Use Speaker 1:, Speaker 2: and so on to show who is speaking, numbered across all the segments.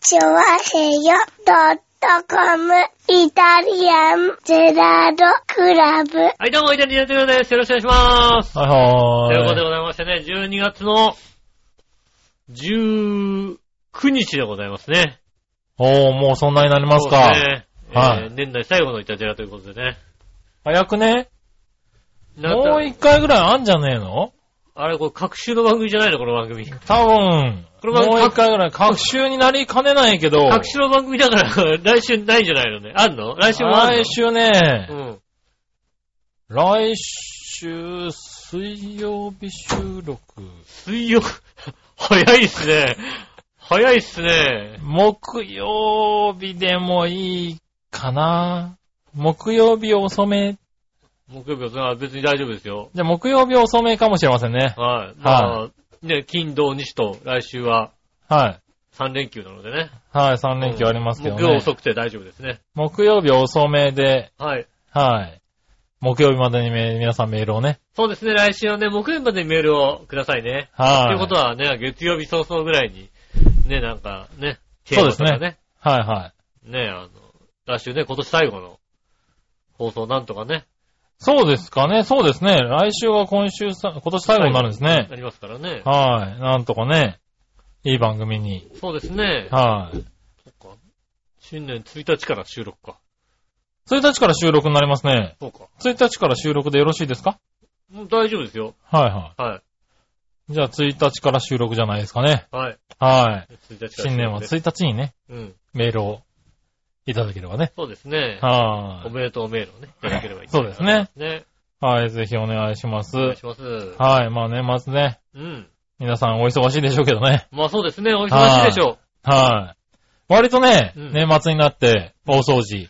Speaker 1: チョワヘヨドットコムイタリアンゼラードクラブ。
Speaker 2: はい、どうも、イタリアンジェラです。よろしくお願いします。
Speaker 3: はいは
Speaker 2: と
Speaker 3: ーい。
Speaker 2: いうことでございましてね、12月の19日でございますね。
Speaker 3: おー、もうそんなになります
Speaker 2: そう
Speaker 3: か。
Speaker 2: ですね。えー
Speaker 3: はい
Speaker 2: 年内最後のイタジェラということでね。
Speaker 3: 早くね、
Speaker 2: なんか
Speaker 3: もう一回ぐらいあんじゃねえの
Speaker 2: あれ、これ、各週の番組じゃないのこの番組。
Speaker 3: 多分、
Speaker 2: これは
Speaker 3: もう一回ぐらい、各週になりかねないけど、
Speaker 2: 各週の番組だから、 来週ないじゃないのね。あんの来週もあんの
Speaker 3: 来週ね
Speaker 2: う、ん。
Speaker 3: 来週、水曜日収録、
Speaker 2: 水曜、 早いっすね。早いっすね。
Speaker 3: 木曜日でもいいかな。木曜日遅め。
Speaker 2: 木曜日は別に大丈夫ですよ。
Speaker 3: じゃあ、木曜日遅めかもしれませんね。
Speaker 2: はい。まあ、ね、金、土、日と来週は
Speaker 3: はい。
Speaker 2: 3連休なのでね。
Speaker 3: はい、3連休ありますけど
Speaker 2: 木曜
Speaker 3: ね。
Speaker 2: 遅くて大丈夫ですね。
Speaker 3: 木曜日遅めで、
Speaker 2: はい。
Speaker 3: はい。木曜日までにめ皆さんメールをね。
Speaker 2: そうですね、来週はね、木曜日までにメールをくださいね。
Speaker 3: はい。
Speaker 2: ということはね、月曜日早々ぐらいに、ね、なんかね、
Speaker 3: そうですね
Speaker 2: 敬語とかね。
Speaker 3: はいはい。
Speaker 2: ね、あの、来週ね、今年最後の放送なんとかね、
Speaker 3: そうですかね。そうですね。来週は今週さ、今年最後になるんですね
Speaker 2: あ。りますからね。
Speaker 3: はい。なんとかね、いい番組に。
Speaker 2: そうですね。
Speaker 3: はい。
Speaker 2: そっか新年1日から収録か。
Speaker 3: 1日から収録になりますね。
Speaker 2: そうか。
Speaker 3: 1日から収録でよろしいですか
Speaker 2: もう大丈夫ですよ。
Speaker 3: はいは。
Speaker 2: はい
Speaker 3: じゃあ1日から収録じゃないですかね。
Speaker 2: い。はい。
Speaker 3: はい。
Speaker 2: 1日から収録で
Speaker 3: 新年は1日にね、
Speaker 2: うん。
Speaker 3: メールをいただければね。
Speaker 2: そうですね。
Speaker 3: は
Speaker 2: おめでとうメールをね、いただければいい。
Speaker 3: そうですね。
Speaker 2: ね。
Speaker 3: い。はい。ぜひお願いしま
Speaker 2: お願
Speaker 3: す
Speaker 2: い。します。
Speaker 3: はい。まあ年末ね、
Speaker 2: うん。
Speaker 3: 皆さんお忙しいでしょうけどね。
Speaker 2: まあそうですね、お忙しいでしょ
Speaker 3: はい。割とね、
Speaker 2: うん
Speaker 3: 年末になって、大掃除。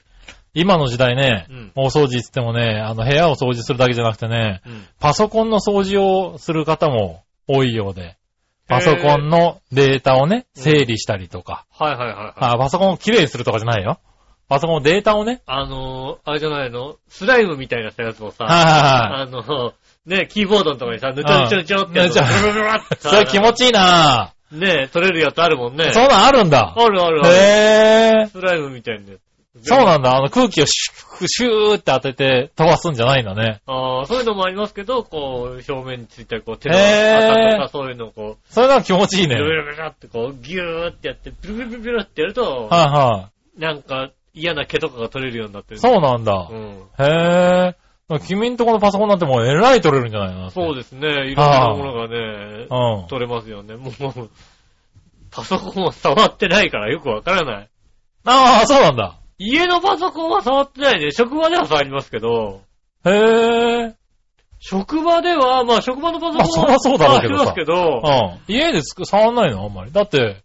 Speaker 3: 今の時代ね
Speaker 2: う。う、ん。
Speaker 3: 大掃除っつってもね、あの、部屋を掃除するだけじゃなくてね、
Speaker 2: うん。
Speaker 3: パソコンの掃除をする方も多いようで、パソコンのデータをね、
Speaker 2: へー
Speaker 3: 整理したりとか、
Speaker 2: はいはいはいはい。
Speaker 3: あパソコンをきれいにするとかじゃないよ。パソコンのデータをね、
Speaker 2: あのー、あれじゃないのスライムみたいなさやつをさ、
Speaker 3: は
Speaker 2: あの、ね、キーボードのとこにさ、ぬちょぬちょぬちょってやつを、
Speaker 3: うん
Speaker 2: ブルブルブルって
Speaker 3: いはい。それ気持ちいいなぁ。
Speaker 2: ね、取れるやつあるもんね。
Speaker 3: そんなんあるんだ。
Speaker 2: あるあるある。
Speaker 3: へぇー。
Speaker 2: スライムみたいなやつ。
Speaker 3: そうなんだ。あの空気をシューシューって当てて飛ばすんじゃないんだね。
Speaker 2: あーそういうのもありますけど、こう、表面について、こう、手の
Speaker 3: へー
Speaker 2: 赤とかそういうのをこう、
Speaker 3: それなら気持ちいいね。
Speaker 2: ブルブ
Speaker 3: は
Speaker 2: ル
Speaker 3: い
Speaker 2: ブルってこう、ギューってやって、ブルブルブルブルってやると、
Speaker 3: はい。
Speaker 2: なんか嫌な毛とかが取れるようになってる。
Speaker 3: そうなんだ
Speaker 2: う。ん。
Speaker 3: へぇー。君んとこのパソコンなんてもうえらい取れるんじゃないの
Speaker 2: そうで
Speaker 3: で
Speaker 2: すね、いろんなものがね、
Speaker 3: うん。
Speaker 2: 取れますよね。もう、パソコンは触ってないからよくわからない。
Speaker 3: ああ、そうなんだ。
Speaker 2: 家のパソコンは触ってないね。職場では触りますけど、
Speaker 3: へぇー。
Speaker 2: 職場では、まあ職場のパソコン
Speaker 3: まあそりゃそうだろうけどさ
Speaker 2: 触ります
Speaker 3: うん。家でつく触んないのあんまり。だって、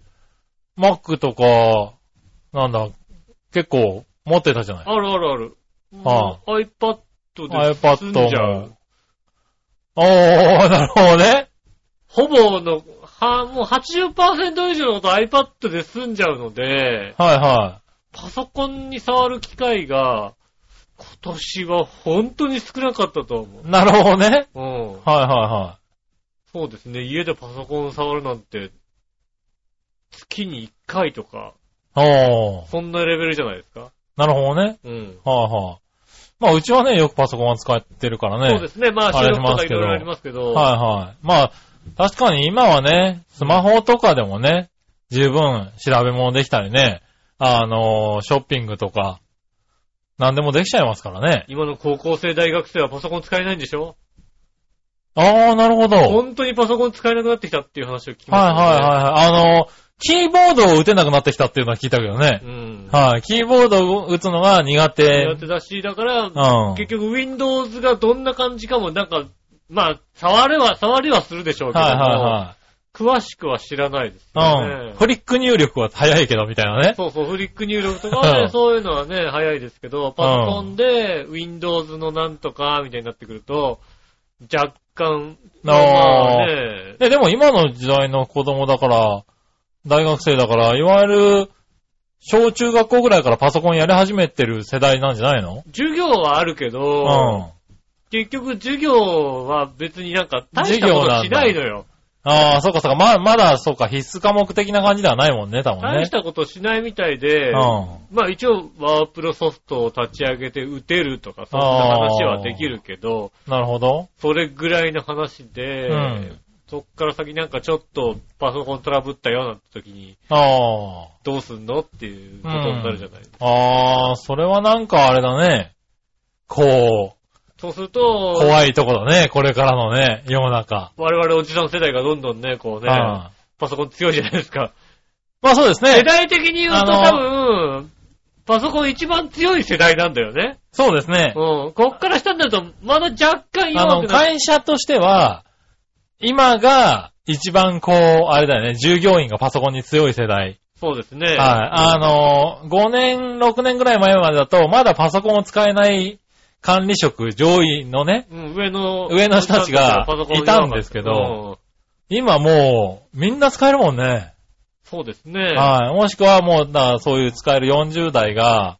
Speaker 3: Mac とか、なんだ、結構持ってたじゃな
Speaker 2: け
Speaker 3: い
Speaker 2: ど、あるあるある。
Speaker 3: あ
Speaker 2: うん iPad で済ん
Speaker 3: ?iPad
Speaker 2: じゃう
Speaker 3: も。。おー、なるほどね。
Speaker 2: ほぼの、は、もう80%以上のこと iPad で済んじゃうので、
Speaker 3: はいは
Speaker 2: パソコンに触る機会が、今年は本当に少なかったと思う。
Speaker 3: い。なるほどね。
Speaker 2: うん。
Speaker 3: はいは
Speaker 2: そうですね。家でパソコン触るなんて、月に1回とか、
Speaker 3: いはい。おー。
Speaker 2: そんなレベルじゃないですか。
Speaker 3: なるほどね。
Speaker 2: うん。
Speaker 3: はいはい。まあ、うちはね、よくパソコンは使ってるからね。
Speaker 2: そうですね。まあ、
Speaker 3: あ
Speaker 2: 収
Speaker 3: れ
Speaker 2: 録とか
Speaker 3: します
Speaker 2: い
Speaker 3: けど
Speaker 2: ろいろありますけど、
Speaker 3: はいはい。まあ、確かに今はね、スマホとかでもね、十分調べ物できたりね、あのーショッピングとか、何でもできちゃいますからね。
Speaker 2: 今の高校生、大学生はパソコン使えないんでしょ
Speaker 3: ああ、なるほど。はい
Speaker 2: 本当にパソコン使えなくなってきたっていう話を聞きま
Speaker 3: はい
Speaker 2: した、ね。
Speaker 3: はい。あのーキーボードを打てなくなってきたっていうのは聞いたけどね。
Speaker 2: い。うん。
Speaker 3: はい。キーボードを打つのが苦手。
Speaker 2: 苦手だし、だから、
Speaker 3: うん。
Speaker 2: 結局 Windows がどんな感じかも、なんか、まあ、触れは、触りはするでしょうけども、
Speaker 3: はいは
Speaker 2: 詳しくは知らないです
Speaker 3: い
Speaker 2: よ
Speaker 3: はい。
Speaker 2: ね。
Speaker 3: うん。フリック入力は早いけど、みたいなね。
Speaker 2: そうそう、フリック入力とかはね、
Speaker 3: うん
Speaker 2: そういうのはね、早いですけど、パソコンで Windows のなんとかみたいになってくると、若干、
Speaker 3: あー
Speaker 2: ね、
Speaker 3: で、でも今の時代の子供だから、大学生だから、いわゆる、小中学校ぐらいからパソコンやり始めてる世代なんじゃないの
Speaker 2: 授業はあるけ
Speaker 3: う
Speaker 2: ど、
Speaker 3: ん。
Speaker 2: 結局授業は別になんか大した
Speaker 3: 授
Speaker 2: こ
Speaker 3: 業
Speaker 2: と
Speaker 3: な
Speaker 2: し
Speaker 3: んだ
Speaker 2: ないのよ。
Speaker 3: ああ、そうかそうか。ま、まだそうか、必須科目的な感じではないもんね、多分ね。
Speaker 2: 大したことしないみたいで、
Speaker 3: うん。
Speaker 2: まあ一応ワープロソフトを立ち上げて打てるとか、そんな話はできるけど、
Speaker 3: なるほど。
Speaker 2: それぐらいの話で、
Speaker 3: うん
Speaker 2: そっから先なんかちょっとパソコントラブったような時に
Speaker 3: あ
Speaker 2: どうすんのっていうことになるじゃない、
Speaker 3: あ。ああ、それはなんかあれだね。こう、
Speaker 2: そうすると、
Speaker 3: 怖いとこだね、これからのね、世の中。
Speaker 2: 我々おじさん世代がどんどんね、こう
Speaker 3: うん。
Speaker 2: ね、
Speaker 3: ま
Speaker 2: パソコン強いじゃないですか。
Speaker 3: あそうです
Speaker 2: 世
Speaker 3: ね。
Speaker 2: 代的に言うと
Speaker 3: あの
Speaker 2: 多分、パソコン一番強い世代なんだよね。
Speaker 3: そうですね。
Speaker 2: うん。こっから下になると、まだ若干
Speaker 3: あ
Speaker 2: 弱
Speaker 3: の、
Speaker 2: くなる。
Speaker 3: 会社としては、今が一番こう、あれだよね、従業員がパソコンに強い世代。
Speaker 2: そうですね。
Speaker 3: はい。あの、5年、6年ぐらい前までだと、まだパソコンを使えない管理職上位のね、
Speaker 2: うん、上の、
Speaker 3: 上の人たちがいたんですけど
Speaker 2: うん
Speaker 3: 今もう、みんな使えるもんね。
Speaker 2: そうですね。
Speaker 3: はい。もしくはもう、だからそういう使える40代が、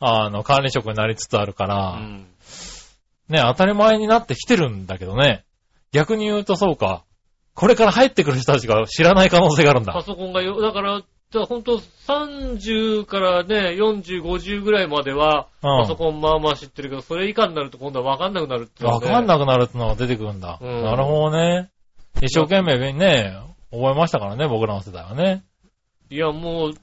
Speaker 3: あの、管理職になりつつあるか
Speaker 2: う
Speaker 3: ら、
Speaker 2: ん
Speaker 3: ね、当たり前になってきてるんだけどね。逆に言うとそうか。これから入ってくる人たちが知らない可能性があるん
Speaker 2: パ
Speaker 3: だ。
Speaker 2: ソコンがよ、だから、じゃあ本当30からね、40、50ぐらいまでは、
Speaker 3: うん
Speaker 2: パソコンまあまあ知ってるけど、それ以下になると今度はわかんなくなるっていうね
Speaker 3: わかんなくなるってのが出てくるんだ。
Speaker 2: うん
Speaker 3: なるほどね。一生懸命ね、覚えましたからね、僕らの世代はね。
Speaker 2: いや、もう、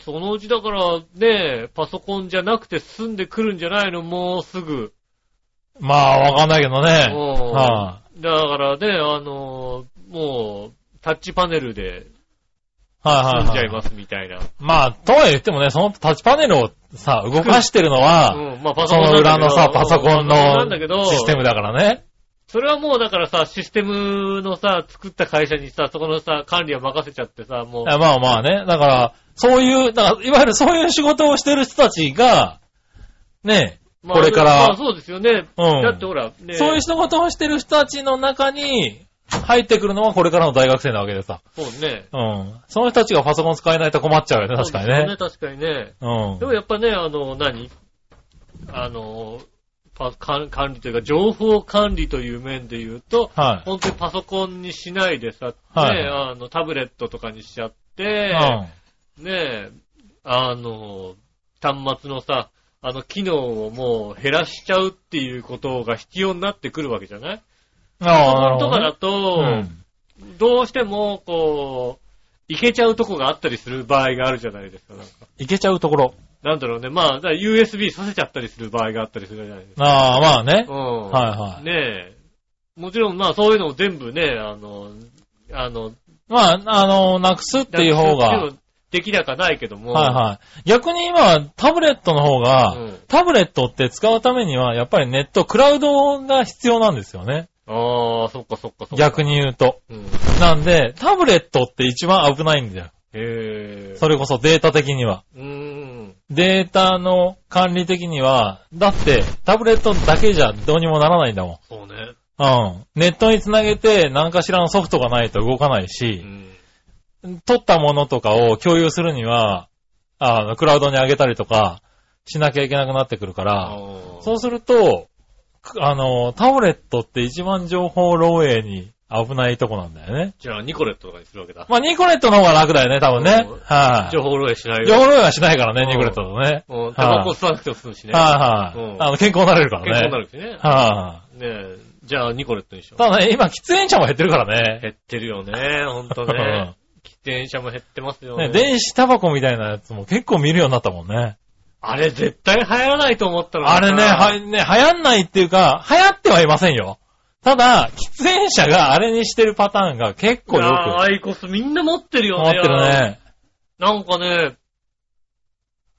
Speaker 2: そのうちだからね、パソコンじゃなくて済んでくるんじゃないのもうすぐ。
Speaker 3: まあ、わかんないけど
Speaker 2: う
Speaker 3: ね。
Speaker 2: ん
Speaker 3: は
Speaker 2: だからね、あの、もう、タッチパネルで
Speaker 3: い、はい、はい。
Speaker 2: 済んじゃいますみたいな。
Speaker 3: まあ、とは言ってもね、そのタッチパネルをさ、動かしてるのは、
Speaker 2: うん、まあパソ
Speaker 3: そ
Speaker 2: コン
Speaker 3: の
Speaker 2: な
Speaker 3: 裏
Speaker 2: んだけど
Speaker 3: のさ、パソコン
Speaker 2: な
Speaker 3: の
Speaker 2: んだけど、
Speaker 3: システムだからね。
Speaker 2: それはもうだからさ、システムのさ、作った会社にさ、そこのさ、管理は任せちゃってさ、もう、
Speaker 3: あまあまあね。だから、そういう、だから、いわゆるそういう仕事をしてる人たちが、ね、
Speaker 2: まあ
Speaker 3: これか
Speaker 2: まあ
Speaker 3: ら、
Speaker 2: そうですよね。
Speaker 3: うん
Speaker 2: だってほら、ね、
Speaker 3: そういう仕事をしてる人たちの中に入ってくるのはこれからの大学生なわけでさ。
Speaker 2: そうね。
Speaker 3: うん。その人たちがパソコン使えないと困っちゃうよね、確かにね。
Speaker 2: そうですよね確かにね。
Speaker 3: うん
Speaker 2: で。もやっぱね、あの、何あの、パ管管理というか、情報管理という面で言うと、
Speaker 3: はい。
Speaker 2: 本当にパソコンにしないでさ、ね、
Speaker 3: はい
Speaker 2: あの、タブレットとかにしちゃっ
Speaker 3: う
Speaker 2: て、
Speaker 3: ん。
Speaker 2: ねえ、あの、端末のさ、あの、機能をもう減らしちゃうっていうことが必要になってくるわけじゃない
Speaker 3: ああ、なる
Speaker 2: と
Speaker 3: ほ
Speaker 2: か
Speaker 3: ど
Speaker 2: だ
Speaker 3: ね。
Speaker 2: と、どうしても、こう、いけちゃうとこがあったりする場合があるじゃないですか、なんか。
Speaker 3: いけちゃうところ。
Speaker 2: なんだろうね。まあ、だから USB させちゃったりする場合があったりするじゃないですか。
Speaker 3: ああ、まあね
Speaker 2: う。ん。
Speaker 3: はいはい。
Speaker 2: ねえ。もちろん、まあ、そういうのを全部ね、あの、あの、っ
Speaker 3: まあ、あの、なくすっていう方が。はい
Speaker 2: できなかないけども。
Speaker 3: はい。逆に今、タブレットの方が、
Speaker 2: うん
Speaker 3: タブレットって使うためには、やっぱりネット、クラウドが必要なんですよね。
Speaker 2: ああ、そっかそっかそっか。
Speaker 3: 逆に言うと。
Speaker 2: うん。
Speaker 3: なんで、タブレットって一番危ないんだよ。
Speaker 2: へえ。
Speaker 3: それこそデータ的には。
Speaker 2: うーん。
Speaker 3: データの管理的には、だって、タブレットだけじゃどうにもならないんだもん。
Speaker 2: そうね。
Speaker 3: うん。ネットにつなげて何かしらのソフトがないと動かないうし、
Speaker 2: ん。
Speaker 3: 取ったものとかを共有するには、あの、クラウドに上げたりとか、しなきゃいけなくなってくるから、
Speaker 2: ー
Speaker 3: そうすると、くあの、タブレットって一番情報漏洩に危ないとこなんだよね。
Speaker 2: じゃあ、ニコレットとかにするわけだ。
Speaker 3: まあ、ニコレットの方が楽だよね、多分ね
Speaker 2: うん。
Speaker 3: はい。
Speaker 2: 情報漏洩しない
Speaker 3: 情
Speaker 2: よ
Speaker 3: 報漏洩はしないから
Speaker 2: う
Speaker 3: ね、
Speaker 2: ん
Speaker 3: ニコレットだとね。
Speaker 2: う。うん。タバコ吸わなくても済むしね。
Speaker 3: はい
Speaker 2: うん
Speaker 3: はい。あの、健康になれるから
Speaker 2: 健
Speaker 3: ね。
Speaker 2: 康になるしね。
Speaker 3: は
Speaker 2: ねえ。じゃあ、ニコレットにしよ
Speaker 3: い。
Speaker 2: う。
Speaker 3: ただね、今、喫煙者も減ってるからね。
Speaker 2: 減ってるよね、ほんとね。喫煙者も減ってますよ
Speaker 3: ね
Speaker 2: ね。
Speaker 3: 電子タバコみたいなやつも結構見るようになったもんね。
Speaker 2: あれ絶対流行らないと思ったのに。
Speaker 3: あれね、はいい、ね、流行んないっていうか、流行ってはいませんよ。ただ、喫煙者があれにしてるパターンが結構よ
Speaker 2: あー
Speaker 3: く
Speaker 2: アイコスみんな持ってるよ
Speaker 3: 回
Speaker 2: ね。
Speaker 3: ってるね。
Speaker 2: なんかね、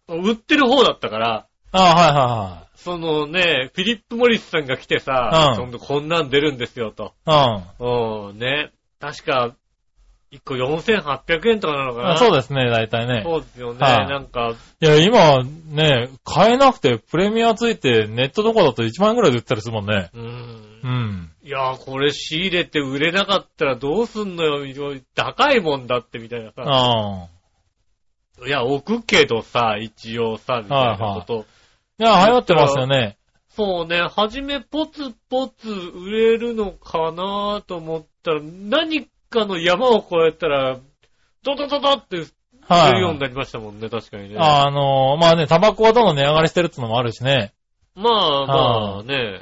Speaker 2: 売ってる方だったから、
Speaker 3: あ
Speaker 2: そのね、フィリップ・モリスさんが来てさ、
Speaker 3: うん
Speaker 2: 今度こんなん出るんですよと。
Speaker 3: ーはいはいはい。
Speaker 2: うん、ね。確か、1個4800円とかなのか
Speaker 3: うんあ。
Speaker 2: な。
Speaker 3: そう
Speaker 2: う
Speaker 3: ですね、大体ね。
Speaker 2: そうですよね。
Speaker 3: はい
Speaker 2: なんか、
Speaker 3: いや、今、ね、買えなくて、プレミアついて、ネットとかだと1万円ぐらいで売ったりするもんね。
Speaker 2: うーん
Speaker 3: う。ん。
Speaker 2: いやー、これ仕入れて売れなかったらどうすんのよ、みたいな高いもんだってみたいなさ。
Speaker 3: ああ。
Speaker 2: いや、置くけどさ、一応さ、みたいなこと。
Speaker 3: いや、流行ってますよね。
Speaker 2: そうね、はじめポツポツ売れるのかなと思ったら、何かの山を越えたら、ドドドドって
Speaker 3: は
Speaker 2: 売
Speaker 3: い。
Speaker 2: れるようになりましたもんね、確かにね。
Speaker 3: あのー、まあね、タバコはどんどん値上がりしてるってのもあるしね。
Speaker 2: まあま
Speaker 3: は
Speaker 2: あね、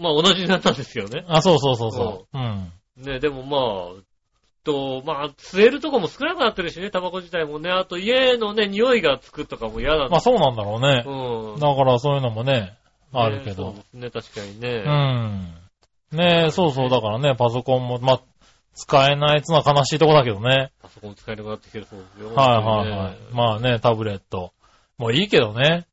Speaker 2: まあ同じになったんですよね。
Speaker 3: あ、そうそうそうそう。うん。
Speaker 2: ね、でもまあ、と、まあ、吸えるとこも少なくなってるしね、タバコ自体もね。あと家のね、匂いがつくとかも嫌だ
Speaker 3: まあそうなんだろうね。
Speaker 2: うん。
Speaker 3: だからそういうのもね、あるけ
Speaker 2: ねそう
Speaker 3: ど
Speaker 2: で。すね、確かにね。
Speaker 3: うん。ねえ、そうそう、だからね、パソコンも、まあ、使えないってのは悲しいとこだけどね。
Speaker 2: パソコン使えなくなってきてるそうですよ。
Speaker 3: はいはいはい
Speaker 2: ね。
Speaker 3: まあね、タブレット。もういいけどね。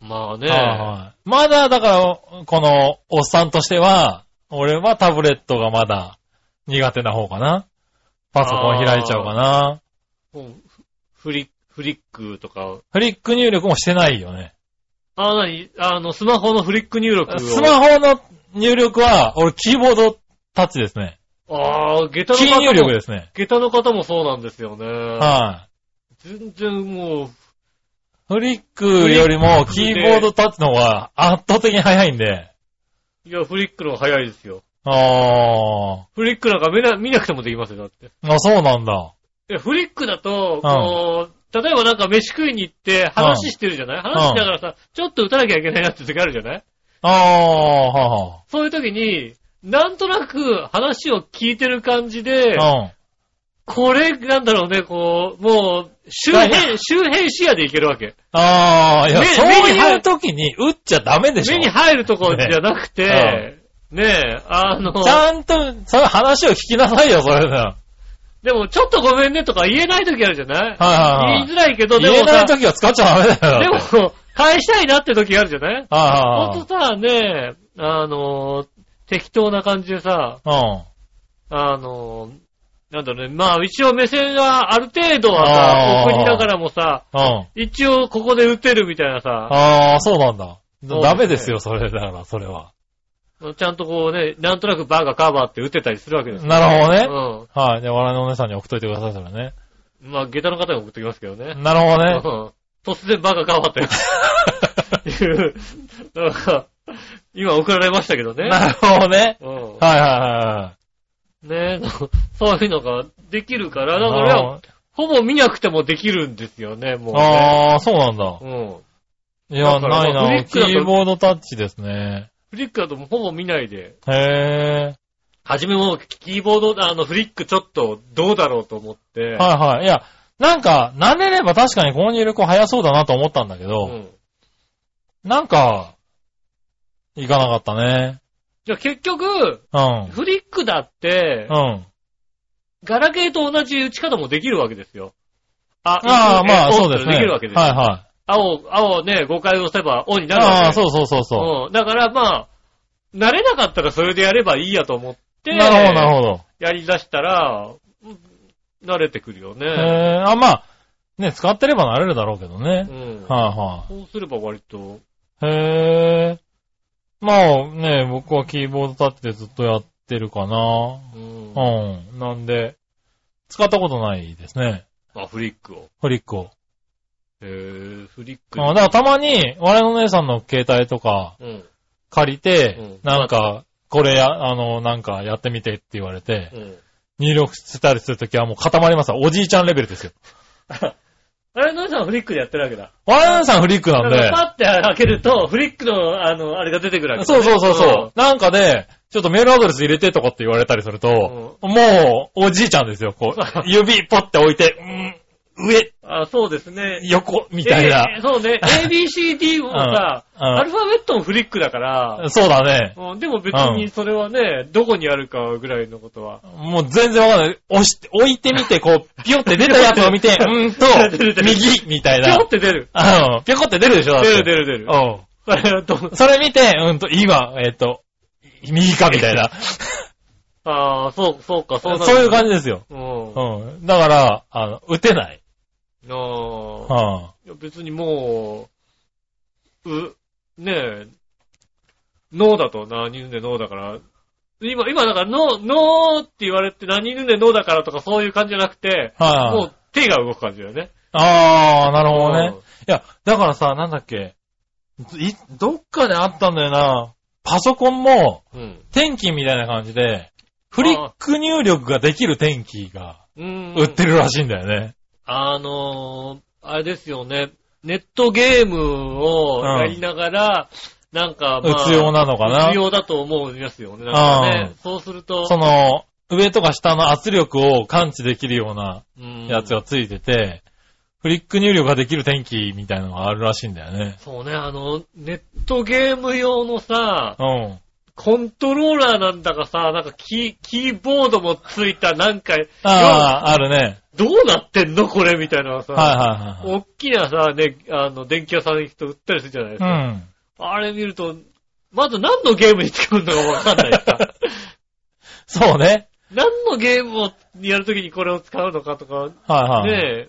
Speaker 2: まあね、
Speaker 3: はいはい。まだ、だから、この、おっさんとしては、俺はタブレットがまだ苦手な方かな。パソコン開いちゃうかな。
Speaker 2: もうフリック、フリックとか、
Speaker 3: フリック入力もしてないよね。
Speaker 2: あ、なに、あの、スマホのフリック入力を。
Speaker 3: スマホの入力は、俺キーボードタッチですね。
Speaker 2: ああ、下駄
Speaker 3: キー
Speaker 2: の
Speaker 3: 入
Speaker 2: 方
Speaker 3: 力
Speaker 2: も、
Speaker 3: ですね。
Speaker 2: 下駄の方もそうなんですよね。
Speaker 3: はい。
Speaker 2: 全然もう、
Speaker 3: フリックよりもキーボードタッチの方が圧倒的に早いんで。
Speaker 2: いや、フリックの方が早いですよ。
Speaker 3: あ
Speaker 2: フリックなんか見な見なくてもできますよ、だって。
Speaker 3: ー。あ、そうなんだ。
Speaker 2: いや、フリックだと、こう、例えばなんか飯食いに行って話してるじゃない話しながらさ、ちょっと打たなきゃいけないなって時あるじゃない
Speaker 3: あー、は
Speaker 2: そういう時に、なんとなく話を聞いてる感じで
Speaker 3: あ、はあ。
Speaker 2: これ、なんだろうね、こう、もう、周辺、周辺視野でいけるわけ。
Speaker 3: あー、いや、
Speaker 2: 目
Speaker 3: そう
Speaker 2: 目に入
Speaker 3: い
Speaker 2: る
Speaker 3: う時に打っちゃダメでしょ。
Speaker 2: 目に入るとこじゃなくて、ねえ、あの、
Speaker 3: ちゃんと、その話を聞きなさいよ、それなら
Speaker 2: でもちょっとごめんねとか言えない時あるじゃない
Speaker 3: はいはいは
Speaker 2: 言
Speaker 3: い
Speaker 2: いづらいけど、で
Speaker 3: 言え
Speaker 2: も
Speaker 3: な
Speaker 2: さ
Speaker 3: い、時は使っちゃダメだよ。だって
Speaker 2: でも、返したいなって時あるじゃないほん
Speaker 3: は
Speaker 2: とさ、ねえ、あの、適当な感じでさ、
Speaker 3: いはいはい。うん。
Speaker 2: あの、なんだろうね、まあ一応目線はある程度は
Speaker 3: あ
Speaker 2: さ、
Speaker 3: ー
Speaker 2: 送りながらもさ、
Speaker 3: うん。
Speaker 2: 一応ここで打てるみたいなさ、
Speaker 3: ああ、そうなんだ。
Speaker 2: そうですね
Speaker 3: ダメですよ、それ、だから、それは。
Speaker 2: ちゃんとこうね、なんとなくバーがカバーって打てたりするわけですよ。
Speaker 3: なるほどね。
Speaker 2: う
Speaker 3: はい。じゃあ、笑いのお姉さんに送っといてください、それね。
Speaker 2: ん。まあ、下駄の方に送ってきますけどね。
Speaker 3: なるほどね
Speaker 2: う。ん突然バーがカバーって いう、なんか今送られましたけどね。
Speaker 3: なるほどね。
Speaker 2: うん
Speaker 3: はいはいは
Speaker 2: ねえ、そういうのができるから、
Speaker 3: い。
Speaker 2: だか
Speaker 3: なる
Speaker 2: らほ
Speaker 3: ほ、
Speaker 2: ぼ見なくてもできるんですよね、もうね、
Speaker 3: どああ、そうなんだ。
Speaker 2: うん。
Speaker 3: いや、
Speaker 2: だから
Speaker 3: ない
Speaker 2: フリ
Speaker 3: な。
Speaker 2: ック
Speaker 3: キ
Speaker 2: だと
Speaker 3: ーボードタッチですね。
Speaker 2: フリックだともうほぼ見ないで、
Speaker 3: へ
Speaker 2: はじめもうキーボード、あの、フリックちょっとどうだろうと思って、
Speaker 3: え。はいはい。いや、なんか、慣れれば確かに購入力早そうだなと思ったんだけ
Speaker 2: う
Speaker 3: ど、
Speaker 2: ん
Speaker 3: なんか、いかなかったね。
Speaker 2: じゃあ結局、
Speaker 3: うん。
Speaker 2: フリックだって、
Speaker 3: うん。
Speaker 2: ガラケーと同じ打ち方もできるわけですよ。あい
Speaker 3: ああ、
Speaker 2: い
Speaker 3: まあ、
Speaker 2: え
Speaker 3: そうですね。
Speaker 2: できるわけですよ。
Speaker 3: はいはい。
Speaker 2: 青、青ね、5回押せば、O になるわけ
Speaker 3: あ
Speaker 2: で
Speaker 3: あ、
Speaker 2: す
Speaker 3: そうそうそうそう。
Speaker 2: うん。だからまあ、慣れなかったらそれでやればいいやと思って、
Speaker 3: なるほど、なるほど。
Speaker 2: やり出したら、うん慣れてくるよね。
Speaker 3: えー、あ、まあ、ね、使ってればなれるだろうけどね
Speaker 2: う。ん。
Speaker 3: は
Speaker 2: そうすれば割と、
Speaker 3: いはい。へえ。まあね、僕はキーボード立ってずっとやってるかな。
Speaker 2: うん。
Speaker 3: うん。なんで、使ったことないですね。
Speaker 2: あ、フリックを。
Speaker 3: フリックを。
Speaker 2: へー、フリック。
Speaker 3: あだからたまに、我の姉さんの携帯とか
Speaker 2: うん。
Speaker 3: 借り
Speaker 2: うん
Speaker 3: て、なんか、これや、あの、なんかやってみてって言われて
Speaker 2: う、ん。
Speaker 3: 入力したりするときはもう固まりますわおじいちゃんレベルですよ。
Speaker 2: あれ、のりさんはフリックでやってるわけだ。
Speaker 3: 我の姉さんフリックな
Speaker 2: だ
Speaker 3: んで
Speaker 2: か。らパッて開けると、フリックの、あの、あれが出てくるわけだ
Speaker 3: そう
Speaker 2: ね、
Speaker 3: そうそうそう。なんかで、ちょっとメールアドレス入れてとかって言われたりすると、もう、おじいちゃんですよ。こう、指ポッて置いて、うん、上、
Speaker 2: うん。あ、そうですね。
Speaker 3: 横、みたいな。
Speaker 2: えーそう ね。ABCD もさ、
Speaker 3: うんうん
Speaker 2: アルファベットもフリックだから、
Speaker 3: そうだね。
Speaker 2: うん、でも別にそれはね、どこにあるかぐらいのことは。
Speaker 3: もう全然わかんない。押して、置いてみて、こう、ピョって出たやつを見て、うーんと
Speaker 2: 出る出、る
Speaker 3: 右、みたい
Speaker 2: ぴょ
Speaker 3: な
Speaker 2: っ。て出る。
Speaker 3: うんピョコって出るでしょだっ
Speaker 2: 出
Speaker 3: て
Speaker 2: る出る出る。
Speaker 3: う
Speaker 2: それはどう、
Speaker 3: ん。それ見て、うんと、今、えっと、右か、みたいな。
Speaker 2: ああ、そう、 そうか、そうな
Speaker 3: そういう感
Speaker 2: じ。
Speaker 3: じですよ。
Speaker 2: うん。あ
Speaker 3: うん。だから、あの、打てない。
Speaker 2: あ
Speaker 3: うん。
Speaker 2: いや別にもう、う、ねえ、脳だと何犬で脳だから、今、今だから脳、脳って言われて何犬で脳だからとかそういう感じじゃなくて、
Speaker 3: はい。
Speaker 2: もう手が動く感じだよね。
Speaker 3: ああ、なるほどね
Speaker 2: うん。
Speaker 3: いや、だからさ、なんだっけ。い、どっかであったんだよな。パソコンも、
Speaker 2: うん。
Speaker 3: 天気みたいな感じで、フリック入力ができる天気が
Speaker 2: うん。
Speaker 3: 売ってるらしいんだよね。
Speaker 2: あのー、あれですよね。ネットゲームをやりながら、なんか、
Speaker 3: うつようなのかな
Speaker 2: 必要だと思いますよね。なんかね
Speaker 3: うん。
Speaker 2: そうすると、
Speaker 3: その、上とか下の圧力を感知できるような
Speaker 2: うん
Speaker 3: やつがついてて、フリック入力ができる天気みたいなのがあるらしいんだよね。
Speaker 2: そうね、あの、ネットゲーム用のさ、
Speaker 3: うん。
Speaker 2: コントローラーなんだかさ、なんかキー、キーボードもついた、なんか、
Speaker 3: ああ、あるね。
Speaker 2: どうなってんのこれみたいなのがさ、
Speaker 3: はいはいはい
Speaker 2: 大きなさ、ね、あの、電気屋さんに行くと売ったりするじゃないですか。
Speaker 3: はい。うん。
Speaker 2: あれ見ると、まず何のゲームに使うのかわかんないさ。
Speaker 3: そうね。
Speaker 2: 何のゲームをやるときにこれを使うのかとか、
Speaker 3: はいはい。
Speaker 2: ねえ、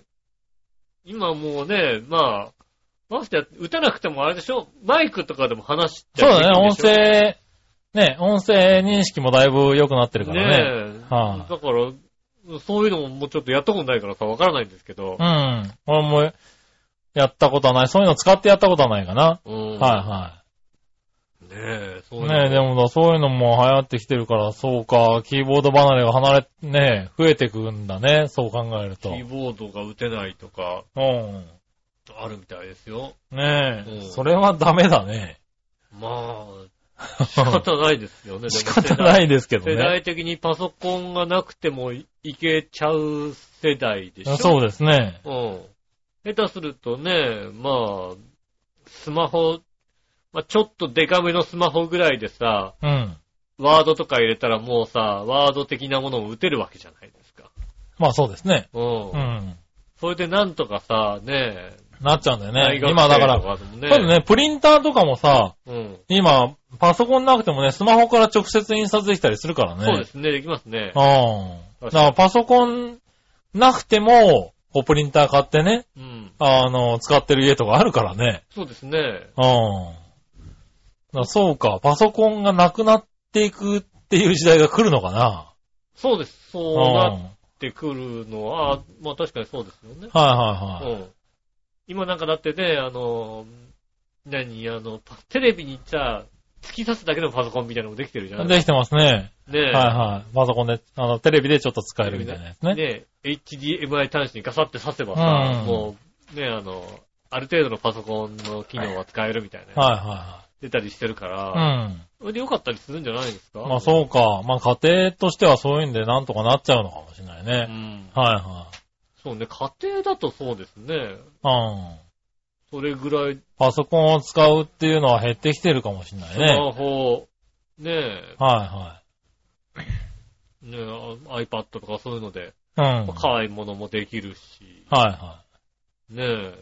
Speaker 2: 今もうね、まあ、ましてや打たなくてもあれでしょマイクとかでも話しち
Speaker 3: そう
Speaker 2: ゃで
Speaker 3: だね、音
Speaker 2: きるんでしょ
Speaker 3: 声、ね、音声認識もだいぶ良くなってるからね。
Speaker 2: ねえ、
Speaker 3: はい
Speaker 2: だから、そういうのももうちょっとやったことないからさ、わからないんですけど
Speaker 3: う。ん。俺も、やったことはない。そういうの使ってやったことはないかな。
Speaker 2: うん。
Speaker 3: はい
Speaker 2: ねえ、そ
Speaker 3: いうはい。
Speaker 2: いう
Speaker 3: ねえ、でもだ、そういうのも流行ってきてるから、そうか、キーボード離れが離れ、ねえ、増えてくんだね。そう考える
Speaker 2: キ
Speaker 3: と。
Speaker 2: ーボードが打てないとか、
Speaker 3: うん。
Speaker 2: あるみたいですよ。
Speaker 3: ね
Speaker 2: うん
Speaker 3: え、それはダメだね。
Speaker 2: ま あ、仕方ないですよね。でも
Speaker 3: 仕方ないですけど
Speaker 2: 世代世
Speaker 3: ね。
Speaker 2: 代的にパソコンがなくてもいけちゃう世代でしょ。
Speaker 3: そうですね。
Speaker 2: うん。下手するとね、まあ、スマホ、まあ、ちょっとデカめのスマホぐらいでさ、
Speaker 3: うん。
Speaker 2: ワードとか入れたらもうさ、ワード的なものを打てるわけじゃないですか。
Speaker 3: まあそうですね。
Speaker 2: うん。
Speaker 3: うん。
Speaker 2: それでなんとかさ、ね
Speaker 3: なっちゃうんだよね
Speaker 2: 大。学
Speaker 3: 今だから、
Speaker 2: 生とでもね
Speaker 3: 多分ね、プリンターとかもさ、
Speaker 2: うん。
Speaker 3: 今、パソコンなくてもね、スマホから直接印刷できたりするからね。
Speaker 2: そうですね、できますね。
Speaker 3: うん。
Speaker 2: 確
Speaker 3: だか
Speaker 2: から
Speaker 3: パソコンなくても、こうプリンター買ってね、
Speaker 2: うん。
Speaker 3: あの、使ってる家とかあるからね。
Speaker 2: そうですね。
Speaker 3: うん。だからそうか、パソコンがなくなっていくっていう時代が来るのかな。
Speaker 2: そうです。
Speaker 3: う。
Speaker 2: そうんな
Speaker 3: は
Speaker 2: っ
Speaker 3: い
Speaker 2: てくるのは、まあ確かにそうですよね。
Speaker 3: はいはい。
Speaker 2: うん。今なんかだってね、あの、何、あの、パテレビにさ、突き刺すだけのパソコンみたいなのもできてるじゃない
Speaker 3: できてますね。
Speaker 2: ねえ。
Speaker 3: はいはい。パソコンで、あの、テレビでちょっと使えるみたいなやつね。
Speaker 2: ねえ HDMI 端子にガサって刺せばさ、
Speaker 3: うん
Speaker 2: もう、ねえ、あの、ある程度のパソコンの機能は使えるみたいな、
Speaker 3: はいは
Speaker 2: 出たりしてるか
Speaker 3: い
Speaker 2: ら、
Speaker 3: はい。うん。
Speaker 2: それでよかったりするんじゃないですか
Speaker 3: まあそうか。まあ家庭としてはそういうんでなんとかなっちゃうのかもしれないうね。
Speaker 2: ん。
Speaker 3: はいは
Speaker 2: そうね、家庭だとそうですね。
Speaker 3: い。うん。
Speaker 2: それぐらい、
Speaker 3: パソコンを使うっていうのは減ってきてるかもしれない
Speaker 2: ス
Speaker 3: ね。
Speaker 2: マホ、ね
Speaker 3: は
Speaker 2: え、ねえ、あ iPad とかそういうので、
Speaker 3: いはい。うん。
Speaker 2: まあ買い物もできるし、
Speaker 3: はいは
Speaker 2: ねえ、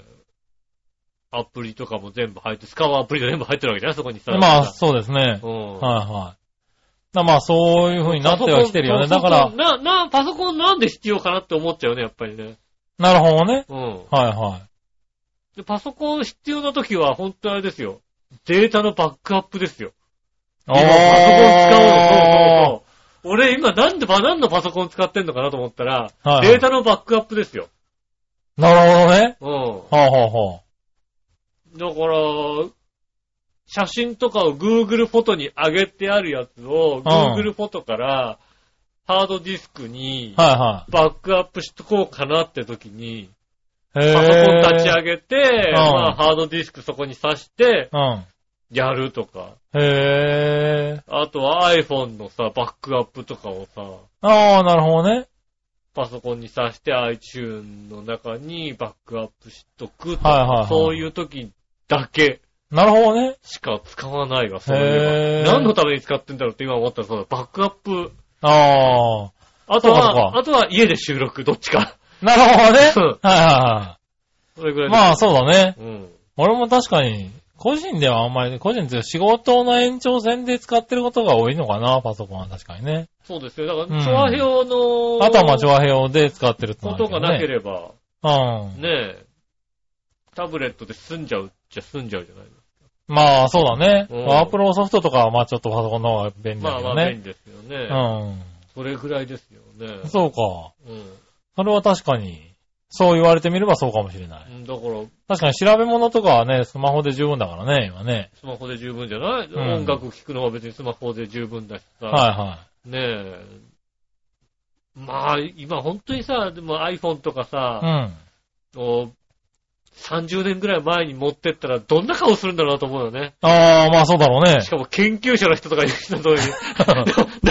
Speaker 2: アプリとかも全部入って、使うアプリが全部入ってるわけじゃないそこにさ。
Speaker 3: い。まあそうですね。
Speaker 2: うん。
Speaker 3: はいはい。だまあそういう風になってはきてるよね。だか
Speaker 2: パソ
Speaker 3: ら
Speaker 2: コン、な、な、パソコンなんで必要かなって思っちゃうね、やっぱりね。
Speaker 3: なるほどね。
Speaker 2: うん。
Speaker 3: はいはい。
Speaker 2: で、パソコン必要な時は、本当あれですよ。データのバックアップですよ。今、パソコン使うの、そうそうそう。俺、今、なんで、ば何のパソコン使ってんのかなと思ったら、
Speaker 3: はいはい
Speaker 2: データのバックアップですよ。
Speaker 3: なるほどね。
Speaker 2: うん。
Speaker 3: はあはあは
Speaker 2: だから、写真とかを Google フォトに上げてあるやつを、
Speaker 3: ん
Speaker 2: Google フォトからハードディスクに
Speaker 3: あ。は
Speaker 2: バックアップしとこうかなって時に、
Speaker 3: いはい。へ
Speaker 2: パソコン立ち
Speaker 3: げ。
Speaker 2: 上げて、
Speaker 3: ん
Speaker 2: まあハードディスクそこに挿して
Speaker 3: うん。
Speaker 2: やるとか、
Speaker 3: へえ。
Speaker 2: あとは iPhone のさ、バックアップとかをさ、
Speaker 3: ああ、なるほどね。
Speaker 2: パソコンに挿して iTune の中にバックアップしとくと
Speaker 3: はいはいは
Speaker 2: か
Speaker 3: い、
Speaker 2: そういう時だけ。
Speaker 3: なるほどね。
Speaker 2: しか使わないわ、そういえ
Speaker 3: へー
Speaker 2: ば。何のために使ってんだろうって今思ったらそうだ、バックアップ。
Speaker 3: ああ。
Speaker 2: あと
Speaker 3: そうかそう
Speaker 2: は、
Speaker 3: か
Speaker 2: あとは家で収録、どっちか。
Speaker 3: なるほどね。
Speaker 2: うん
Speaker 3: はいは
Speaker 2: それぐ
Speaker 3: い
Speaker 2: ら
Speaker 3: はい。
Speaker 2: い
Speaker 3: まあ
Speaker 2: あ、
Speaker 3: そうだね。
Speaker 2: うん。
Speaker 3: 俺も確かに、個人ではあんまり、個人っていうか仕事の延長線で使ってることが多いのかな、パソコンは確かにね。
Speaker 2: そうですよ。だか
Speaker 3: う
Speaker 2: ら、
Speaker 3: ん
Speaker 2: 調和表の、
Speaker 3: あとはまあ、調和平で使ってるって
Speaker 2: ことがなけ
Speaker 3: れ
Speaker 2: れば、
Speaker 3: ば。うん。
Speaker 2: ねえ、タブレットで済んじゃうっちゃ済んじゃうじゃない
Speaker 3: まあそうだね。
Speaker 2: うん
Speaker 3: ワープロソフトとかはまあちょっとパソコンの方が便利
Speaker 2: ま
Speaker 3: だ
Speaker 2: あ
Speaker 3: け
Speaker 2: ま
Speaker 3: ど
Speaker 2: あ便利
Speaker 3: ね。
Speaker 2: ですよね。
Speaker 3: う
Speaker 2: それぐらいですよね
Speaker 3: ん。。そうか。
Speaker 2: うん。
Speaker 3: それは確かに、そう言われてみればそうかもしれない。
Speaker 2: うんだから、
Speaker 3: 確かに調べ物とかはね、スマホで十分だからね、今ね。
Speaker 2: スマホで十分じゃない、
Speaker 3: ん
Speaker 2: 音楽聴くのは別にスマホで十分だしさ。
Speaker 3: はいは
Speaker 2: ねえ。まあ、今本当にさ、でも iPhone とか
Speaker 3: い。う
Speaker 2: さ、
Speaker 3: ん。
Speaker 2: こう30年ぐらい前に持ってったらどんな顔するんだろうなと思うよね。
Speaker 3: ああ、まあそうだろうね
Speaker 2: し。かも研究者の人とか言う人と な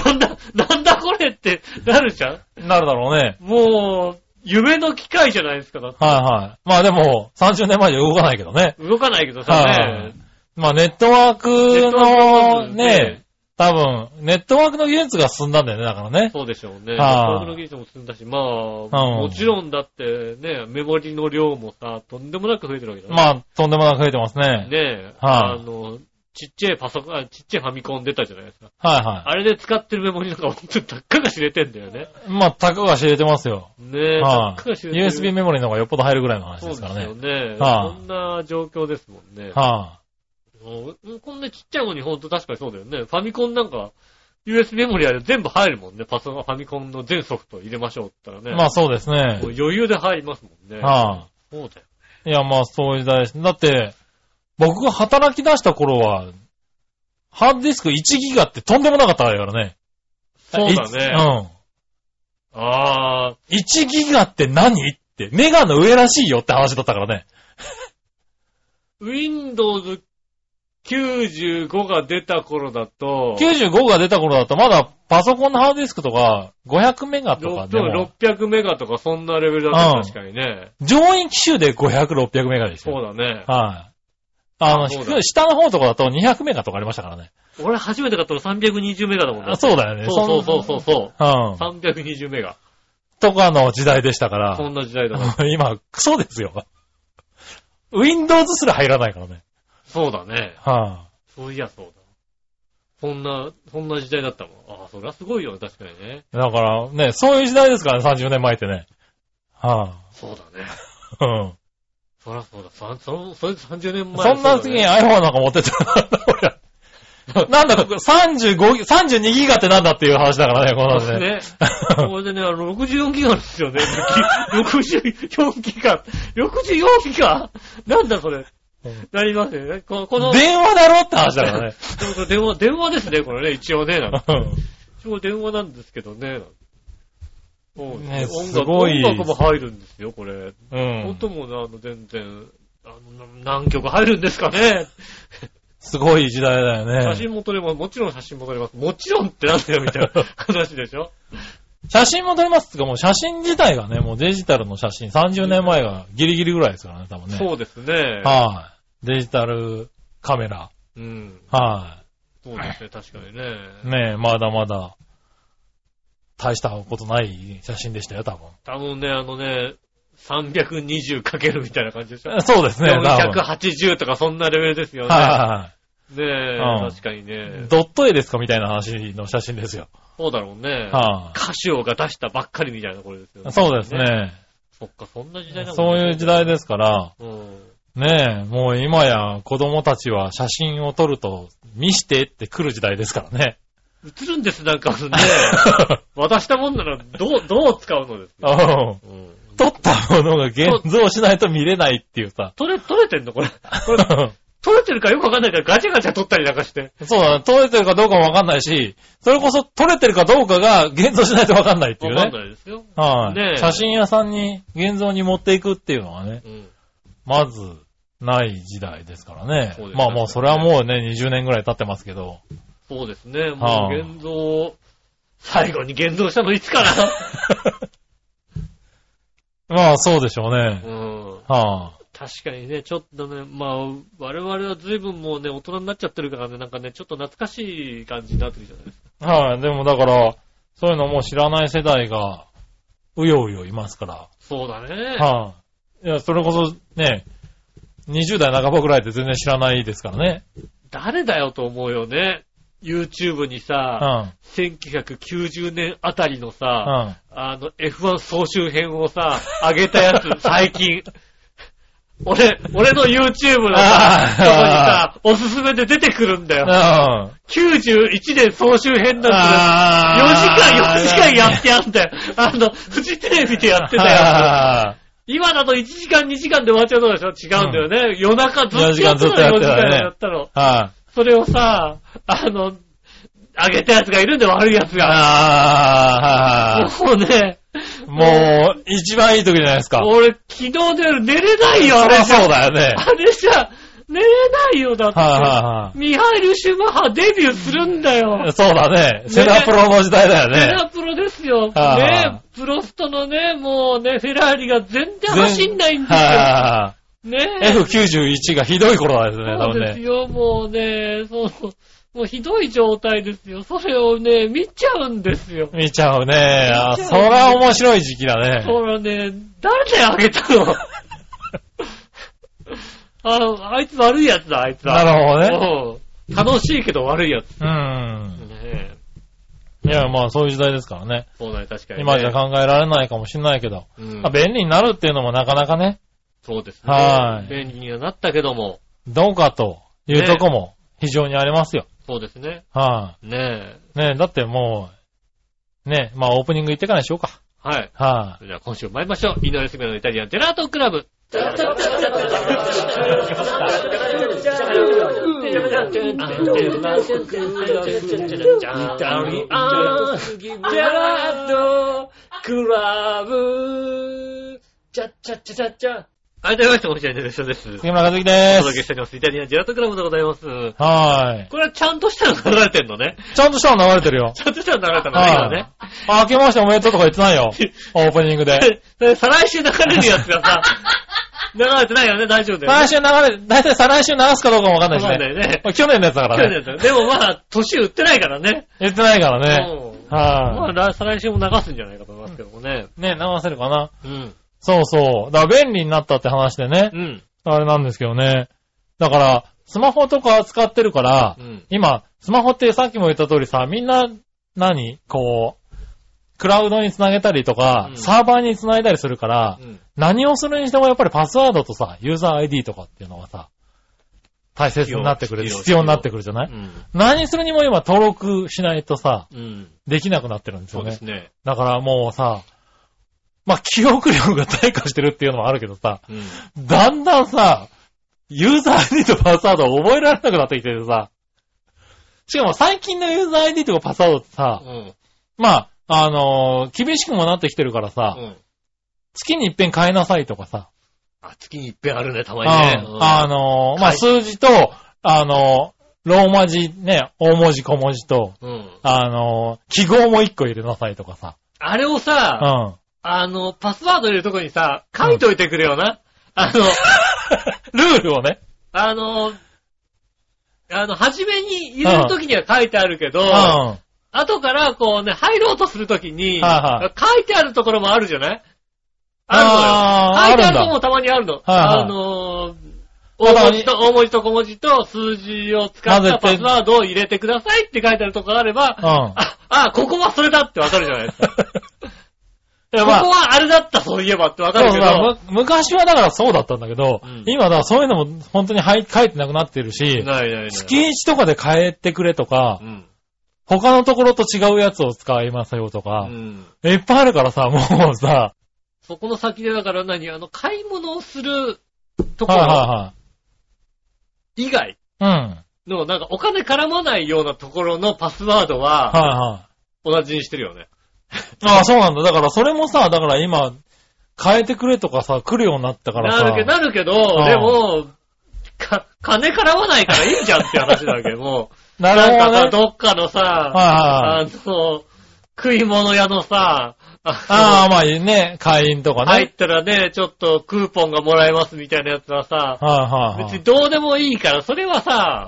Speaker 2: なんだ、なんだこれってなるじゃん
Speaker 3: なるだろうね。
Speaker 2: もう、夢の機械じゃないですか。だって
Speaker 3: はいはい。まあでも、30年前じゃ動かないけどね。
Speaker 2: 動かないけどさ
Speaker 3: は
Speaker 2: ね
Speaker 3: い。まあネットワーク
Speaker 2: ネットワークの部
Speaker 3: の
Speaker 2: 分で
Speaker 3: ね、多分、ネットワークの技術が進んだんだよね、だからね。
Speaker 2: そうでしょうね。
Speaker 3: はい
Speaker 2: 僕の技術も進んだし、まあ、もちろんだってね、メモリの量もさ、とんでもなく増えてるわけだね
Speaker 3: まあ、とんでもなく増えてます
Speaker 2: ね
Speaker 3: ね。
Speaker 2: え、
Speaker 3: はい
Speaker 2: あの、ちっちゃいパソコン、あちっちゃいファミコン出たじゃないですか。
Speaker 3: はいは
Speaker 2: あれで使ってるメモリなんか本当にたっかが知れてんだよね。
Speaker 3: い。まあ、たかが知れてますよ。
Speaker 2: ねえ、た
Speaker 3: は
Speaker 2: っ
Speaker 3: い
Speaker 2: かが知れてる。
Speaker 3: USB メモリの方がよっぽど入るぐらいの話
Speaker 2: そうで
Speaker 3: で
Speaker 2: すす
Speaker 3: から
Speaker 2: よ
Speaker 3: ね。
Speaker 2: ね。
Speaker 3: はい
Speaker 2: そんな状況ですもんね。
Speaker 3: は
Speaker 2: もうこんなちっちゃいのに本当確かにそうだよね。ファミコンなんか、USB メモリあれ全部入るもんね。パソコン、ファミコンの全ソフト入れましょうって言った
Speaker 3: い。
Speaker 2: らね。
Speaker 3: まあ、そうですね
Speaker 2: も。う余裕で入りますもんね。
Speaker 3: は
Speaker 2: そうだよ。
Speaker 3: い。いや、まあ、そういう時代です。だって、僕が働き出した頃は、ハードディスク1ギガってとんでもなかったからね。
Speaker 2: そうだね。
Speaker 3: ね。
Speaker 2: ああ、
Speaker 3: うん。1ギガって何って、メガの上らしいよって話だったからね。
Speaker 2: Windows 95が出た頃だと、
Speaker 3: 95が出た頃だと、まだパソコンのハードディスクとか、500メガとかでも、
Speaker 2: 600メガとかそんなレベルだった
Speaker 3: う
Speaker 2: ね
Speaker 3: ん
Speaker 2: 確かにね。
Speaker 3: 上位機種で500、600メガでした
Speaker 2: そ
Speaker 3: よ。
Speaker 2: うだね。
Speaker 3: はい。あの、
Speaker 2: そう
Speaker 3: 低
Speaker 2: だ
Speaker 3: い下の方とかだと200メガとかありましたからね。
Speaker 2: 俺初めて買ったの320メガだもんね
Speaker 3: あ。そうだよね。
Speaker 2: そうそうそうそう。
Speaker 3: うん。
Speaker 2: 320メガ。
Speaker 3: とかの時代でしたから
Speaker 2: そ、んな時代だから。
Speaker 3: 今、クソですよ。Windows すら入らないからね。
Speaker 2: そうだね。
Speaker 3: は
Speaker 2: そういや、そうだ。そんな、そんな時代だったもん。ああ、そりゃすごいよね、確かにね。
Speaker 3: い。だからね、そういう時代ですからね、30年前ってね。は
Speaker 2: そうだね。
Speaker 3: あ、うん。
Speaker 2: そりゃそうだ。そ、そ、それで30年前
Speaker 3: そんな時に iPhone なんか持ってったら、 俺なんだか、35ギ、32ギガってなんだっていう話だからね、この
Speaker 2: そうだ
Speaker 3: 話ね。
Speaker 2: ね。これでね、あの、64ギガですよね。64ギガ。64ギガなんだそれ
Speaker 3: うん。
Speaker 2: なりますよね。この、この、
Speaker 3: 電話だろって話だからね。
Speaker 2: そうそう電話、電話ですね、これね、一応ね。なんか
Speaker 3: うん
Speaker 2: 一応電話なんですけどね。そうです
Speaker 3: ね
Speaker 2: 音
Speaker 3: す
Speaker 2: 楽
Speaker 3: ごい
Speaker 2: 音楽も入るんですよ、これ。
Speaker 3: うん
Speaker 2: 音もね、あの、全然、あの、な何曲入るんですかね。
Speaker 3: すごい時代だよ
Speaker 2: 写
Speaker 3: ね。
Speaker 2: 真も撮れます。もちろん写真も撮れます。もちろんってなんだよ、みたい な話でしょ。
Speaker 3: 写真も撮りますっていうか、もう写真自体がね、もうデジタルの写真、30年前がギリギリぐらいですからね、多分ね。
Speaker 2: そうですね。
Speaker 3: はい。デジタルカメラ。
Speaker 2: うん。
Speaker 3: は
Speaker 2: そうですね、確かにね。
Speaker 3: い。ねえ、まだまだ、大したことない写真でしたよ、多分。
Speaker 2: 多分ね、あのね、320かけるみたいな感じでしょ。
Speaker 3: そうですね、多分。はい
Speaker 2: 480とかそんなレベルですよね。
Speaker 3: は
Speaker 2: ねえ、
Speaker 3: うん
Speaker 2: 確かに
Speaker 3: いは
Speaker 2: ね
Speaker 3: い。。ドット絵ですかみたいな話の写真ですよ。
Speaker 2: そうだろうね。
Speaker 3: は
Speaker 2: カシオが出したばっかりみたいなこれですよ
Speaker 3: い。
Speaker 2: ね。
Speaker 3: そうです。ね。
Speaker 2: そっか、そんな時代だ
Speaker 3: そ
Speaker 2: もん
Speaker 3: ういう時代ですから、
Speaker 2: うん。
Speaker 3: ねえ、もう今や子供たちは写真を撮ると見してって来る時代ですからね。
Speaker 2: 映るんです、なんかあのね。 渡したもんなら、どう、どう使うのですか
Speaker 3: うん
Speaker 2: うん。
Speaker 3: 撮ったものが現像しないと見れないっていうさ。
Speaker 2: 取れ、取れてんのこれ。こ れ、取れてるかよくわかんないからガチャガチャ取ったりなんかして。
Speaker 3: そうだね。撮れてるかどうかもわかんないし、それこそ撮れてるかどうかが現像しないとわかんないってい
Speaker 2: わかん
Speaker 3: うね。
Speaker 2: ないですよ。
Speaker 3: はい、
Speaker 2: ねえ
Speaker 3: 写真屋さんに現像に持っていくっていうのはね、
Speaker 2: うん。
Speaker 3: まず、ない時代ですからね
Speaker 2: そうで。す
Speaker 3: まあもうそれはもうね、20年ぐらい経ってますけど。
Speaker 2: そうですね。も
Speaker 3: は
Speaker 2: う
Speaker 3: あ
Speaker 2: 現像、最後に現像したのいつかな
Speaker 3: まあそうでしょうね。
Speaker 2: うん。
Speaker 3: は
Speaker 2: 確かにね、ちょっとね、まあ、我々は随分もうね、大人になっちゃってるからね、なんかね、ちょっと懐かしい感じになってるじゃないですか。
Speaker 3: い、はい、でもだから、そういうのもう知らない世代が、うようよいますから。
Speaker 2: そうだね。
Speaker 3: はい、いや、それこそね、20代半ばぐらいで全然知らないですからね。
Speaker 2: 誰だよと思うよね。YouTube に
Speaker 3: うん。う
Speaker 2: さ、
Speaker 3: ん。
Speaker 2: 1990年あたりのさ、
Speaker 3: あ
Speaker 2: あの、F1 総集編をさ、上げたや つ、最近。俺、俺の YouTube のさ
Speaker 3: あ、ー
Speaker 2: とこにさ、おすすめで出てくるんだよ。
Speaker 3: あ。
Speaker 2: 91年総集編なんだよ。4時間、4時間やってやんだよ。あの、フジテレビでやってたや
Speaker 3: ああ
Speaker 2: 今だと1時間2時間で終わっちゃうとでしょ違うんだよね。夜中ずっとやってたの。
Speaker 3: 4時間ずっとやってたね
Speaker 2: 4時間やったの。
Speaker 3: はい。
Speaker 2: それをさ、あの、あげたやつがいるんで悪いやつが。
Speaker 3: あ あ、
Speaker 2: もうね、
Speaker 3: もう、一番いい時じゃないですか。
Speaker 2: 俺昨日の夜寝れ ないよ、あ
Speaker 3: そり
Speaker 2: れ
Speaker 3: ゃ
Speaker 2: じゃ。
Speaker 3: そうだよね。
Speaker 2: あれじゃ、寝れないよ、だって。
Speaker 3: はいはいはい
Speaker 2: ミハイル・シュマッハデビューするんだよ。
Speaker 3: そうだね。セラプロの時代だよ
Speaker 2: フェ
Speaker 3: ね。
Speaker 2: ラプロですよ。
Speaker 3: はいはい
Speaker 2: ね、プロストのね、もうね、フェラーリが全然走んないんですよ。
Speaker 3: は
Speaker 2: ね
Speaker 3: いはいはい。F91 がひどい頃ですね、多
Speaker 2: そう
Speaker 3: 分
Speaker 2: です
Speaker 3: ね。
Speaker 2: よ、もうね、そう、もうひどい状態ですよ。それをね、見ちゃうんですよ。
Speaker 3: 見ちゃうね。あ、
Speaker 2: 見ちゃう
Speaker 3: そりゃ面白い時期だね。
Speaker 2: ほらね、誰であげた のあの、あいつ悪いやつだ、あいつだ。
Speaker 3: なるほどね。
Speaker 2: ほどね。楽しいけど悪いやつ。
Speaker 3: うん。
Speaker 2: ね
Speaker 3: いや、まあそういう時代ですからね。
Speaker 2: そうだね、確かに、ね。
Speaker 3: 今じゃ考えられないかもしれないけど。
Speaker 2: うん
Speaker 3: まあ便利になるっていうのもなかなかね、
Speaker 2: そうですね。
Speaker 3: はい
Speaker 2: 便利にはなったけども、
Speaker 3: どうかというとこも非常にありますよ。
Speaker 2: そうですね。
Speaker 3: は
Speaker 2: ねえ。
Speaker 3: い、ねだってもう、ねまあオープニング行ってからにしようか。
Speaker 2: はい。
Speaker 3: は
Speaker 2: それでは今週参りましょう。井上杉村のイタリアンジェラートクラブ。ありがとうございました。こちらでしょです。
Speaker 3: い。
Speaker 2: お
Speaker 3: 杉村和樹で
Speaker 2: 届けし
Speaker 3: す。
Speaker 2: ております。イタリアンジェラートクラブでございます。こ
Speaker 3: はい。
Speaker 2: れはちゃんとしたの流れてんのね。
Speaker 3: ちゃんとしたの流れてるよ。
Speaker 2: ちゃんとしたの流れたのね、今
Speaker 3: は
Speaker 2: ね
Speaker 3: い。。あ、明けましておめでとうとか言ってない よ。オープニングで。
Speaker 2: それ再来週流れるやつがさ、 流れてないよね、大丈夫だよね。
Speaker 3: 再来週流れ、だいたい再来週流すかどうかもわかんないし
Speaker 2: わかんない
Speaker 3: ね。
Speaker 2: ね。
Speaker 3: これ去年のやつだからね。
Speaker 2: 去年だでもまあ、年売ってないからね。
Speaker 3: 言ってないからね。
Speaker 2: うんまあ
Speaker 3: は
Speaker 2: 来、再来週も流すんじゃないかと思いますけどもね。
Speaker 3: い。ね流せるかな。
Speaker 2: うん。
Speaker 3: そうそう。だから便利になったって話でね
Speaker 2: う。ん。
Speaker 3: あれなんですけどね。だから、スマホとか使ってるから、
Speaker 2: うん。
Speaker 3: 今、スマホってさっきも言った通りさ、みんな、何こう、クラウドにつなげたりとか、
Speaker 2: うん
Speaker 3: サーバーにつないだりするから、
Speaker 2: うん
Speaker 3: 何をするにしてもやっぱりパスワードとさ、ユーザー ID とかっていうのがさ、大切になってくる、
Speaker 2: 必要
Speaker 3: 必要になってくるじゃない、
Speaker 2: うん。
Speaker 3: 何するにも今登録しないとさ、
Speaker 2: うん。
Speaker 3: できなくなってるんです
Speaker 2: そ
Speaker 3: よ
Speaker 2: うで
Speaker 3: ね
Speaker 2: す。ね。
Speaker 3: だからもうさ、まあ、記憶力が退化してるっていうのもあるけどさ、
Speaker 2: うん。
Speaker 3: だんだんさ、ユーザー ID とパスワードを覚えられなくなってきててさ、しかも最近のユーザー ID とかパスワードってさ
Speaker 2: う、ん。
Speaker 3: まあ、あのー厳しくもなってきてるからさ、
Speaker 2: うん。
Speaker 3: 月に一遍変えなさいとかさ、
Speaker 2: あ、月に一遍あるね、たまにね。
Speaker 3: うんあのーまあ、
Speaker 2: はい
Speaker 3: 数字と、あのーローマ字ね、大文字小文字と、
Speaker 2: うん。うん。
Speaker 3: あのー記号も一個入れなさいとかさ、
Speaker 2: あれを
Speaker 3: う
Speaker 2: さ、
Speaker 3: ん。
Speaker 2: あの、パスワード入れるとこにさ、書いといてくれよな。あの、
Speaker 3: ルールをね、
Speaker 2: あの、あの、初めに入れるときには書いてあるけど、
Speaker 3: うん。
Speaker 2: 後からこうね、入ろうとするときに、
Speaker 3: はいは
Speaker 2: 書いてあるところもあるじゃない
Speaker 3: あー
Speaker 2: あるのよ。書いてある
Speaker 3: あるんだ
Speaker 2: とこもたまにあるの。
Speaker 3: はいはい
Speaker 2: あのー
Speaker 3: ま
Speaker 2: 大
Speaker 3: だ
Speaker 2: 文字と、大文字と小文字と数字を使っ
Speaker 3: 混ぜ
Speaker 2: た
Speaker 3: て
Speaker 2: パスワードを入れてくださいって書いてあるとこがあれば、
Speaker 3: うん。
Speaker 2: あ、あ、ここはそれだってわかるじゃないですか。
Speaker 3: いや、
Speaker 2: ここ
Speaker 3: まあ、
Speaker 2: はあれだった、そういえばってわか
Speaker 3: そう
Speaker 2: るけど、
Speaker 3: さむ昔はだからそうだったんだけど、
Speaker 2: うん
Speaker 3: 今だからそういうのも本当に入書いてなくなってるし、
Speaker 2: ないないない。
Speaker 3: 月1とかで変えてくれとか、
Speaker 2: うん。
Speaker 3: 他のところと違うやつを使いますよと
Speaker 2: う
Speaker 3: か、
Speaker 2: ん。
Speaker 3: いっぱいあるからさ、もうさ、
Speaker 2: そこの先でだから何あの、買い物をするとこ
Speaker 3: はい
Speaker 2: ろ
Speaker 3: は
Speaker 2: 以外
Speaker 3: いはい。うん。
Speaker 2: の、なんかお金絡まないようなところのパスワードは、
Speaker 3: はいはい。
Speaker 2: 同じにしてるよね。
Speaker 3: ああ、そうなんだ。だからそれもさ、だから今、変えてくれとかさ、来るようになったからさ。
Speaker 2: なるけど、なるけど、
Speaker 3: ん
Speaker 2: でも、か、金絡まないからいいじゃんって話だけども、
Speaker 3: な
Speaker 2: なん
Speaker 3: るほ
Speaker 2: かさ、
Speaker 3: どね。
Speaker 2: どっかのさ、
Speaker 3: はいはい
Speaker 2: あの、食い物屋のさ、
Speaker 3: あ
Speaker 2: あ
Speaker 3: あ、まあね、会員と
Speaker 2: の
Speaker 3: かね。
Speaker 2: 入ったらね、ちょっとクーポンがもらえますみたいなやつはさ、
Speaker 3: はいはいはい。
Speaker 2: 別にどうでもいいから、それはさ、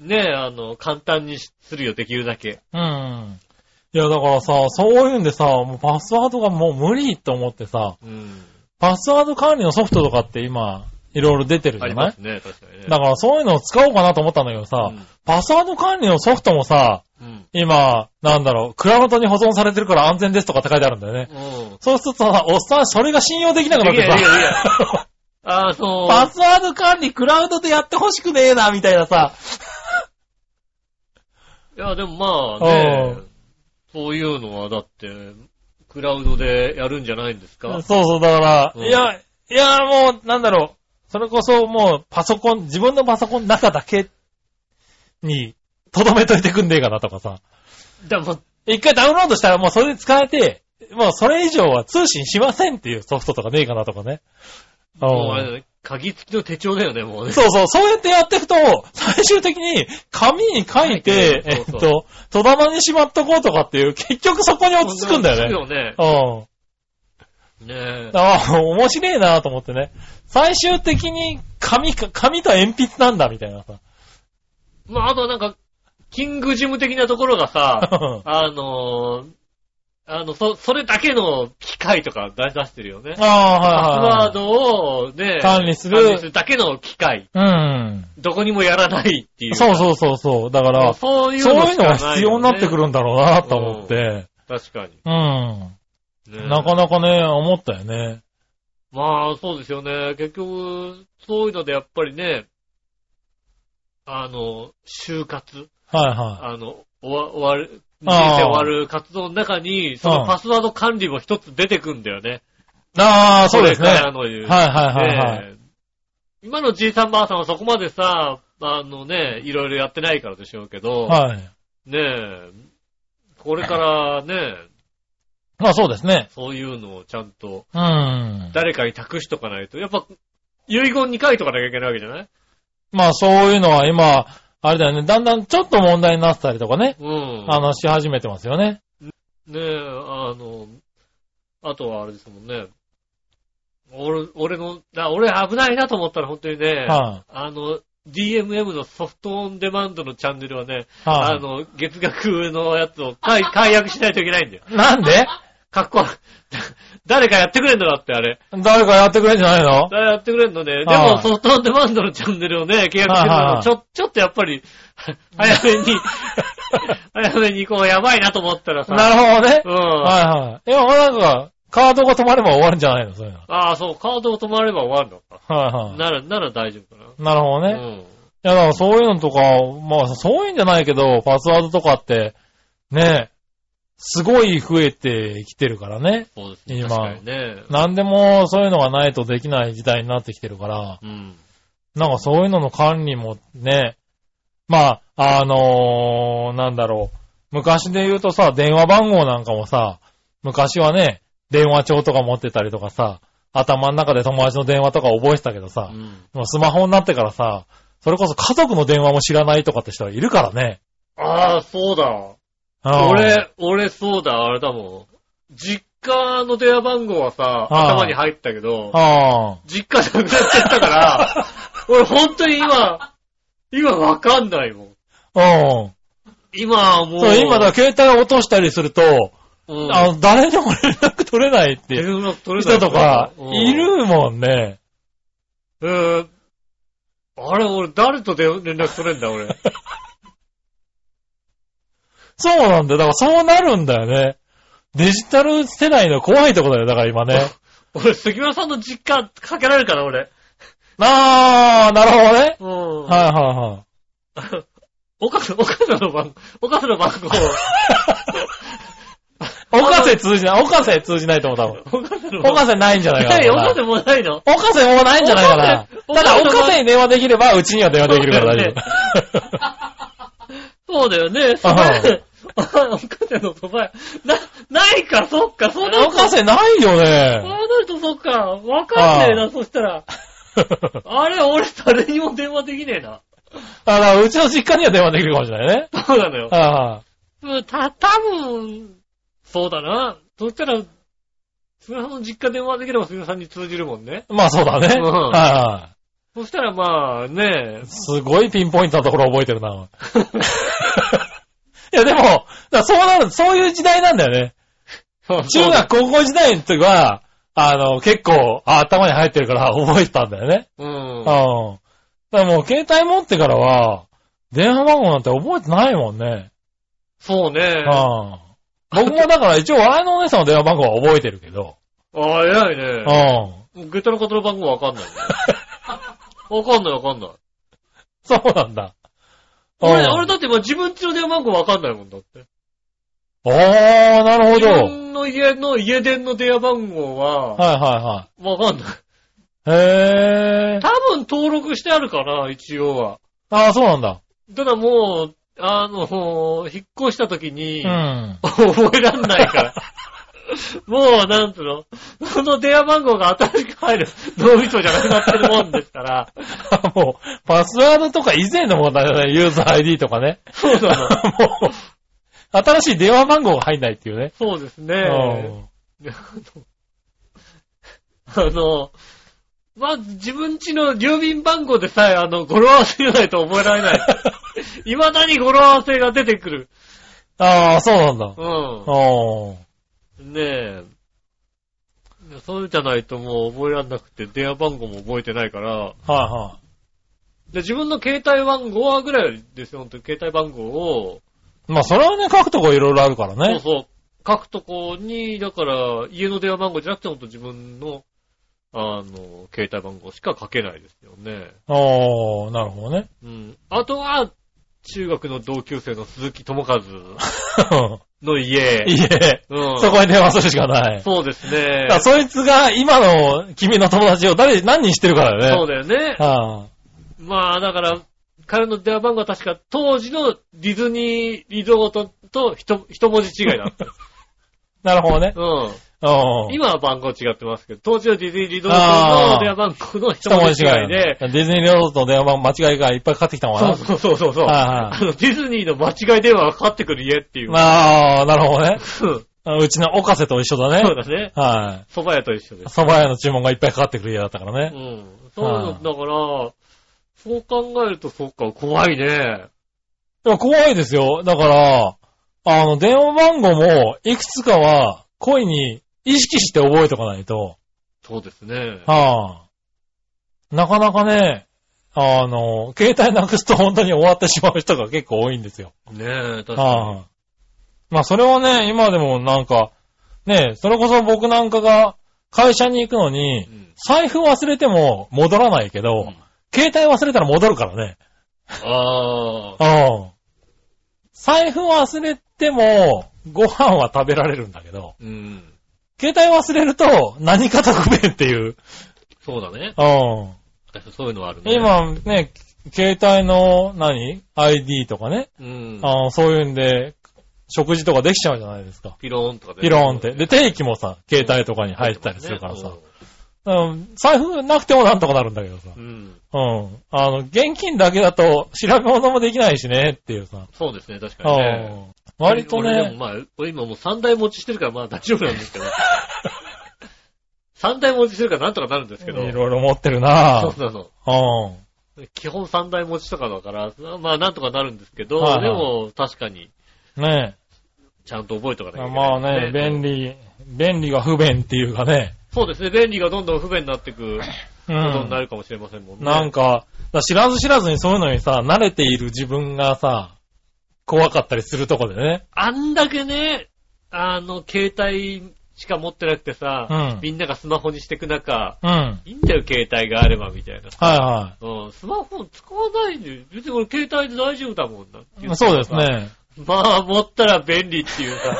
Speaker 3: うん。
Speaker 2: ねえ、あの、簡単にしするよ、できるだけ。
Speaker 3: うん。いや、だからさ、そういうんでさ、もうパスワードがもう無理と思ってさ、
Speaker 2: うん。
Speaker 3: パスワード管理のソフトとかって今、いろいろ出てるじ
Speaker 2: あ
Speaker 3: ゃ
Speaker 2: り
Speaker 3: な
Speaker 2: ま
Speaker 3: い
Speaker 2: すね、確かにね。
Speaker 3: だからそういうのを使おうかなと思ったんだけどさ、
Speaker 2: うん
Speaker 3: パスワード管理のソフトもさ、
Speaker 2: うん。
Speaker 3: 今、なんだろう、クラウドに保存されてるから安全ですとかって書いてあるんだよね。
Speaker 2: うん。
Speaker 3: そうするとさ、おっさん、それが信用できなくなって
Speaker 2: できないできない
Speaker 3: さ、
Speaker 2: ああ、そう。
Speaker 3: パスワード管理クラウドでやってほしくねえな、みたいなさ、
Speaker 2: いや、でもまあね
Speaker 3: う、
Speaker 2: そういうのはだって、
Speaker 4: クラウドでやるんじゃないんです
Speaker 3: そう
Speaker 4: か。
Speaker 3: そう、だから、
Speaker 4: うん
Speaker 3: いや、いや、もう、なんだろう。それこそもう、パソコン、自分のパソコンの中だけに、とどめといてくんねえかなとかさ。
Speaker 4: でも、
Speaker 3: 一回ダウンロードしたらもうそれで使えて、もうそれ以上は通信しませんっていうソフトとかねえかなとかね。
Speaker 4: もうあれ
Speaker 3: う
Speaker 4: だ
Speaker 3: ん
Speaker 4: ね、鍵付きの手帳だよね、もうね。
Speaker 3: そうそう、そうやってやっていくと、最終的に紙に書いて、
Speaker 4: は
Speaker 3: え
Speaker 4: い
Speaker 3: っ
Speaker 4: そうそう
Speaker 3: と、戸玉にしまっとこうとかっていう、結局そこに落ち着くんだよね。
Speaker 4: 落ち着くよね。
Speaker 3: うん。
Speaker 4: ねえ。
Speaker 3: ああ、面白いなと思ってね。最終的に紙か、紙と鉛筆なんだみたいなさ。
Speaker 4: まあ、あとなんか、キングジム的なところ がさ、あのー、あの、そ、それだけの機械とか出出してるよね。パスワー
Speaker 3: ああ、はいはいはい。
Speaker 4: ドをね、
Speaker 3: 管理する
Speaker 4: 管理だけの機械。
Speaker 3: うん。
Speaker 4: どこにもやらないっていう。
Speaker 3: そうそうそうそう。だから、そ
Speaker 4: そう
Speaker 3: う
Speaker 4: い
Speaker 3: いう
Speaker 4: のしかな
Speaker 3: うのが必要になってく
Speaker 4: いよ
Speaker 3: るんだろうなと思って。
Speaker 4: ね。確かに。
Speaker 3: うん。
Speaker 4: ね
Speaker 3: なかなかね、思ったよね。
Speaker 4: まあ、そうですよね。結局、そういうのでやっぱりね、あの、就活、
Speaker 3: はいは
Speaker 4: あの、終わ終わる、人
Speaker 3: あー
Speaker 4: 生終わる活動の中に、そのパスワード管理も一つ出てくんだよね。
Speaker 3: い。ああ、そうですね。
Speaker 4: これ
Speaker 3: は
Speaker 4: か
Speaker 3: い
Speaker 4: らのいう。
Speaker 3: はいはいはい。
Speaker 4: ね今のじいさんばあさんはそこまでさ、あのね、いろいろやってないからでしょうけど、
Speaker 3: はい。
Speaker 4: ねえ、これからね、
Speaker 3: まあそうですね。
Speaker 4: そういうのをちゃんと
Speaker 3: うん。
Speaker 4: 誰かに託しとかないと、やっぱ、遺言に書いとかなきゃいけないわけじゃない
Speaker 3: まあそういうのは今、あれだよね。だんだんちょっと問題になってたりとかね。
Speaker 4: うん。
Speaker 3: あの、し始めてますよね。
Speaker 4: ねえ、あの、あとはあれですもんね。俺、俺の、だ俺危ないなと思ったら本当にね、
Speaker 3: はい
Speaker 4: あの、DMM のソフトオンデマンドのチャンネルはね、
Speaker 3: はい
Speaker 4: あの、月額のやつを解解約しないといけないんだよ。
Speaker 3: なんで
Speaker 4: かっこ悪い。誰かやってくれんのだって、あれ。
Speaker 3: 誰かやってくれんじゃないの
Speaker 4: 誰かやってくれんのね。で
Speaker 3: は
Speaker 4: も、
Speaker 3: い
Speaker 4: ソフトオンデマンドのチャンネルをね、契約してる
Speaker 3: はい
Speaker 4: の
Speaker 3: は
Speaker 4: も、
Speaker 3: い
Speaker 4: ちょ、ちょっとやっぱり、早め に、早めにこう、やばいなと思ったらさ。
Speaker 3: なるほどね
Speaker 4: う。ん。
Speaker 3: はいはい。いや、なんか、カードが止まれば終わるんじゃないのそういうの。
Speaker 4: ああ、そう、カードを止まれば終わるのか。
Speaker 3: はいは
Speaker 4: なら、なら大丈夫か
Speaker 3: い。なるほど
Speaker 4: な。
Speaker 3: ね。いや、だからそういうのとか、まあそういうんじゃないけど、パスワードとかって、ねえ、すごい増えてきてるからね。
Speaker 4: うん。そうですね。
Speaker 3: 今
Speaker 4: 確かにね。
Speaker 3: なんでもそういうのがないとできない時代になってきてるから、
Speaker 4: うん。
Speaker 3: なんかそういうのの管理もね、まあ、あのーなんだろう。昔で言うとさ、電話番号なんかもさ、昔はね、電話帳とか持ってたりとかさ、頭の中で友達の電話とか覚えてたけど
Speaker 4: う
Speaker 3: さ、
Speaker 4: ん。
Speaker 3: もうスマホになってからさ、それこそ家族の電話も知らないとかって人はいるからね。
Speaker 4: ああ、そうだ。
Speaker 3: うん、
Speaker 4: 俺、俺そうだ、あれだもん。実家の電話番号はさ、
Speaker 3: ああ
Speaker 4: 頭に入ったけど、
Speaker 3: あ
Speaker 4: 実家なくなっちゃっ たから、俺本当に今、今わかんないもん。
Speaker 3: あ。うん。
Speaker 4: 今はもう。
Speaker 3: そう、今だ、携帯落としたりすると、
Speaker 4: うん、
Speaker 3: あの、誰にも連絡取れないっていう
Speaker 4: 連絡取れない
Speaker 3: 人とか、いるもんね。
Speaker 4: えー、あれ、俺、誰とで連絡取れんだ、俺。
Speaker 3: そうなんだよ。だからそうなるんだよね。デジタル世代の怖いとこだよ、だから今ね。
Speaker 4: 俺、杉村さんの実家かけられるかな、俺。
Speaker 3: あー、なるほどね。
Speaker 4: うん。
Speaker 3: はいはいはい。
Speaker 4: おかず、おかずの番、おかず の番号。
Speaker 3: おかせ通じない、おかせ通じないと思う、多分。
Speaker 4: おかずの
Speaker 3: お
Speaker 4: 番
Speaker 3: かせないんじゃないかな。
Speaker 4: ない、おかずもないの
Speaker 3: おかせもうないんじゃないかな。
Speaker 4: お
Speaker 3: た
Speaker 4: かせ
Speaker 3: だ、お
Speaker 4: おかせ
Speaker 3: かせに電話できれば、うちには電話できるから大
Speaker 4: そうだよね。それおかずのそばな、ないか、そっか、そうな
Speaker 3: 丈夫。
Speaker 4: る
Speaker 3: おか
Speaker 4: と、そう
Speaker 3: せないよ
Speaker 4: な
Speaker 3: ね。
Speaker 4: るとそっか、わかんねえ
Speaker 3: あ
Speaker 4: な、そしたら。あれ、俺、誰にも電話できねえな。
Speaker 3: あだからうちの実家には電話できるかもしれないね。
Speaker 4: そうなのよ。
Speaker 3: あ
Speaker 4: うんた、多分そうだな。そしたら、杉村さんの実家電話できれば杉村さんに通じるもんね。
Speaker 3: あまあそうだね。
Speaker 4: うん
Speaker 3: はい
Speaker 4: そしたらまあ、ねえ。
Speaker 3: すごいピンポイントなところ覚えてるな。 いやでも、だからそうなる、そういう時代なんだよね。中学、高校時代の時は、あの、結構、あ頭に入ってるから覚えてたんだよね。
Speaker 4: う
Speaker 3: う
Speaker 4: ん。
Speaker 3: ん。だからもう携帯持ってからは、電話番号なんて覚えてないもんね。
Speaker 4: そうね。あ
Speaker 3: うん。僕もだから一応笑いのお姉さんの電話番号は覚えてるけど。
Speaker 4: あ、偉いうね。
Speaker 3: ん。
Speaker 4: ゲタの方の番号わかんない。わかんないわかんない。
Speaker 3: そうなんだ。
Speaker 4: 俺、
Speaker 3: うん
Speaker 4: 俺だって今自分ちの電話番号わかんないもんだって。
Speaker 3: あー、なるほ
Speaker 4: 自
Speaker 3: ど。はい
Speaker 4: 分の家の家電の電話番号は、
Speaker 3: は
Speaker 4: わかん
Speaker 3: い
Speaker 4: ない。
Speaker 3: はい。へー。
Speaker 4: 多分登録してあるかな、一応は。
Speaker 3: あー、そうなんだ。
Speaker 4: ただもう、あの、引っ越した時に、
Speaker 3: うん。
Speaker 4: 覚えらんないから。 もう、なんつうの、その電話番号が新しく入る 脳みそじゃなくなってるもんですから、
Speaker 3: もう、パスワードとか以前のものだよね。ユーザー ID とか ね。
Speaker 4: そうなの。
Speaker 3: もう、新しい電話番号が入んないっていうね。
Speaker 4: そうです
Speaker 3: う
Speaker 4: ね。
Speaker 3: ん
Speaker 4: あの、まあ、自分家の郵便番号でさえ、あの、語呂合わせじゃないと覚えら れない。未だに語呂合わせが出てくる。
Speaker 3: あー、そうなんだ。
Speaker 4: うん。
Speaker 3: おー。
Speaker 4: ねえ。そうじゃないともう覚えられなくて、電話番号も覚えてないから、
Speaker 3: はいはい。
Speaker 4: で、自分の携帯番号はぐらいですよ、本当に携帯番号を、
Speaker 3: まあ、それはね、書くとこいろいろあるから
Speaker 4: そう
Speaker 3: ね。
Speaker 4: そう、書くとこに、だから、家の電話番号じゃなくて、本当自分の、あの、携帯番号しか書けないですよね。
Speaker 3: おー、なるほどね。
Speaker 4: うん。あとは、中学の同級生の鈴木智和の
Speaker 3: い
Speaker 4: 家。
Speaker 3: いえ、
Speaker 4: うん。
Speaker 3: そこに電話するしかない。
Speaker 4: そうです
Speaker 3: だ
Speaker 4: ね
Speaker 3: から。そいつが今の君の友達を誰、何人してるから
Speaker 4: そ
Speaker 3: よ
Speaker 4: う
Speaker 3: ね。
Speaker 4: だよね。
Speaker 3: は
Speaker 4: まあ、だから、彼の電話番号は確か当時のディズニーリゾートと一一文字違いだった。
Speaker 3: いなるほどね。
Speaker 4: うん。
Speaker 3: うん。
Speaker 4: 今は番号違ってますけど、当時のディズニーリゾート
Speaker 3: あ
Speaker 4: の
Speaker 3: ー
Speaker 4: 電話番号の一
Speaker 3: 一文
Speaker 4: 文字
Speaker 3: 字
Speaker 4: 違
Speaker 3: 違
Speaker 4: い
Speaker 3: い
Speaker 4: で
Speaker 3: で。、ディズニーロードの電話番間違いがいっぱいかかってきたのか
Speaker 4: そ
Speaker 3: な。
Speaker 4: うそうそうそうそう。
Speaker 3: はいは
Speaker 4: あの、ディズニーの間違い電話がかかってくる家ってい。
Speaker 3: いう まあ、なるほどね。
Speaker 4: そう
Speaker 3: うちの岡瀬と一緒だね。
Speaker 4: そうだね。
Speaker 3: は
Speaker 4: 蕎麦屋と一緒で
Speaker 3: い。
Speaker 4: す。
Speaker 3: 蕎麦屋の注文がいっぱいかかってくる家だったから
Speaker 4: う
Speaker 3: ね。
Speaker 4: ん。そうだから、そう考えるとそっか、怖いね。
Speaker 3: でも怖いですよ。だから、あの、電話番号も、いくつかは、恋に意識して覚えとかないと、
Speaker 4: そうですね。
Speaker 3: はあ、なかなかね、あの、携帯なくすと本当に終わってしまう人が結構多いんですよ。
Speaker 4: ねえ、確か
Speaker 3: はあ、まあ、それをね、今でもなんか、ね、それこそ僕なんかが会社に行くのに、
Speaker 4: に。うん
Speaker 3: 財布忘れても戻らないけど、
Speaker 4: うん
Speaker 3: 携帯忘れたら戻るからね。
Speaker 4: ああ、
Speaker 3: うん。財布忘れても、ご飯は食べられるんだけど、
Speaker 4: うん。
Speaker 3: 携帯忘れると何かと不便っていう。
Speaker 4: そうだね。
Speaker 3: うん。
Speaker 4: 確かにそういうのはあるね。、
Speaker 3: 今ね、携帯の何 ?ID とかね、
Speaker 4: うん。
Speaker 3: あのそういうんで、食事とかできちゃうじゃないですか。
Speaker 4: ピローンとかで。
Speaker 3: ピローンって。で、定期もさ、携帯とかに入ったりするからさ。うん、財布なくてもなんとかなるんだけどさ
Speaker 4: う。ん。
Speaker 3: うん。あの、現金だけだと調べ物もできないしねっていうさ。
Speaker 4: そうですね、確かにね。
Speaker 3: うん割と
Speaker 4: 俺でも
Speaker 3: ね、
Speaker 4: まあ、俺今もう3台持ちしてるからまあ大丈夫なん ですけど。3台持ちしてるからなんとかなるんです
Speaker 3: い
Speaker 4: けど。
Speaker 3: ろいろ持ってるな
Speaker 4: そう
Speaker 3: ぁ。
Speaker 4: なの。
Speaker 3: うん。
Speaker 4: 基本3台持ちとかだから、まあなんとかなるんですけど、
Speaker 3: はいはい
Speaker 4: でも確かに
Speaker 3: ね
Speaker 4: ちゃんと覚えとかなきゃいけない
Speaker 3: まあね、便。利、便利が不便っていうかね。
Speaker 4: そうですね、便利がどんどん不便になっていく
Speaker 3: う。
Speaker 4: ことになんるかもしれませんもんね。
Speaker 3: なんか、だ知らず知らずにそういうのにさ、慣れている自分がさ、怖かったりするとこでね。
Speaker 4: あんだけね、あの、携帯しか持ってなくてさ、
Speaker 3: うん
Speaker 4: みんながスマホにしてく中、
Speaker 3: うん。はい
Speaker 4: いいんだよ、携帯があれば、みたいな。
Speaker 3: は
Speaker 4: うん、スマホ使わないで、別に俺携帯で大丈夫だもんなってい
Speaker 3: い。そうです。ね。
Speaker 4: まあ、持ったら便利っていうさ。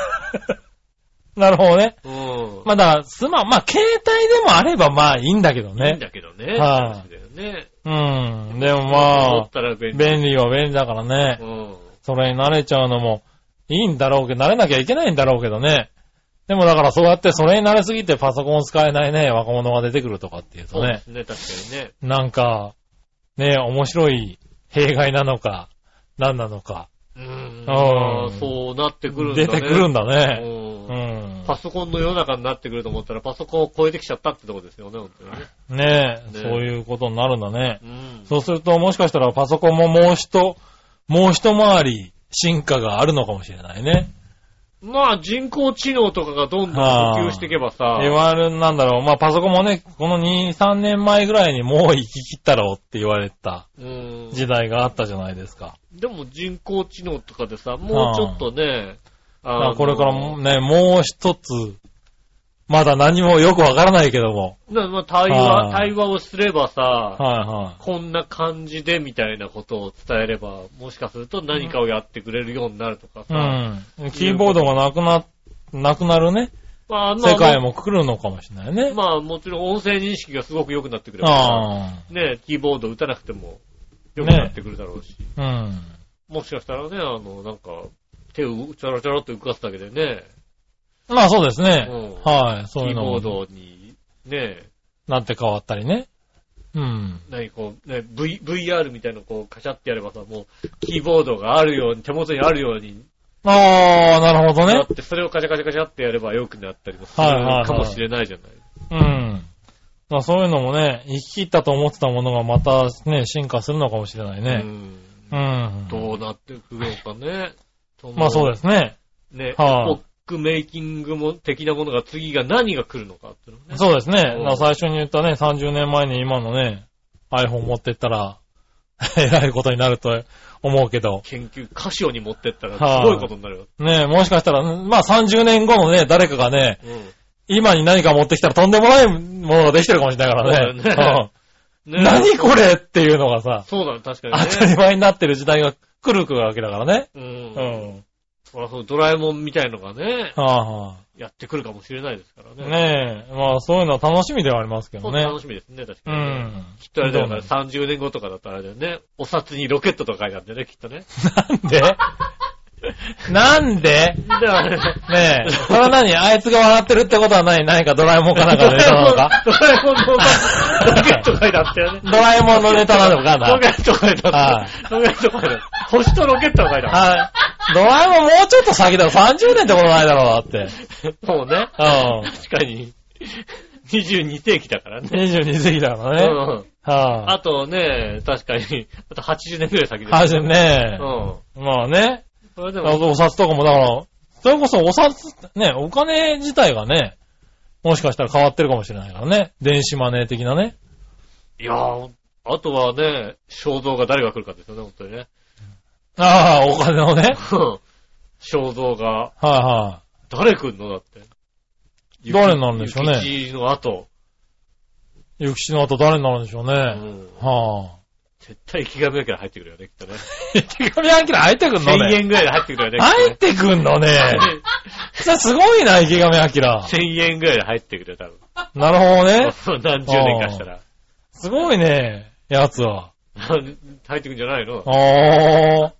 Speaker 3: なるほどね。
Speaker 4: うん。
Speaker 3: まあだから、スマ、まあ携帯でもあればまあいいんだけど
Speaker 4: いいん
Speaker 3: ね。
Speaker 4: だけど
Speaker 3: は
Speaker 4: ね。
Speaker 3: い
Speaker 4: 話だよね。
Speaker 3: うん。でも
Speaker 4: 持
Speaker 3: ま
Speaker 4: ったら便
Speaker 3: あ、
Speaker 4: 利。
Speaker 3: 便利は便利だからね
Speaker 4: う。ん。
Speaker 3: それに慣れちゃうのもいいんだろうけど、慣れなきゃいけないんだろうけどね。でもだからそうやってそれに慣れすぎてパソコン使えないね、若者が出てくるとかっていう
Speaker 4: そ
Speaker 3: と
Speaker 4: うで
Speaker 3: ね
Speaker 4: す、ね、確かにね。
Speaker 3: なんか、ね、面白い弊害なのか、何なのか、
Speaker 4: うん。
Speaker 3: あー
Speaker 4: まあそうなってくるんだ
Speaker 3: 出
Speaker 4: ね。
Speaker 3: てくるんだ
Speaker 4: う
Speaker 3: ね。
Speaker 4: ん
Speaker 3: うん。
Speaker 4: パソコンの世の中になってくると思ったら、パソコンを超えてきちゃったってとこですよね、本当にね。
Speaker 3: ね
Speaker 4: ね
Speaker 3: そういうことになるんだね
Speaker 4: う。ん。
Speaker 3: そうするともしかしたらパソコンももう一、もう一回り進化があるのかもしれないね。
Speaker 4: まあ、人工知能とかがどんどん普及していけばさ、
Speaker 3: 言われる、なんだろう。まあ、パソコンもね、この2、3年前ぐらいにもう行き切ったろうって言われた
Speaker 4: うん。
Speaker 3: 時代があったじゃないですか。
Speaker 4: でも人工知能とかでさ、もうちょっとね、
Speaker 3: だ
Speaker 4: あ
Speaker 3: から
Speaker 4: の
Speaker 3: これからもね、もう一つ、まだ何もよくわからないけども。
Speaker 4: だからまあ対話、
Speaker 3: はい
Speaker 4: 対話をすればさ、
Speaker 3: はいは
Speaker 4: こんな感じでみたいなことを伝えれば、もしかすると何かをやってくれるようになるとか
Speaker 3: い。
Speaker 4: さ、
Speaker 3: うん。キーボードがなくな、なくなるね、
Speaker 4: まあ、まあ
Speaker 3: 世界も来るのかもしれないね。
Speaker 4: まあもちろん音声認識がすごく良くなってくればさ、
Speaker 3: あ
Speaker 4: ね、キーボード打たなくても良くなってくるだろうし、
Speaker 3: あ。うん。
Speaker 4: もしかしたらね、あの、なんか、手をチャラチャラっと浮かすだけでね、
Speaker 3: まあそうですね。
Speaker 4: うん
Speaker 3: はい。
Speaker 4: キ
Speaker 3: そういう
Speaker 4: ー
Speaker 3: の
Speaker 4: ボー
Speaker 3: も
Speaker 4: ドに、ね、
Speaker 3: なって変わったりね。うん。
Speaker 4: 何こう、ね、v、VR みたいなのこう、カチャってやればさ、もう、キーボードがあるように、手元にあるように
Speaker 3: ああ、なるほど
Speaker 4: な
Speaker 3: ね
Speaker 4: っ。て、それをカチャカチャカチャってやれば良くなったりもする
Speaker 3: はいはいはい
Speaker 4: かもしれないじゃない。
Speaker 3: うん。まあそういうのもね、生き切ったと思ってたものがまたね、進化するのかもしれないね。
Speaker 4: う。
Speaker 3: うんん。
Speaker 4: どうなってくるのかね。。
Speaker 3: まあそうですすね。
Speaker 4: ね、ポ
Speaker 3: はい
Speaker 4: ックメイキングも的なものが次が何が来るのかっていうのね。
Speaker 3: そうですね。
Speaker 4: う
Speaker 3: だか
Speaker 4: ん
Speaker 3: ら最初に言ったね、30年前に今のね、iPhone 持ってったら、 えらいことになると思うけど、
Speaker 4: 研究、カシオに持ってったら
Speaker 3: はい
Speaker 4: すごいことになるよ。
Speaker 3: ねもしかしたら、まあ30年後のね、誰かがね、
Speaker 4: う
Speaker 3: 今に何か持ってきたらとんでもないものができてるかもしれないからね。
Speaker 4: そうだよねん。
Speaker 3: う
Speaker 4: ね
Speaker 3: ん何これっていうのがさ、
Speaker 4: そうだね、確かにね。
Speaker 3: 当たり前になってる時代が来るわけだからね。
Speaker 4: うん。
Speaker 3: うん。
Speaker 4: ほらそうドラえもんみたいのがね、
Speaker 3: はあ、は
Speaker 4: やってくるかもしれないですから
Speaker 3: あ、
Speaker 4: ね。
Speaker 3: ねえ、まあそういうのは楽しみではありますけ
Speaker 4: そ
Speaker 3: ど
Speaker 4: う
Speaker 3: ね。
Speaker 4: 楽しみですね、確か
Speaker 3: う
Speaker 4: にね、
Speaker 3: ん。
Speaker 4: きっとあれだよ
Speaker 3: どう
Speaker 4: ね、
Speaker 3: な
Speaker 4: 30年後とかだったらあれだよね、お札にロケットとか書いてあるんだよね、きっとね。
Speaker 3: なんでなんで
Speaker 4: だからね、
Speaker 3: ねえ、それは何あいつが笑ってるってことは何何かドラえもんかなんかのネタなの か
Speaker 4: ドラえもんのお札ロケット書いてあったよね。
Speaker 3: ドラえもんのネタなのかな
Speaker 4: ロケット書いてあった。ロケット書いてあった。星とロケットが書いてあっ
Speaker 3: はい。ドラえもんもうちょっと先だろ。30年ってことないだろう、だって。
Speaker 4: た。そうね。
Speaker 3: う
Speaker 4: 確かに。22世紀だからね。
Speaker 3: ん。22世紀だからね。
Speaker 4: うん。
Speaker 3: は
Speaker 4: あとね、確かに、あと80年くらい先
Speaker 3: い。
Speaker 4: です。
Speaker 3: はじね
Speaker 4: うん。
Speaker 3: まあね。
Speaker 4: それでも、
Speaker 3: お札とかもだから、それこそお札、ね、お金自体がね、もしかしたら変わってるかもしれないからね。電子マネー的なね。
Speaker 4: いやー、あとはね、肖像が誰が来るかですよね、本当にね。
Speaker 3: ああ、お金のね。
Speaker 4: 肖像が、
Speaker 3: は
Speaker 4: 誰来んのだって。
Speaker 3: 誰なんでしょうね
Speaker 4: 雪地の後。
Speaker 3: いはい。ゆきしの後誰になるんでしょうね。
Speaker 4: うん
Speaker 3: はあ。
Speaker 4: 絶対池上彰入ってくるよね、きっ とね。
Speaker 3: 池上彰入ってくんの
Speaker 4: 1000
Speaker 3: ね。
Speaker 4: 円ぐらいで入ってくるよね、きっと
Speaker 3: 入っ
Speaker 4: ね。
Speaker 3: てくんのね。それすごいな、池上彰。
Speaker 4: 1000円ぐらいで入ってくるよ、多分。
Speaker 3: なるほどね。
Speaker 4: そう 何十年かしたら。
Speaker 3: すごいね、やつは。
Speaker 4: 入ってくんじゃないの
Speaker 3: あー。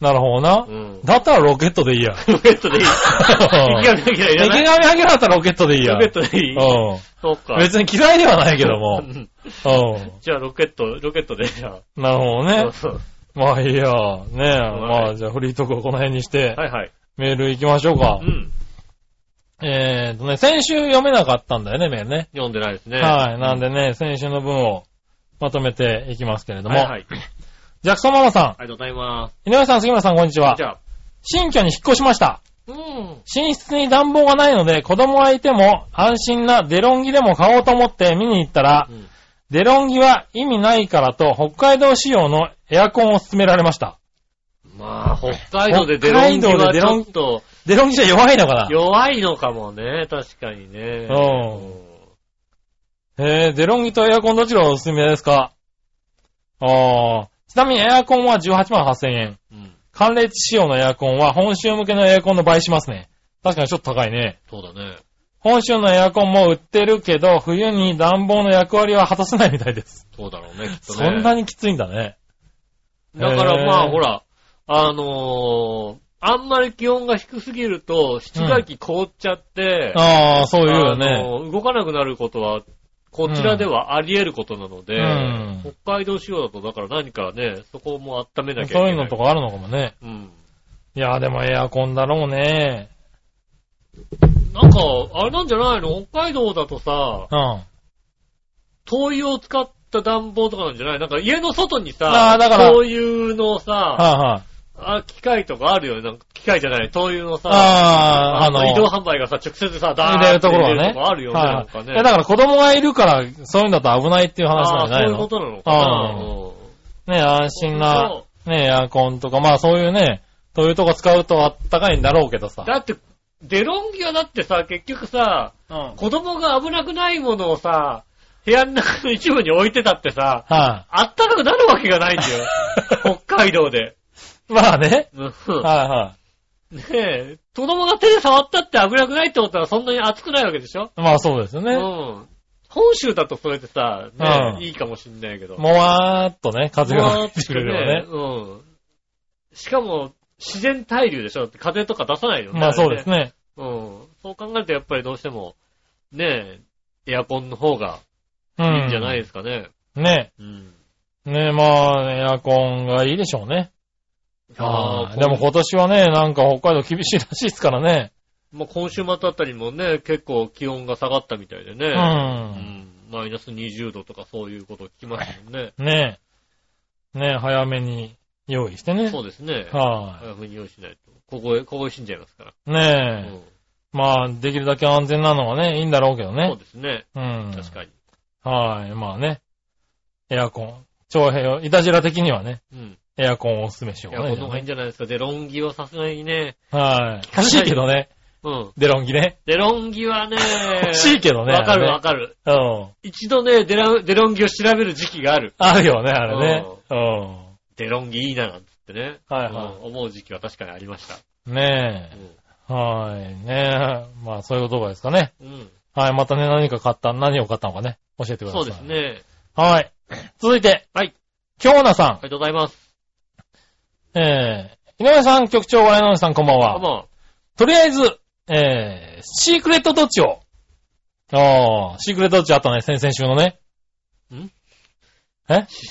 Speaker 3: なるほどな
Speaker 4: う。ん。
Speaker 3: だったらロケットでいいや。
Speaker 4: ロケットでいい。池上彰い
Speaker 3: 池
Speaker 4: らな
Speaker 3: 上
Speaker 4: い。
Speaker 3: 彰だったらロケットでいいや。
Speaker 4: ロケットでいい。そう
Speaker 3: う
Speaker 4: か。
Speaker 3: ん。別に嫌いではないけども
Speaker 4: う。ん
Speaker 3: う
Speaker 4: じゃあ、ロケット、ロケットで、じゃ
Speaker 3: ん。
Speaker 4: あ。
Speaker 3: なるほど
Speaker 4: そう
Speaker 3: ね。
Speaker 4: そう
Speaker 3: まあいいや。ねえ。
Speaker 4: はい
Speaker 3: まあじゃあフリートークはこの辺にして、
Speaker 4: はいはい。
Speaker 3: メール行きましょうか
Speaker 4: う。ん。
Speaker 3: えーとね、先週読めなかったんだよね、メールね。
Speaker 4: 読んでないですね。
Speaker 3: はい。なんでね、先週の分をまとめていきますけれども。
Speaker 4: はいはい。あり
Speaker 3: ジャクソンママさ
Speaker 4: がとうございます。
Speaker 3: ん、井上さん、杉村さん、こんにちは
Speaker 4: じ。ゃあ、
Speaker 3: 新居に引っ越しました。
Speaker 4: うん。
Speaker 3: 寝室に暖房がないので、子供がいても安心なデロンギでも買おうと思って見に行ったら、
Speaker 4: うん
Speaker 3: デロンギは意味ないからと、北海道仕様のエアコンを勧められました。
Speaker 4: まあ、北海道でデロンギ
Speaker 3: 北海道
Speaker 4: は
Speaker 3: でデ
Speaker 4: ち
Speaker 3: ロ
Speaker 4: ょ
Speaker 3: ン
Speaker 4: っと
Speaker 3: デロンギじゃ弱いのかな
Speaker 4: 弱いのかもね、確かにね。
Speaker 3: うんえー、デロンギとエアコンどちらがおすすめですかあー。ちなみにエアコンは18万8000円。
Speaker 4: うん。
Speaker 3: 寒冷地仕様のエアコンは本州向けのエアコンの倍しますね。確かにちょっと高いね。
Speaker 4: そうだね。
Speaker 3: 本州のエアコンも売ってるけど、冬に暖房の役割は果たせないみたいです。
Speaker 4: そうだろうね、きっと
Speaker 3: そ
Speaker 4: ね。
Speaker 3: んなにきついんだね。
Speaker 4: だから
Speaker 3: へ
Speaker 4: まあ、
Speaker 3: ー
Speaker 4: ほら、あのー、あんまり気温が低すぎると、室外機凍っちゃって、
Speaker 3: ああ、そういうよ
Speaker 4: あ
Speaker 3: ね。
Speaker 4: のー動かなくなることは、こちらではあり得ることなので、
Speaker 3: うん
Speaker 4: 北海道仕様だと、だから何かね、そこも温めなきゃいけ
Speaker 3: そ
Speaker 4: な
Speaker 3: う
Speaker 4: い。
Speaker 3: いうのとかあるのかもね。
Speaker 4: うん。
Speaker 3: いやー、でもエアコンだろうね。
Speaker 4: なんか、あれなんじゃないの北海道だとさ、
Speaker 3: うん。あ
Speaker 4: 灯油を使った暖房とかなんじゃないなんか家の外に
Speaker 3: あ
Speaker 4: さ、
Speaker 3: ーだから
Speaker 4: 灯油のさ、
Speaker 3: あ、はい
Speaker 4: あ機械とかあるよね。なんか機械じゃない、灯油のさ、
Speaker 3: あーあの
Speaker 4: 移動販売がさ、直接さ、ダ
Speaker 3: 入
Speaker 4: ーン
Speaker 3: れるところは
Speaker 4: 入れ
Speaker 3: ね。
Speaker 4: るあるよね、
Speaker 3: はい
Speaker 4: な
Speaker 3: は
Speaker 4: んか
Speaker 3: い。い
Speaker 4: ね。
Speaker 3: や、だから子供がいるから、そういうんだと危ないっていう話な
Speaker 4: あ
Speaker 3: ん
Speaker 4: ー
Speaker 3: じゃない
Speaker 4: そういうこ
Speaker 3: の
Speaker 4: となのかな。
Speaker 3: う
Speaker 4: うん
Speaker 3: ね、安心な、ね、エアコンとか、まあそういうね、そういうとこ使うとあったかいんだろうけどさ。
Speaker 4: だって、デロンギはだってさ、結局さ、
Speaker 3: うん。はい、
Speaker 4: 子供が危なくないものをさ、部屋の中の一部に置いてたってさ、あったかくなるわけがない んだよ。北海道で。
Speaker 3: まあね。
Speaker 4: うん
Speaker 3: はいは
Speaker 4: ねえ、子供が手で触ったって危なくないってことはそんなに熱くないわけでしょ
Speaker 3: い。まあそうですよ
Speaker 4: う
Speaker 3: ね。
Speaker 4: ん。本州だとそれってさ、ね
Speaker 3: うん
Speaker 4: え、いいかもしんないけど。
Speaker 3: もわーっとね、風が
Speaker 4: もう
Speaker 3: 吹いてくれればね。
Speaker 4: うん。しかも、自然対流でしょだって風とか出さないよね。
Speaker 3: まあそうです
Speaker 4: ね。
Speaker 3: ね。
Speaker 4: うん。そう考えるとやっぱりどうしても、ねえ、エアコンの方が
Speaker 3: う
Speaker 4: い
Speaker 3: ん。
Speaker 4: いんじゃないですかね。
Speaker 3: ね。
Speaker 4: うん。
Speaker 3: ねまあ、エアコンがいいでしょうね。あ
Speaker 4: あ
Speaker 3: ーでも今年はね、なんか北海道厳しいらしいですからね。
Speaker 4: まあ、今週末あたりもね、結構気温が下がったみたいで
Speaker 3: う。
Speaker 4: ね。うんマイナス20度とかそういうことを聞きますもんね。
Speaker 3: ねね早めに用意してね。
Speaker 4: そうですね。
Speaker 3: は
Speaker 4: 早めに用意しないと。ここへ、ここへ死んじゃいますから。
Speaker 3: い。ねえ。
Speaker 4: うん
Speaker 3: まあ、できるだけ安全なのはね、いいんだろうけど
Speaker 4: そう
Speaker 3: ね。
Speaker 4: ですね。
Speaker 3: うん。
Speaker 4: 確かに。
Speaker 3: はい。まあね。エアコン。長平を、いたじら的にはね、
Speaker 4: うん。
Speaker 3: エアコンをおすすめしよ
Speaker 4: いうや、
Speaker 3: か
Speaker 4: こ
Speaker 3: ね。
Speaker 4: の方がいいんじゃないですか。デロンギはさすがにね。
Speaker 3: はい。
Speaker 4: か
Speaker 3: 欲
Speaker 4: ない
Speaker 3: しいけどね。
Speaker 4: うん。
Speaker 3: デロンギね。
Speaker 4: デロンギ はね。
Speaker 3: 欲しいけどね。
Speaker 4: わかるわ
Speaker 3: あ
Speaker 4: かる。
Speaker 3: れねうん。
Speaker 4: 一度ね、デラデロンギを調べる時期がある。
Speaker 3: あるよね、あれね。うん。
Speaker 4: デロンギいいな、なんつってね。
Speaker 3: はいはい
Speaker 4: うん思う時期は確かにありました。
Speaker 3: ねえ。はい。ねえ。まあ、そういう言葉ですかね。
Speaker 4: うん。うん
Speaker 3: はい。またね、何か買った、何を買ったのかね。教えてくださ
Speaker 4: そ
Speaker 3: い。
Speaker 4: うです。ね。
Speaker 3: はい。続いて。
Speaker 4: はい。
Speaker 3: 京奈さん
Speaker 4: あ。りがとうございます。
Speaker 3: えー、井上さん、局長、我々のさん、こんばん
Speaker 4: あ、
Speaker 3: は。
Speaker 4: まあ、
Speaker 3: とりあえず、えー、シークレットどっちを。あー、シークレットどっちあったね、先々週のね。
Speaker 4: シ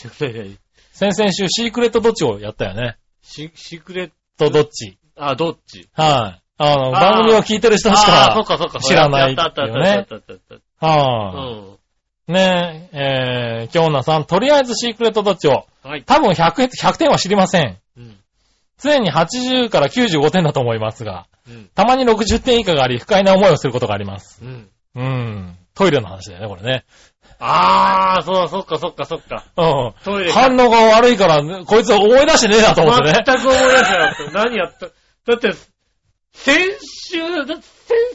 Speaker 4: ー
Speaker 3: 先々週、シークレットどっちをやったよね。
Speaker 4: シークレッ
Speaker 3: と、どっち。
Speaker 4: ト、あ、どっち
Speaker 3: はい。あの、
Speaker 4: あー
Speaker 3: 番組を聞いてる人し
Speaker 4: ああ、そっ
Speaker 3: か、
Speaker 4: かそっか。
Speaker 3: 知らない
Speaker 4: やったあったあったあったあったあったあっ
Speaker 3: は
Speaker 4: た。
Speaker 3: ー、
Speaker 4: うん。
Speaker 3: ねえ、えー、京奈さん、とりあえずシークレットどっちを。
Speaker 4: はい。
Speaker 3: 多分100、100点は知りません。
Speaker 4: うん。
Speaker 3: 常に80から95点だと思いますが、
Speaker 4: うん。
Speaker 3: たまに60点以下があり、不快な思いをすることがあります。
Speaker 4: うん。
Speaker 3: うん。トイレの話だよね、これね。
Speaker 4: ああ、そうだ、そっかそっかそっか。
Speaker 3: うん。
Speaker 4: トイレ
Speaker 3: 反応が悪いから、こいつ思い出してねえなと思ってね。
Speaker 4: 全く思い出せなかった。何やった。だって、先週、だって先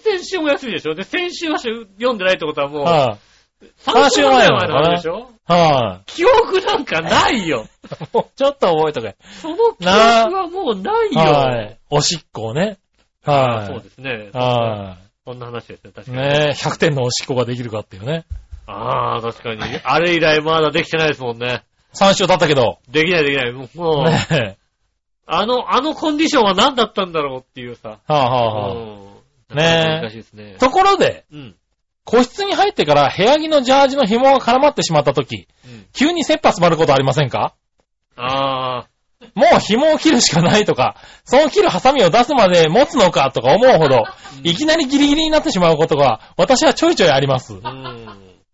Speaker 4: 々週も休みでしょで、先週はし読んでないってことはもう、
Speaker 3: はい、
Speaker 4: 3週前の
Speaker 3: 三週前なのか
Speaker 4: 話
Speaker 3: な
Speaker 4: でしょ
Speaker 3: はい、
Speaker 4: 記憶なんかな いよ。
Speaker 3: もうちょっと覚えとけ。
Speaker 4: その記憶はもうないよ。
Speaker 3: はい、おしっこね。
Speaker 4: あ
Speaker 3: は
Speaker 4: ー
Speaker 3: い、
Speaker 4: そうですね。
Speaker 3: は
Speaker 4: そんな話ですね、確
Speaker 3: い、
Speaker 4: かに。
Speaker 3: ねえ、100点のおしっこができるかっていうね。
Speaker 4: ああ、確かに。あれ以来まだできてないですもんね。
Speaker 3: 3週経ったけど。
Speaker 4: できないできない。もう、もう
Speaker 3: ねえ。
Speaker 4: あの、あのコンディションは何だったんだろうっていうさ。
Speaker 3: はあ、
Speaker 4: う
Speaker 3: はあは
Speaker 4: ん。
Speaker 3: ねえ
Speaker 4: 難しいですね
Speaker 3: あ、。ところで、
Speaker 4: うん。
Speaker 3: 個室に入ってから部屋着のジャージの紐が絡まってしまったとき、
Speaker 4: うん。
Speaker 3: 急に切羽詰まることありませんか
Speaker 4: ああ。
Speaker 3: もう紐を切るしかないとか、その切るハサミを出すまで持つのかとか思うほど、いきなりギリギリになってしまうことが、私はちょいちょいあります。
Speaker 4: うん。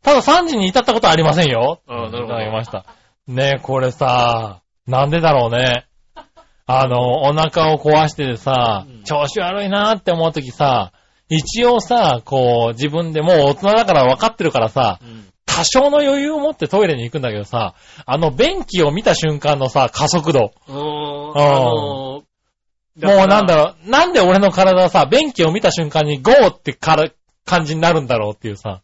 Speaker 3: ただ3時に至ったことはありませんよ。
Speaker 4: ああなるほど
Speaker 3: いただきました。ねえ、これさ、なんでだろうね。あの、お腹を壊しててさ
Speaker 4: うん、
Speaker 3: 調子悪いなって思うときさ、一応さ、こう、自分でもう大人だから分かってるからさ、
Speaker 4: うん。
Speaker 3: 多少の余裕を持ってトイレに行くんだけどさ、あの、便器を見た瞬間のさ、加速度。
Speaker 4: うーん。
Speaker 3: あ
Speaker 4: あ
Speaker 3: ー
Speaker 4: のー、
Speaker 3: もうなんだ
Speaker 4: ろ
Speaker 3: ろう、なんで俺の体はさ、便器を見た瞬間にゴーってから感じになるんだろうっていうさ。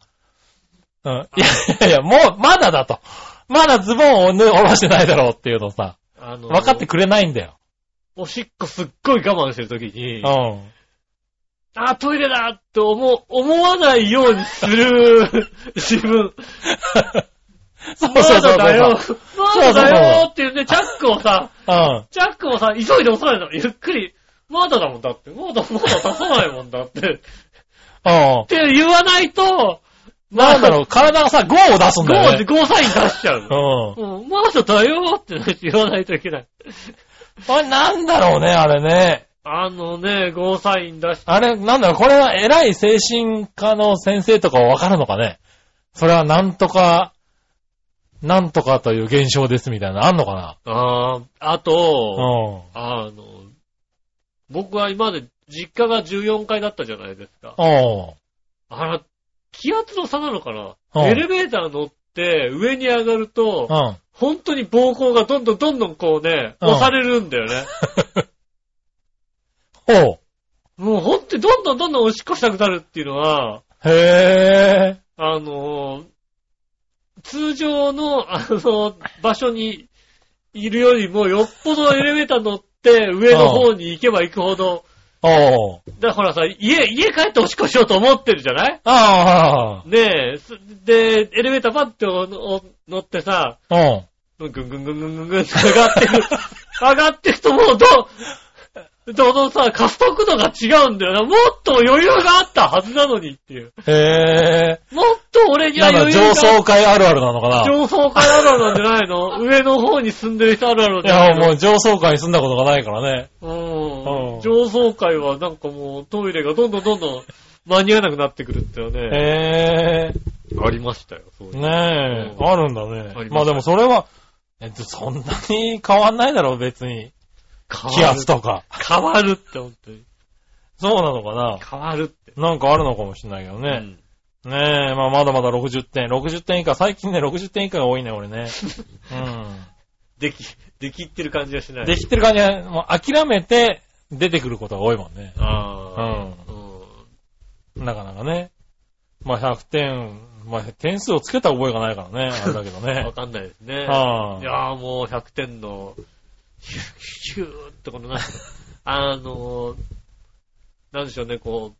Speaker 3: うん。いやいやいや、もう、まだだと。まだズボンを脱下ろしてないだろうっていうのさ、
Speaker 4: あのー、
Speaker 3: 分かってくれないんだよ。
Speaker 4: おしっこすっごい我慢してるときに、あ
Speaker 3: うん。
Speaker 4: あ、トイレだって思う、思わないように する自分。
Speaker 3: そうそうそう
Speaker 4: ま
Speaker 3: そう。
Speaker 4: だだよ。まだだよっていうね、チャックをさ、
Speaker 3: うん。
Speaker 4: チャックをさ、急いで押さないの。ゆっくり、まだだもんだって。まだ、まだ出さないもんだって。っ
Speaker 3: うん。
Speaker 4: て言わないと、
Speaker 3: なんだろう、体がさ、ゴーを出すんだよ、
Speaker 4: 5、
Speaker 3: ね。
Speaker 4: 5サイン出しちゃう
Speaker 3: う。ん。
Speaker 4: うん、まだだよって言わないといけない。
Speaker 3: あれ、なんだろうね、あれね。
Speaker 4: あのね、ゴーサイン出して、
Speaker 3: あれ、なんだろう、これは偉い精神科の先生とかはわかるのかねそれはなんとか、なんとかという現象ですみたいなのあんのかな
Speaker 4: あーあと、
Speaker 3: うん。
Speaker 4: あの、僕は今まで実家が14階だったじゃないですか。
Speaker 3: おう
Speaker 4: あら、気圧の差なのかな
Speaker 3: うん
Speaker 4: エレベーター乗って上に上がると
Speaker 3: う、ん。
Speaker 4: 本当に膀胱がどんどんどんどんこうね、
Speaker 3: うん
Speaker 4: 押されるんだよね。
Speaker 3: おう
Speaker 2: もうほんとにどんどんどんどんおしっこしたくなるっていうのは、
Speaker 3: へ
Speaker 2: あのー通常の、あの、場所にいるよりも、よっぽどエレベーター乗って、上の方に行けば行くほど、
Speaker 3: ぇー。おー。
Speaker 2: だからほらさ、家、家帰っておしっこしようと思ってるじゃない
Speaker 3: あ
Speaker 2: ねえ、すで、エレベーターパッておお乗ってさ、
Speaker 3: あ、う
Speaker 2: ぐん
Speaker 3: ん。
Speaker 2: ぐんぐんぐんぐんぐんぐんって上がってく、上がってくともうど、どのさ、加速度が違うんだよな。もっと余裕があったはずなのにっていう。
Speaker 3: へ
Speaker 2: もっと俺に
Speaker 3: ぇー。
Speaker 2: は
Speaker 3: なん
Speaker 2: 余
Speaker 3: だ、
Speaker 2: 裕があ
Speaker 3: 上
Speaker 2: った。
Speaker 3: 層階あるあるなのかな
Speaker 2: 上層階あるあるなんじゃない の上の方に住んでる人あるある
Speaker 3: い
Speaker 2: じゃな
Speaker 3: や、
Speaker 2: いの
Speaker 3: もう上層階に住んだことがないからね。
Speaker 2: うん
Speaker 3: うん
Speaker 2: 上層階はなんかもうトイレがどんどんどんどん間に合わなくなってくるってのはね、
Speaker 3: へ
Speaker 2: ありましたよ。そういう
Speaker 3: ぇー。ねえ
Speaker 2: う、ん
Speaker 3: あるんだ
Speaker 2: ありまし
Speaker 3: ね。
Speaker 2: た
Speaker 3: まあでもそれは、えっと、そんなに変わんないだろう、別に。気
Speaker 2: 変わる
Speaker 3: 圧。とか。
Speaker 2: 変わるって本当に。
Speaker 3: そうなのかな
Speaker 2: 変わるって。
Speaker 3: なんかあるのかもしれないけど
Speaker 2: う
Speaker 3: ね。
Speaker 2: ん
Speaker 3: ねえ、まあまだまだ60点。60点以下、最近ね、60点以下が多いね、俺ね。う。
Speaker 2: でき、 できってる感じがしなんい。
Speaker 3: できてる感じは、もう諦めて出てくることが多いもんね。
Speaker 2: ああ。
Speaker 3: なかなかね。まあ100点、まあ点数をつけた覚えがないからね、あれだけど
Speaker 2: うん。わ
Speaker 3: ね。
Speaker 2: かんないですね。
Speaker 3: はいい
Speaker 2: やーもう100点の、 ヒューヒューってこのな、 あのー、なんでしょうね、こう、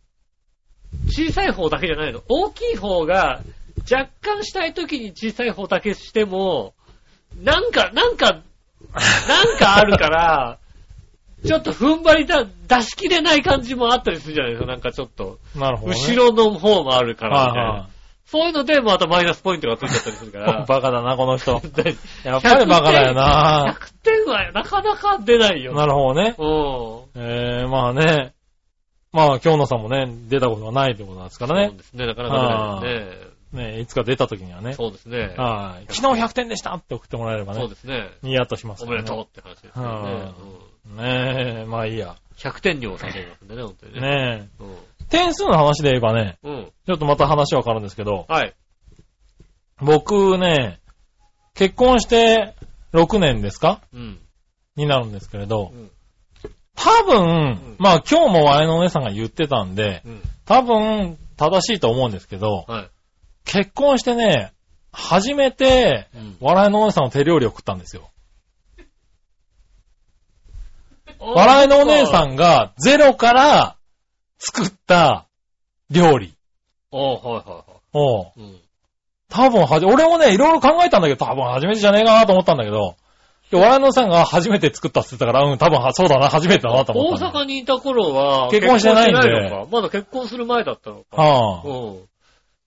Speaker 2: 小さい方だけじゃないの。大きい方が、若干したい時に小さい方だけしても、なんか、なんか、なんかあるから、ちょっと踏ん張りだ、出しきれない感じもあったりするじゃないですか、なんかちょっと。
Speaker 3: なるほど、ね。
Speaker 2: 後ろの方もあるからみたい
Speaker 3: は
Speaker 2: な。そういうので、またマイナスポイントがついちゃったりするか
Speaker 3: い はい。
Speaker 2: ら。
Speaker 3: バカだな、この人。
Speaker 2: だい
Speaker 3: やっぱりバカだよな。
Speaker 2: 100点はなかなか出ないよ。
Speaker 3: なるほどね。
Speaker 2: うん。
Speaker 3: えー、まあね。まあ、京野さんもね、出たことがないってことなんですか
Speaker 2: そう
Speaker 3: らね。
Speaker 2: ですね、なかなか出ないですね。
Speaker 3: ねいつか出た時にはね。
Speaker 2: そうですね。
Speaker 3: はい。昨日100点でしたって送ってもらえれば
Speaker 2: そう
Speaker 3: ね。
Speaker 2: ですね。
Speaker 3: ニヤッとします
Speaker 2: お
Speaker 3: か
Speaker 2: め
Speaker 3: ら
Speaker 2: で
Speaker 3: ね、
Speaker 2: とうって話ですよ
Speaker 3: は
Speaker 2: ね
Speaker 3: い。ねえ、まあいいや。
Speaker 2: うん100点にもさせますんでね、本当にね。
Speaker 3: ねえ。点数の話で言えばね、
Speaker 2: うん。うん。
Speaker 3: ちょっとまた話は変わるんですけど、
Speaker 2: はい。
Speaker 3: 僕ね、結婚して6年ですか
Speaker 2: うん。
Speaker 3: になるんですけれど
Speaker 2: うん、
Speaker 3: 多
Speaker 2: ん
Speaker 3: 分、まあ今日も我のお姉さんが言ってたんで、
Speaker 2: うん。
Speaker 3: 多分正しいと思うんですけど、
Speaker 2: はい。
Speaker 3: 結婚してね、初めて、
Speaker 2: うん。
Speaker 3: 笑いのお姉さんの手料理を食ったんですよ。笑いのお姉さ
Speaker 2: ん。
Speaker 3: んがゼロから作った料理
Speaker 2: おーはいは
Speaker 3: を、
Speaker 2: いはい。うん。
Speaker 3: 多分はじ、俺もね、いろいろ考えたんだけど、多分初めてじゃねえかなと思ったんだけど、今日笑いのお姉さんが初めて作ったって言ってたから、うん、多分はそうだな、初めてだなと思
Speaker 2: 大
Speaker 3: ったんだけど。
Speaker 2: 阪にいた頃は、
Speaker 3: 結婚してないんで
Speaker 2: 結婚してのかまだ結婚する前だったのか。
Speaker 3: はあ、
Speaker 2: うん。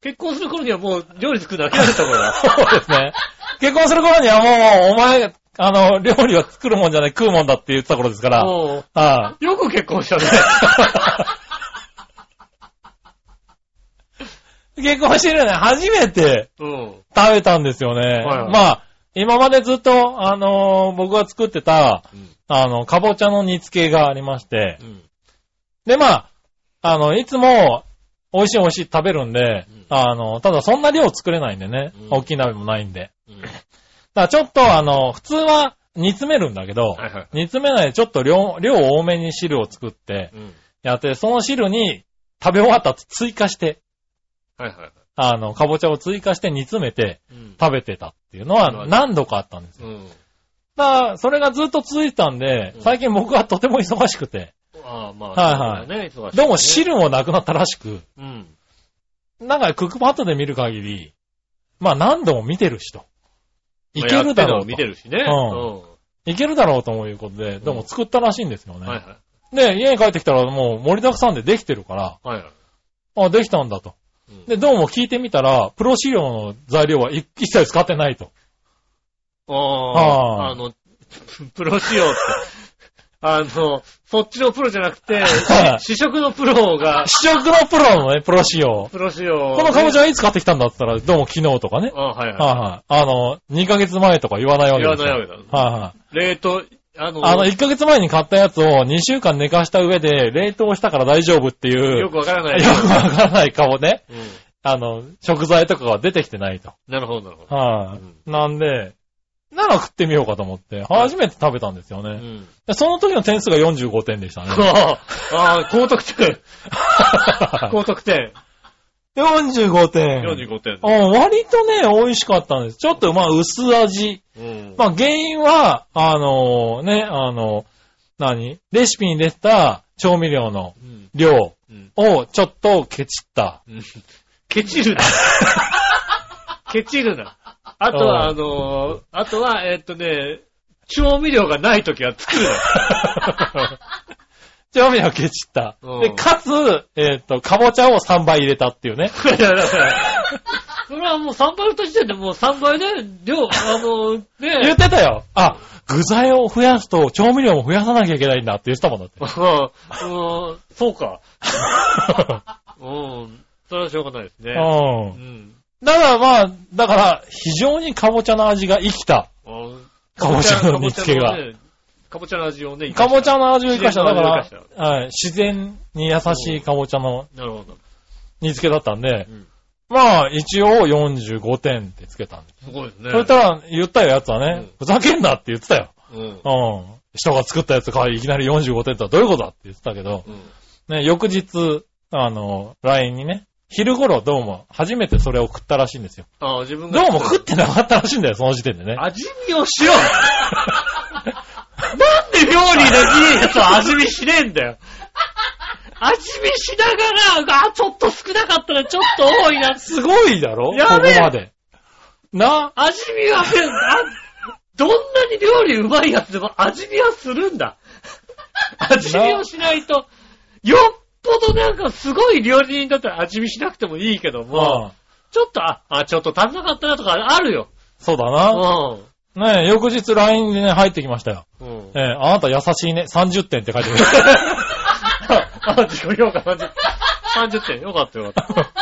Speaker 2: 結婚する頃にはもう料理作るの諦めた頃だ。
Speaker 3: そうですね。結婚する頃にはもう、お前、あの、料理は作るもんじゃない、食うもんだって言ってた頃ですから、は
Speaker 2: うん
Speaker 3: あ、
Speaker 2: よく結婚したね。
Speaker 3: 結婚してるよね、初めて、
Speaker 2: うん。
Speaker 3: 食べたんですよね。
Speaker 2: はいはい
Speaker 3: まあ、今までずっと、あのー僕が作ってた、
Speaker 2: うん
Speaker 3: あの、かぼちゃの煮付けがありまして
Speaker 2: う、ん。
Speaker 3: で、まあ、あの、いつも、美味しい美味しい食べるんで、
Speaker 2: うん
Speaker 3: あの、ただそんな量作れないんでね、
Speaker 2: うん
Speaker 3: 大きい鍋もないんで。
Speaker 2: うん。
Speaker 3: だからちょっと、あの、普通は煮詰めるんだけど、
Speaker 2: はいはい。
Speaker 3: 煮詰めないでちょっと量、量多めに汁を作って、
Speaker 2: うん。
Speaker 3: やって、その汁に食べ終わった後追加して、
Speaker 2: はいはいはい。
Speaker 3: あの、かぼちゃを追加して煮詰めて
Speaker 2: うん。
Speaker 3: 食べてたっていうのは何度かあったんですよ
Speaker 2: うん。
Speaker 3: まあ、それがずっと続いてたんで
Speaker 2: う、ん
Speaker 3: 最近僕はとても忙しくて、
Speaker 2: ああ、まあ、
Speaker 3: はいはい
Speaker 2: そうだね、忙しいね
Speaker 3: どうも汁もなくなったらしく、
Speaker 2: うん。
Speaker 3: なんかクックパッドで見る限り、まあ何度も見てるしと。いけるだ
Speaker 2: まあやって
Speaker 3: ろう
Speaker 2: のを見
Speaker 3: と
Speaker 2: て。るしね。
Speaker 3: う
Speaker 2: うんん。
Speaker 3: いけるだろうということで、どうも作ったらしいんですよ
Speaker 2: はい
Speaker 3: ね。
Speaker 2: はい。
Speaker 3: で、家に帰ってきたらもう盛りだくさんでできてるから、
Speaker 2: はいはい。
Speaker 3: あ、できたんだと。
Speaker 2: うん
Speaker 3: で、どうも聞いてみたら、プロ仕様の材料は一一切使ってないと。
Speaker 2: あ
Speaker 3: は
Speaker 2: あ、
Speaker 3: あ
Speaker 2: あの、 プロ仕様って。 あの、そっちのプロじゃなくて、
Speaker 3: はい
Speaker 2: 試食のプロが、
Speaker 3: 試食のプロのね、プロ仕様。
Speaker 2: プロ仕様。
Speaker 3: このカボチャ
Speaker 2: ゃ
Speaker 3: はいつ買ってきたんだって言ったら、どうも昨日とかね。
Speaker 2: あはいは
Speaker 3: はいはい。あの、2ヶ月前とか言わないわ
Speaker 2: い。
Speaker 3: け
Speaker 2: 言わ
Speaker 3: です
Speaker 2: ないわ
Speaker 3: よ。
Speaker 2: けだ。
Speaker 3: はいはい。
Speaker 2: 冷凍、あの、
Speaker 3: あの、1ヶ月前に買ったやつを2週間寝かした上で、冷凍したから大丈夫っていう、
Speaker 2: よくわからない。
Speaker 3: よくわからないかもね。
Speaker 2: うん。
Speaker 3: あの、食材とかが出てきてないと。
Speaker 2: なるほど、なるほど。
Speaker 3: はい、
Speaker 2: うん
Speaker 3: なんで、なら食ってみようかと思って、初めて食べたんですよ
Speaker 2: う
Speaker 3: ね。
Speaker 2: ん。
Speaker 3: でその時の点数が45点でしたね。
Speaker 2: ああ、ああ、高得点。 高得点。
Speaker 3: 45点。
Speaker 2: 45点。
Speaker 3: うん、割とね、美味しかったんです。ちょっと、まあ、薄味。
Speaker 2: うん。
Speaker 3: まあ、原因は、あのね、あの何レシピに出た調味料の
Speaker 2: うん。
Speaker 3: 量
Speaker 2: うん。
Speaker 3: をちょっとケチった。
Speaker 2: うんケチ るな。ケチるな。あとは、あのーあとは、えーっとね、調味料がないときは作る な。
Speaker 3: 調味料ケチった。
Speaker 2: うん
Speaker 3: で、かつ、えっ、と、かぼちゃを3倍入れたっていうね。
Speaker 2: いやだからそれはもう3倍としてでもう3倍で、量、あのー
Speaker 3: 言
Speaker 2: ね、
Speaker 3: ってたよ。あ、具材を増やすと調味料も増やさなきゃいけないんだって言ってたもん だって
Speaker 2: う。んそうか。うん。それはしょうがないですね。
Speaker 3: う。
Speaker 2: うんん。
Speaker 3: だからまあ、だから、非常にかぼちゃの味が生きた。かぼちゃの煮付けが。
Speaker 2: かぼちゃの味をね、
Speaker 3: かぼちゃの味を生かした。だから
Speaker 2: 自然の味を生、
Speaker 3: はい、自然に優しいかぼちゃの
Speaker 2: なるほど。
Speaker 3: 煮付けだったんで、
Speaker 2: うん
Speaker 3: まあ、一応45点ってつけたんです。
Speaker 2: すごいですね。
Speaker 3: それたら、言ったよ、やつはね、
Speaker 2: うん
Speaker 3: ふざけんなって言ってたよ。
Speaker 2: うん。
Speaker 3: うん。人が作ったやつからいきなり45点とはどういうことだって言ってたけど、
Speaker 2: うん。
Speaker 3: ね、翌日、あの、LINE にね、昼頃どうも初めてそれを食ったらしいんですよ。
Speaker 2: ああ、自分
Speaker 3: ど
Speaker 2: が。
Speaker 3: うも食ってなかったらしいんだよ、その時点でね。
Speaker 2: 味見をしろなんで料理できるやつは味見しねえん だよ味見しながら、あ、ちょっと少なかったらちょっと多いな。
Speaker 3: すごいだろ
Speaker 2: やべえ
Speaker 3: ここまで。な、
Speaker 2: 味見はせん、あどんなに料理うまいやつでも味見はするん だ。味見をしないと、よっぽどなんかすごい料理人だったら味見しなくてもいいけども、
Speaker 3: うん
Speaker 2: ちょっと、あ、あちょっと足んなかったなとかあるよ。
Speaker 3: そうだ
Speaker 2: う
Speaker 3: な。
Speaker 2: ん。
Speaker 3: ねえ翌日 LINE でね、入ってきましたよ。
Speaker 2: うん
Speaker 3: え。えあなた優しいね、30点って書い てくる。
Speaker 2: あ、自己評価30点。30点。よかったよかった。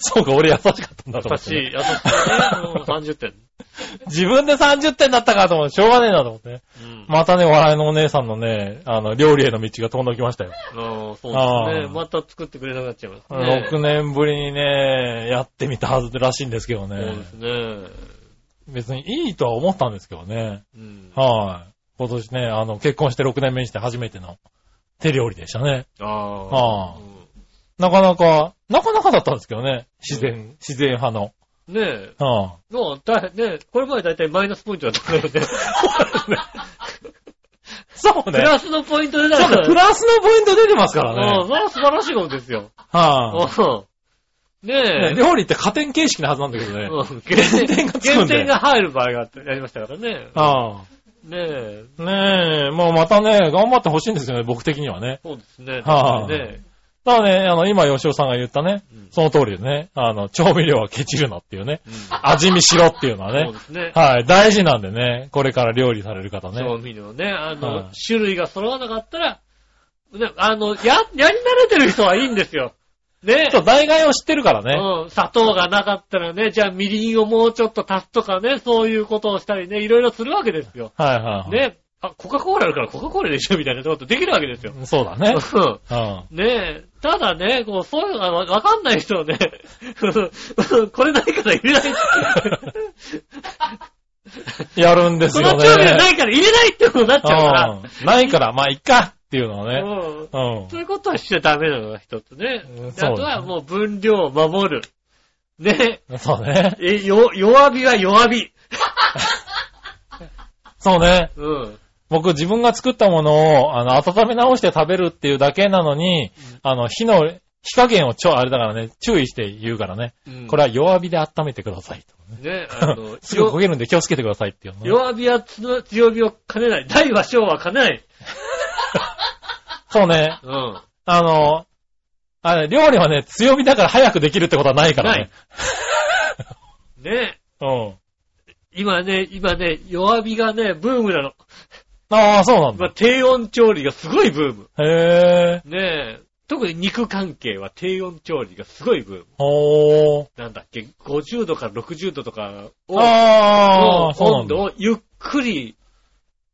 Speaker 3: そうか、俺優しかったんだと思っ
Speaker 2: 私、
Speaker 3: て。
Speaker 2: やっと、ね、30点。
Speaker 3: 自分で30点だったかと思って、しょうがねえなと思ってね。
Speaker 2: うん。
Speaker 3: またね、笑いのお姉さんのね、あの、料理への道が遠のきましたよ。
Speaker 2: あのそうです
Speaker 3: あ
Speaker 2: ね。
Speaker 3: ー
Speaker 2: また作ってくれなくなっちゃいますね。
Speaker 3: 6年ぶりにね、やってみたはずらしいんですけ
Speaker 2: そ
Speaker 3: ど
Speaker 2: う
Speaker 3: ね
Speaker 2: で。すね。
Speaker 3: 別にいいとは思ったんですけどね。
Speaker 2: うん。
Speaker 3: はい。今年ね、あの、結婚して6年目にして初めての手料理でしたね。
Speaker 2: ああ。
Speaker 3: ああなかなか、なかなかだったんですけどね。自然、自然派
Speaker 2: う
Speaker 3: の。
Speaker 2: んねえ。
Speaker 3: は
Speaker 2: もう、だ、ね、これまでだいたいマイナスポイントだった からね。
Speaker 3: いそう
Speaker 2: プ
Speaker 3: ね。
Speaker 2: ラスのポイントでだ
Speaker 3: そう
Speaker 2: から。
Speaker 3: ね、プラスのポイント出てますから
Speaker 2: うん、
Speaker 3: ね。
Speaker 2: それは素晴らしいことですよ。
Speaker 3: は
Speaker 2: うん。ね
Speaker 3: い。ね
Speaker 2: え。
Speaker 3: 料理って加点形式なはずなんだけどね。
Speaker 2: うん減
Speaker 3: 減点
Speaker 2: 点
Speaker 3: が
Speaker 2: が
Speaker 3: つくんだよ
Speaker 2: 入る場合があってやりましたからね。
Speaker 3: は
Speaker 2: ねえ。
Speaker 3: い。ねえ、もうまたね、頑張ってほしいんですよね、僕的にはね。
Speaker 2: そうですね。
Speaker 3: はあ
Speaker 2: 確かにね。
Speaker 3: ただね、あの、今、吉尾さんが言ったね、
Speaker 2: うん
Speaker 3: その通りでね、あの、調味料はケチるなっていうね、
Speaker 2: うん
Speaker 3: 味見しろっていうのは
Speaker 2: そう
Speaker 3: ね
Speaker 2: で、すね。
Speaker 3: はい、大事なんでね、これから料理される方ね。
Speaker 2: 調味料ね、あ
Speaker 3: はい
Speaker 2: の、種類が揃わなかったら、ねあの、や、やり慣れてる人はいいんですよ。ね。
Speaker 3: そう、大概を知ってるからね。
Speaker 2: うん、砂糖がなかったらね、じゃあみりんをもうちょっと足すとかね、そういうことをしたりね、いろいろするわけですよ。
Speaker 3: はいはいはい。
Speaker 2: ね。あ、コカ・コーラあるからコカ・コーラでしょみたいなことできるわけですよ。
Speaker 3: そうだね。
Speaker 2: うん
Speaker 3: うん。
Speaker 2: ねえ、ただね、こう、そういうのがわわかんない人はね、これないから入れ ない。
Speaker 3: やるんです
Speaker 2: こ
Speaker 3: よ
Speaker 2: の
Speaker 3: ね。
Speaker 2: 調味料ないから入れないってことになっちゃうから。
Speaker 3: うんないから、まあ、いっかっていうのはね。
Speaker 2: うん
Speaker 3: うん
Speaker 2: そう。いうことはしちゃダメなのが一つね
Speaker 3: うん。
Speaker 2: であとはもう分量を守る。ね
Speaker 3: そうね。
Speaker 2: え、よ、弱火は弱火。
Speaker 3: そうね。
Speaker 2: うん。
Speaker 3: 僕自分が作ったものを、あの、温め直して食べるっていうだけなのに、あの、火の、火加減をちょ、あれだからね、注意して言うからね。
Speaker 2: うん
Speaker 3: これは弱火で温めてくださいと。
Speaker 2: ね、あ
Speaker 3: 、
Speaker 2: の
Speaker 3: すぐ焦げるんで気をつけてくださいっていうのね、
Speaker 2: 弱火はつの強火を兼ねない。大は小は兼ねない。
Speaker 3: そうね。
Speaker 2: うん。
Speaker 3: あの、あれ、料理はね、強火だから早くできるってことはないからね。
Speaker 2: ね
Speaker 3: うん。
Speaker 2: 今ね、今ね、弱火がね、ブームなの。
Speaker 3: ああ、そうなん
Speaker 2: 今
Speaker 3: だ。
Speaker 2: 低温調理がすごいブーム。
Speaker 3: へえ。
Speaker 2: ねえ。特に肉関係は低温調理がすごいブーム。
Speaker 3: ほー。
Speaker 2: なんだっけ、50度から60度とかを、
Speaker 3: ああ、
Speaker 2: の
Speaker 3: そうなん
Speaker 2: 温
Speaker 3: だ
Speaker 2: 度。をゆっくり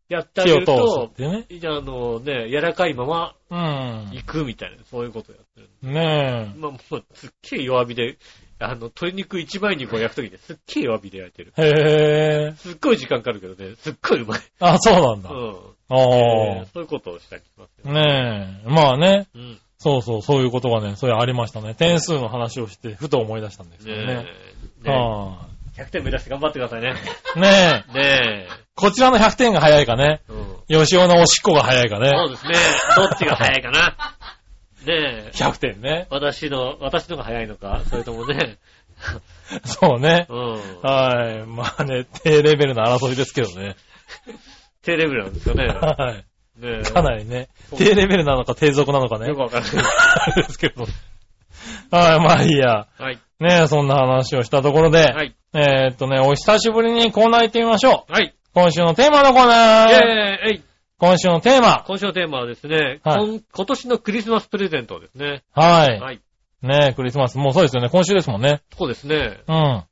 Speaker 2: やってあ
Speaker 3: 火
Speaker 2: げ
Speaker 3: を
Speaker 2: る
Speaker 3: 通す
Speaker 2: と
Speaker 3: っ、てね。
Speaker 2: あのね、柔らかいまま
Speaker 3: うん。
Speaker 2: 行くみたいな、そういうことやってる。
Speaker 3: ねえ。
Speaker 2: まあ、もう、すっげえ弱火で
Speaker 4: あの、鶏肉一枚肉を焼くときですっげえ弱火で焼いてる。
Speaker 3: へぇー。
Speaker 4: すっごい時間かかるけどね、すっごいうまい。
Speaker 3: あ、そうなん
Speaker 4: う
Speaker 3: だ。
Speaker 4: ん。
Speaker 3: あ
Speaker 4: えーそういうことをしたりします
Speaker 3: あ。
Speaker 4: よ。
Speaker 3: ねえ。まあね。
Speaker 4: うん。ね
Speaker 3: そうそう、そういうことがね、それありましたね。点数の話をして、ふと思い出したんです
Speaker 4: え
Speaker 3: けどね。
Speaker 4: ねえ
Speaker 3: は
Speaker 4: 100点目指して頑張ってくださいね。
Speaker 3: いねえ。
Speaker 4: ね
Speaker 3: こちらの100点が早いかね。
Speaker 4: え。うん。
Speaker 3: 吉尾のおしっこが早いか
Speaker 4: そう
Speaker 3: ね。
Speaker 4: ですね。どっちが早いか な。ねえ。
Speaker 3: 100点ね。
Speaker 4: 私の、私のが早いのか、それともね。
Speaker 3: そうね。
Speaker 4: うん。
Speaker 3: はい。まあね、低レベルな争いですけどね。
Speaker 4: 低レベルなんですよね。
Speaker 3: は
Speaker 4: ねえ。
Speaker 3: い。かなりね。低レベルなのか低俗なのかね
Speaker 4: よく。わからない。
Speaker 3: あれですけど。はい、まあいいや。
Speaker 4: はい。
Speaker 3: ねえ、そんな話をしたところで、
Speaker 4: はい。
Speaker 3: えーっとね、お久しぶりにコーナー行ってみましょう。
Speaker 4: はい。
Speaker 3: 今週のテーマのコーナ
Speaker 4: イェー
Speaker 3: ー。
Speaker 4: イえい
Speaker 3: 今週のテーマ。
Speaker 4: 今週のテーマはですね、
Speaker 3: はい
Speaker 4: こん今年のクリスマスプレゼントですね。
Speaker 3: はい。
Speaker 4: はい。
Speaker 3: ねえ、クリスマス。もうそうですよね。今週ですもんね。
Speaker 4: そうですね。
Speaker 3: うん。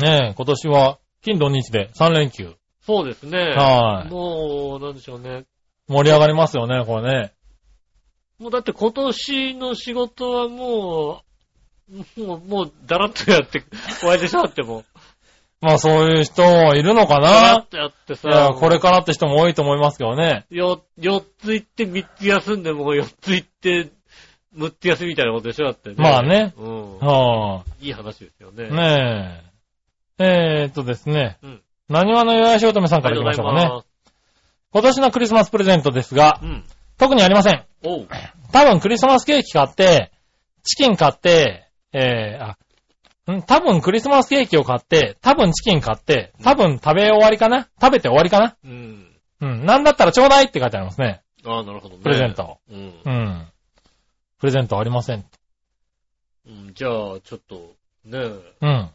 Speaker 3: ねえ、今年は、金土日で3連休。
Speaker 4: そうですね。
Speaker 3: はい
Speaker 4: もう、なんでしょうね。
Speaker 3: 盛り上がりますよね、これね。
Speaker 4: もうだって今年の仕事はもう、もう、もう、だらっとやって、終わりでしょだってもう。
Speaker 3: まあそういう人もいるのか
Speaker 4: だら
Speaker 3: な
Speaker 4: っとやって
Speaker 3: いや、
Speaker 4: さ、
Speaker 3: これからって人も多いと思いますけどね。
Speaker 4: よ、4つ行って3つ休んで、もう4つ行って、6つ休みみたいなことでしょだってね。
Speaker 3: まあね。
Speaker 4: うん。
Speaker 3: はい
Speaker 4: い話ですよね。
Speaker 3: い。ねえ。えーっとですね
Speaker 4: うん。
Speaker 3: 何話の岩井しおとめさん
Speaker 4: あ
Speaker 3: から
Speaker 4: り
Speaker 3: 行
Speaker 4: が
Speaker 3: き
Speaker 4: とう
Speaker 3: ま
Speaker 4: ご
Speaker 3: し
Speaker 4: ざ
Speaker 3: ょ
Speaker 4: い
Speaker 3: かね。
Speaker 4: うま
Speaker 3: 今年のクリスマスプレゼントですが
Speaker 4: す。、うん。
Speaker 3: 特にありません。
Speaker 4: おう。
Speaker 3: 多分クリスマスケーキ買って、チキン買って、えー、あ、ん多分クリスマスケーキを買って、多分チキン買って、多分食べ終わりかな食べて終わりかな
Speaker 4: うん。
Speaker 3: うん。なんだったらちょうだいって書いてありますね。
Speaker 4: ああ、なるほどね。
Speaker 3: プレゼント。
Speaker 4: うん。
Speaker 3: うん。プレゼントありません。
Speaker 4: うん。じゃあ、ちょっと、ねえ、
Speaker 3: うん。は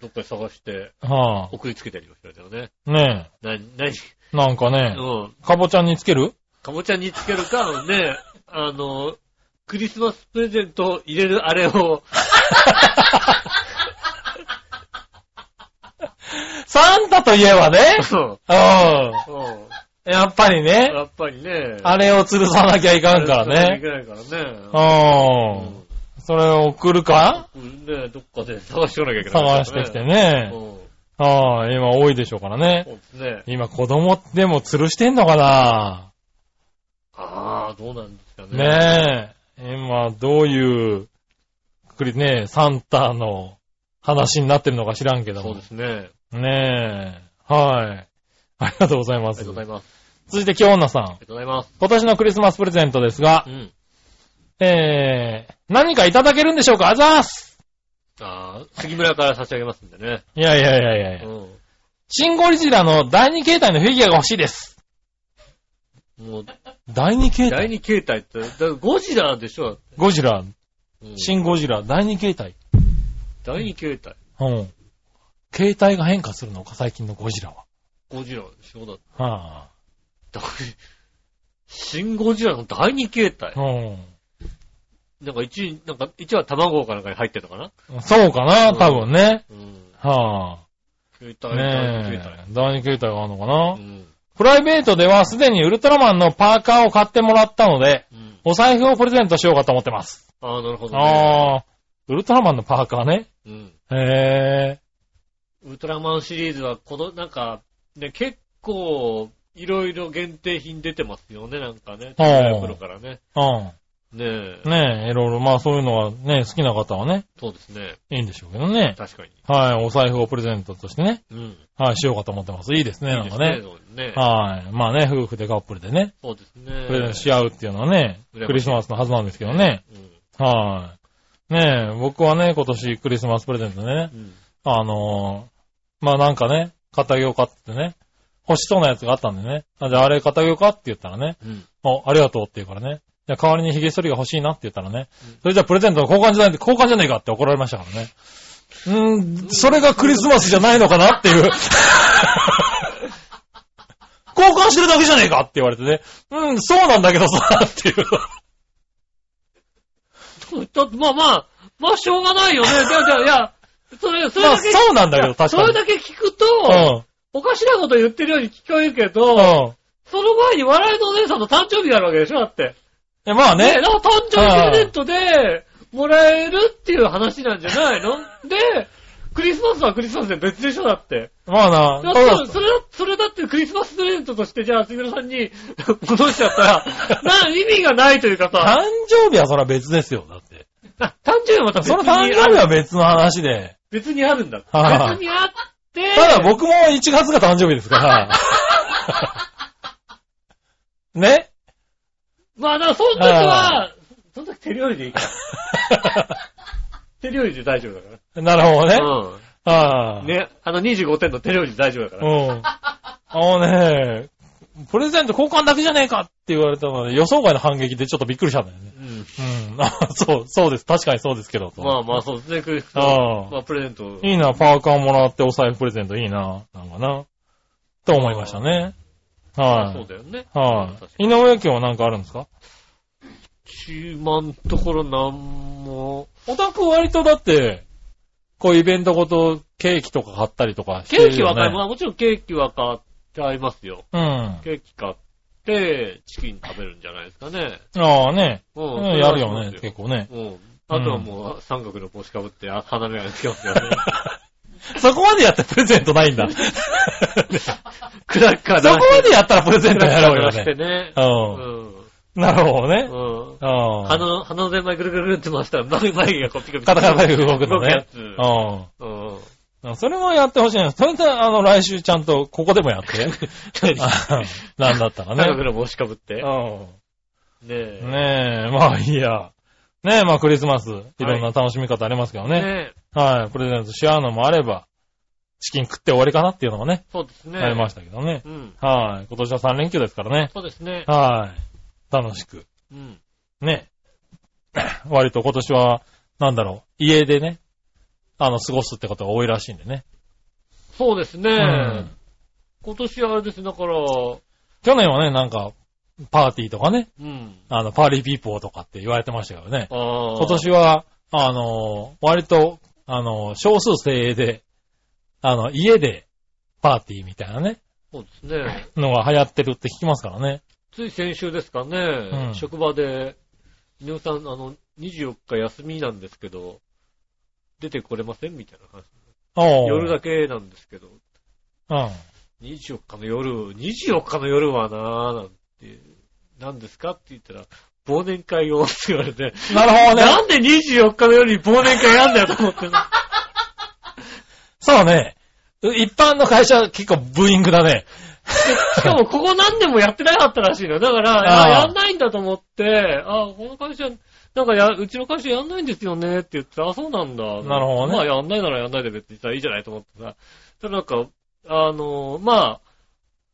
Speaker 4: どっかで探して、
Speaker 3: あ。
Speaker 4: 送りつけたりもしましたよね。
Speaker 3: ね
Speaker 4: な、なに、
Speaker 3: え。なんかね、
Speaker 4: うん。
Speaker 3: かぼちゃにつける
Speaker 4: かぼちゃにつけるか、ね、あの、クリスマスプレゼントを入れるあれ を、
Speaker 3: サンタといえばね、
Speaker 4: そう
Speaker 3: う
Speaker 4: う
Speaker 3: ん。
Speaker 4: ん
Speaker 3: やっぱりね、
Speaker 4: やっぱりね。
Speaker 3: あれを吊るさなきゃいかんからね。
Speaker 4: いけないからね。
Speaker 3: うん。それを送るか
Speaker 4: うん。ねどっかで探しておかなきゃいけな
Speaker 3: 探
Speaker 4: い、
Speaker 3: してきて
Speaker 4: ね。うん。
Speaker 3: ね。
Speaker 4: そ
Speaker 3: ああ、今多いでしょうから
Speaker 4: う
Speaker 3: ね。
Speaker 4: ですね。
Speaker 3: 今子供でも吊るしてんのかな
Speaker 4: ああ、どうなんですかね。
Speaker 3: ねえ。今どういう、くりねえ、サンタの話になってるのか知らんけど
Speaker 4: そう
Speaker 3: も
Speaker 4: で。すね。あり
Speaker 3: ねえ。はい。ありがとうございま
Speaker 4: がと
Speaker 3: す
Speaker 4: うご。ざいます。
Speaker 3: 続いて、京女さん
Speaker 4: あ。りがとうございます。
Speaker 3: 今年のクリスマスプレゼントですが
Speaker 4: う、ん。
Speaker 3: えー、何かいただけるんでしょうかあざーす
Speaker 4: ああ、杉村から差し上げますんでね。
Speaker 3: いやいやいやいやいうや。
Speaker 4: ん。
Speaker 3: シンゴリジラの第二形態のフィギュアが欲しいです。
Speaker 4: もう、
Speaker 3: 第二形
Speaker 4: 第
Speaker 3: 態
Speaker 4: 二形態って、だからゴジラでしょ。
Speaker 3: ゴジラ、
Speaker 4: うん
Speaker 3: シンゴジラ、第二形態。
Speaker 4: 第二形態。
Speaker 3: うん。形態が変化するのか、最近のゴジラは。
Speaker 4: ゴジラでしょ。だって
Speaker 3: は
Speaker 4: だ新ゴジラの第二形態
Speaker 3: あ、。う
Speaker 4: なんか一、なんか一は卵かなんかに入ってるのかな。
Speaker 3: ん。そうかな、多分ね。
Speaker 4: うん。
Speaker 3: は
Speaker 4: 携
Speaker 3: あ、
Speaker 4: 帯、第二
Speaker 3: ね
Speaker 4: 形態
Speaker 3: え。第二形態があるのかな、
Speaker 4: うん。
Speaker 3: プライベートではすでにウルトラマンのパーカーを買ってもらったので、
Speaker 4: うん。
Speaker 3: お財布をプレゼントしようかと思ってます。
Speaker 4: ああ、なるほど、ね。
Speaker 3: ああ、ウルトラマンのパーカーね。
Speaker 4: うん。
Speaker 3: へえ。
Speaker 4: ウルトラマンシリーズは、この、なんか、ね、結構、いろいろ限定品出てますよね、なんかね。
Speaker 3: あー
Speaker 4: 袋からね。
Speaker 3: う
Speaker 4: ねえ。
Speaker 3: ん。ねえ、いろいろ、まあそういうのはね、好きな方はね、
Speaker 4: そうですね。
Speaker 3: いいんでしょうけどね。
Speaker 4: 確かに。
Speaker 3: はい、お財布をプレゼントとしてね、
Speaker 4: うん。
Speaker 3: はい、しようかと思ってます。いいですね、
Speaker 4: い
Speaker 3: ないん
Speaker 4: で
Speaker 3: か
Speaker 4: す
Speaker 3: ね。
Speaker 4: ね。そうですね
Speaker 3: はい。まあね、夫婦でカップルでね、
Speaker 4: そうですね。
Speaker 3: プレゼントし合うっていうのはね、
Speaker 4: 羨ましい
Speaker 3: クリスマスのはずなんですけどね。
Speaker 4: うん。
Speaker 3: はい。ねえ、僕はね、今年クリスマスプレゼントでね
Speaker 4: う、ん。
Speaker 3: あのー、まあなんかね、買ってあげようかってね、欲しそうなやつがあったんでね、あじゃああれ買ってあげようかって言ったらね、
Speaker 4: うん。
Speaker 3: あ、ありがとうって言うからね。じゃあ代わりに髭剃りが欲しいなって言ったらね。それじゃあプレゼントの交換じゃない、交換じゃねえかって怒られましたからね。うーん、それがクリスマスじゃないのかなっていう。 交換してるだけじゃねえかって言われてね。うん、そうなんだけどさ、っていう。
Speaker 4: だってまあまあ、まあしょうがないよね。だからいや、それ、それ
Speaker 3: まあ
Speaker 4: だけ、
Speaker 3: そうなんだけど、確
Speaker 4: そ
Speaker 3: か
Speaker 4: れ
Speaker 3: に。
Speaker 4: だけ聞くと、
Speaker 3: うん。
Speaker 4: おかしなこと言ってるように聞こえるけど、
Speaker 3: うん。
Speaker 4: その前に笑いのお姉さんの誕生日があるわけでしょだって。
Speaker 3: え、まあ
Speaker 4: ね
Speaker 3: ね
Speaker 4: だ。から誕生日プレゼントで、もらえるっていう話なんじゃないので、クリスマスはクリスマスで別でしょだって。
Speaker 3: まあ
Speaker 4: だ
Speaker 3: な、そ
Speaker 4: っ
Speaker 3: う
Speaker 4: て
Speaker 3: だ
Speaker 4: それだ、それだってクリスマスプレゼントとして、じゃあ、杉村さんに 戻しちゃった ら、な、意味がないというかさ、
Speaker 3: 誕生日はそれは別ですよ、だって。
Speaker 4: あ誕生日はまた別
Speaker 3: その
Speaker 4: に
Speaker 3: 誕
Speaker 4: あ
Speaker 3: 生
Speaker 4: る
Speaker 3: 日は別の話で。
Speaker 4: 別にあるんだ。別
Speaker 3: はい
Speaker 4: にあって、
Speaker 3: ただ僕も1月が誕生日です から。ね
Speaker 4: まあ、だからその時は、その時手料理でいいから。手料理で大丈夫だか
Speaker 3: なるほどね。
Speaker 4: ら。
Speaker 3: は
Speaker 4: う
Speaker 3: い
Speaker 4: ん。ね、あの25点の手料理で大丈夫だから。
Speaker 3: うん。あのね、プレゼント交換だけじゃねえかって言われたので、予想外の反撃でちょっとびっくりしたんだよね。
Speaker 4: うん。
Speaker 3: うん。あそう、そうです。確かにそうですけど。と
Speaker 4: まあまあ、そうですね。クリスマ
Speaker 3: あ
Speaker 4: ス、
Speaker 3: あ
Speaker 4: まあ、プレゼント。
Speaker 3: いいな、パーカーもらってお財布プレゼントいいな、なんかな。と思いましたね。
Speaker 4: まあ
Speaker 3: は
Speaker 4: そう
Speaker 3: い。
Speaker 4: だよね。
Speaker 3: は
Speaker 4: 確か
Speaker 3: い。井上家は何かあるんですか
Speaker 4: に。今んところなんも。
Speaker 3: オタク割とだって、こうイベントごとケーキとか買ったりとかして
Speaker 4: ケ
Speaker 3: るよ、
Speaker 4: ー
Speaker 3: ね。
Speaker 4: キは買い、まあもちろんケーキは買ってありますよ。
Speaker 3: うん。あ
Speaker 4: ケーキ買って、チキン食べるんじゃないですかね。
Speaker 3: あね、
Speaker 4: うん
Speaker 3: う
Speaker 4: そ
Speaker 3: ん
Speaker 4: れは
Speaker 3: やるよ
Speaker 4: し
Speaker 3: ね
Speaker 4: ま、す
Speaker 3: 結構ね。
Speaker 4: うん。あとはもう、三角の帽子かぶって、あ鼻眼鏡つけますよね。
Speaker 3: そこまでやったらプレゼントないん だ。
Speaker 4: クラッカー
Speaker 3: そこまでやったらプレゼン
Speaker 4: ク
Speaker 3: ト
Speaker 4: ラッ
Speaker 3: や
Speaker 4: カ
Speaker 3: ろう
Speaker 4: ー
Speaker 3: よ
Speaker 4: 出し
Speaker 3: ね
Speaker 4: て。ね。う。
Speaker 3: うんん。なるほどね。
Speaker 4: うん。
Speaker 3: うん。
Speaker 4: 鼻の、鼻の全枚ぐるぐるぐるって回したら、眉眉毛がこっちが
Speaker 3: カタカタで動くのね
Speaker 4: やつ。
Speaker 3: う
Speaker 4: うん。
Speaker 3: ん。それはやってほしいな。それで、あの、来週ちゃんと、ここでもや って。 あなんだったら
Speaker 4: 三角
Speaker 3: ね。
Speaker 4: の帽子かぶって。ね
Speaker 3: う
Speaker 4: え。
Speaker 3: ん。ねえ、まあいいや。ねえ、まあクリスマス、いろんな楽しみ方ありますけどね。
Speaker 4: ねえ。
Speaker 3: はい、プレゼントし合うのもあれば、チキン食って終わりかなっていうのもね、
Speaker 4: そうですね。
Speaker 3: ありましたけどね。
Speaker 4: うん。
Speaker 3: はい、今年は3連休ですからね。
Speaker 4: そうですね。
Speaker 3: はい、楽しく。
Speaker 4: うん。
Speaker 3: ね。 割と今年は、なんだろう、家でね、あの、過ごすってことが多いらしいんでね。
Speaker 4: そうですね。
Speaker 3: うん
Speaker 4: 今年はあれですね、だから、
Speaker 3: 去年はね、なんか、パーティーとかね、
Speaker 4: うん。
Speaker 3: あの、パーリーピーポーとかって言われてましたけどね。
Speaker 4: ああ。
Speaker 3: 今年は、あの、割と、あの、少数精鋭で、あの、家で、パーティーみたいなね、
Speaker 4: そうですね。
Speaker 3: のが流行ってるって聞きますからね。
Speaker 4: つい先週ですかね、
Speaker 3: ん
Speaker 4: 職場で、井上さん、あの、24日休みなんですけど、出てこれませんみたいな話。
Speaker 3: おう
Speaker 4: 夜だけなんですけど、
Speaker 3: うん。
Speaker 4: 24日の夜、24日の夜はなぁ、なんて、何ですかって言ったら、忘年会をって言われて、
Speaker 3: なるほどね。
Speaker 4: なんで24日の夜に忘年会やんだよと思って。
Speaker 3: そうね。一般の会社は結構ブーイングだね。
Speaker 4: しかもここ何年もやってなかったらしいのよ。だから、
Speaker 3: ああ
Speaker 4: ややんないんだと思って、あ、この会社、なんかや、うちの会社やんないんですよねって言って、あ、そうなんだ。
Speaker 3: なるほどね
Speaker 4: まあやんないならやんないで別にさ、いいじゃないと思ってさ。ただなんか、あの、まあ、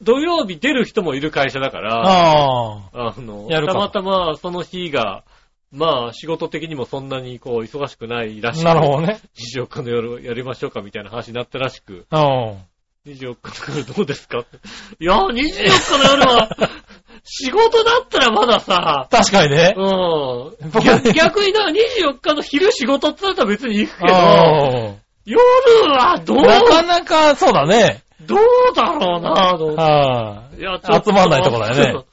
Speaker 4: 土曜日出る人もいる会社だから、
Speaker 3: ああ。
Speaker 4: あの、
Speaker 3: やるか
Speaker 4: たまたまその日が、まあ仕事的にもそんなにこう忙しくないらしく、
Speaker 3: なるほどね。
Speaker 4: 24日の夜やりましょうかみたいな話になったらしく、
Speaker 3: うん。
Speaker 4: 24日の夜どうですかって。いや、24日の夜 は、仕事だったらまださ、
Speaker 3: 確かにね。
Speaker 4: うん。逆逆にな、24日の昼仕事ってなったら別に行くけど、
Speaker 3: あ
Speaker 4: 夜はどう
Speaker 3: あ。、なかなか、そうだね。
Speaker 4: どうだろうなと思って
Speaker 3: ああ。
Speaker 4: いや、
Speaker 3: 集まんないとこだよね。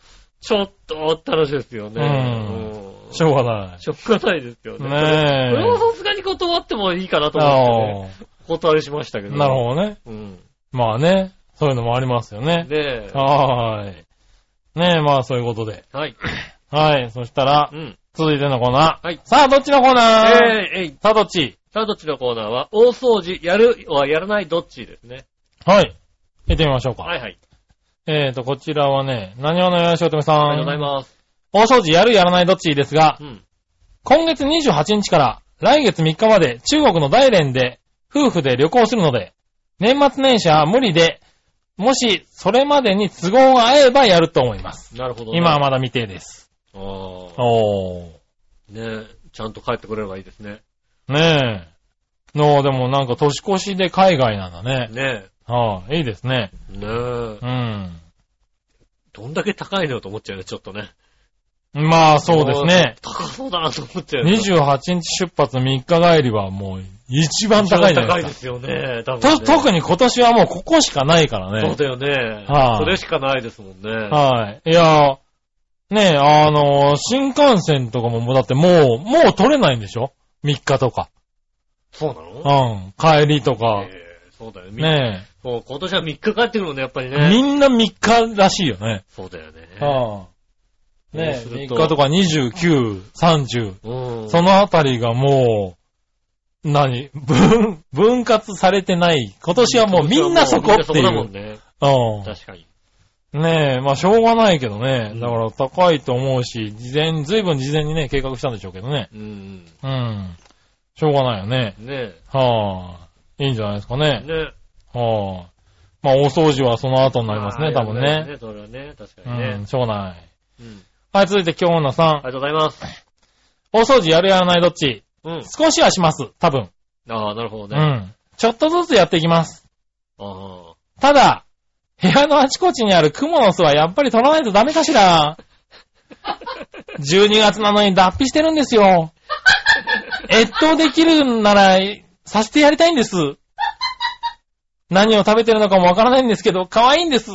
Speaker 4: ちょっと、って話ですよね。
Speaker 3: うん
Speaker 4: うん
Speaker 3: しょうがない。
Speaker 4: しょうがないですよね。これこれは
Speaker 3: ね
Speaker 4: さすがに断ってもいいかな
Speaker 3: え。
Speaker 4: と思って、ね、
Speaker 3: あ
Speaker 4: お断りしましたけ
Speaker 3: あ。
Speaker 4: ど。
Speaker 3: なるほどね。
Speaker 4: ど。うん。
Speaker 3: まあね。そういうのもありますよね。
Speaker 4: で、
Speaker 3: はーい。ねえ、まあそういうことで。
Speaker 4: はい。
Speaker 3: はい。そしたら
Speaker 4: う、ん。
Speaker 3: 続いてのコーナー。
Speaker 4: はい
Speaker 3: さあ、どっちのコー
Speaker 4: え
Speaker 3: ナー
Speaker 4: ー、えい。
Speaker 3: さあ、どっち
Speaker 4: さあ、どっちのコーナーは、大掃除、やるはやらないどっちですね。
Speaker 3: はい。行ってみましょうか。
Speaker 4: はいはい。
Speaker 3: えーと、こちらはね、何をのよしおとめさん。
Speaker 4: ありがとうございます。
Speaker 3: 大掃除やるやらないどっちですが
Speaker 4: う、ん。
Speaker 3: 今月28日から来月3日まで中国の大連で夫婦で旅行するので、年末年始は無理で、もしそれまでに都合が合えばやると思います。
Speaker 4: なるほど、ね。
Speaker 3: 今は
Speaker 4: あ
Speaker 3: まだ未定です。
Speaker 4: あ。
Speaker 3: おー。
Speaker 4: ねえ、ちゃんと帰ってこれればいいですね。
Speaker 3: ねえ。の、でもなんか年越しで海外なんだね。
Speaker 4: ね
Speaker 3: はあ、いいですね。
Speaker 4: え。ねえ
Speaker 3: う。ん。
Speaker 4: どんだけ高いのよと思っちゃうね、ちょっとね。
Speaker 3: まあそうですね。
Speaker 4: おー。高そうだなと思っちゃうよ。
Speaker 3: 28日出発3日帰りはもう一番高いじゃな
Speaker 4: 高
Speaker 3: い
Speaker 4: い
Speaker 3: で
Speaker 4: ですすよね。多
Speaker 3: か。
Speaker 4: 分、ね。
Speaker 3: と特に今年はもうここしかないから
Speaker 4: そう
Speaker 3: ね。
Speaker 4: だよね。
Speaker 3: はい
Speaker 4: それしかないですもんね。
Speaker 3: はい。いやー、ねえ、あのー新幹線とかももうだってもう、もう取れないんでしょ ?3 日とか。
Speaker 4: そうなの
Speaker 3: うん。帰りとか。
Speaker 4: えーそうだよね。
Speaker 3: ね
Speaker 4: もう今年は3日帰ってくるんだ、やっぱり
Speaker 3: え。
Speaker 4: ね。
Speaker 3: みんな3日らしいよね。
Speaker 4: そうだよね。
Speaker 3: うん。ね
Speaker 4: そ
Speaker 3: え、
Speaker 4: うす
Speaker 3: 3
Speaker 4: る
Speaker 3: 日
Speaker 4: と
Speaker 3: とか29、30。
Speaker 4: うん。
Speaker 3: そのあたりがもう、何分、分割されてない。今年はもうみんなそこってい
Speaker 4: みんなそこだもん
Speaker 3: う。
Speaker 4: ね。
Speaker 3: う
Speaker 4: 確かに。
Speaker 3: ん。ねえ、まあしょうがないけどね
Speaker 4: う。ん
Speaker 3: だから高いと思うし、事前に、随分事前にね、計画したんでしょうけどね。
Speaker 4: うん。
Speaker 3: うん。しょうがないよね。
Speaker 4: ね
Speaker 3: はあ。いいんじゃないですか
Speaker 4: え。
Speaker 3: ね。
Speaker 4: ね
Speaker 3: はあ。まあ大掃除はその後になりますね、多分
Speaker 4: あ
Speaker 3: ね。
Speaker 4: ーそうだよね、それはね、確かに
Speaker 3: う
Speaker 4: ね
Speaker 3: ん、。しょうがない。
Speaker 4: うん。
Speaker 3: はい、続いて京女さ
Speaker 4: あり
Speaker 3: ん。
Speaker 4: がとうございます。
Speaker 3: 大掃除やるやらないどっち
Speaker 4: うん。
Speaker 3: 少しはします、多分。
Speaker 4: ああ、なるほ
Speaker 3: う
Speaker 4: どね。
Speaker 3: ん。ちょっとずつやっていきます。
Speaker 4: あ
Speaker 3: ただ、部屋のあちこちにある蜘蛛の巣はやっぱり取らないとダメかし ら。12月なのに脱皮してるんですよ。越冬できるなら、させてやりたいんです。何を食べてるのかもわからないんですけど、可愛いんです。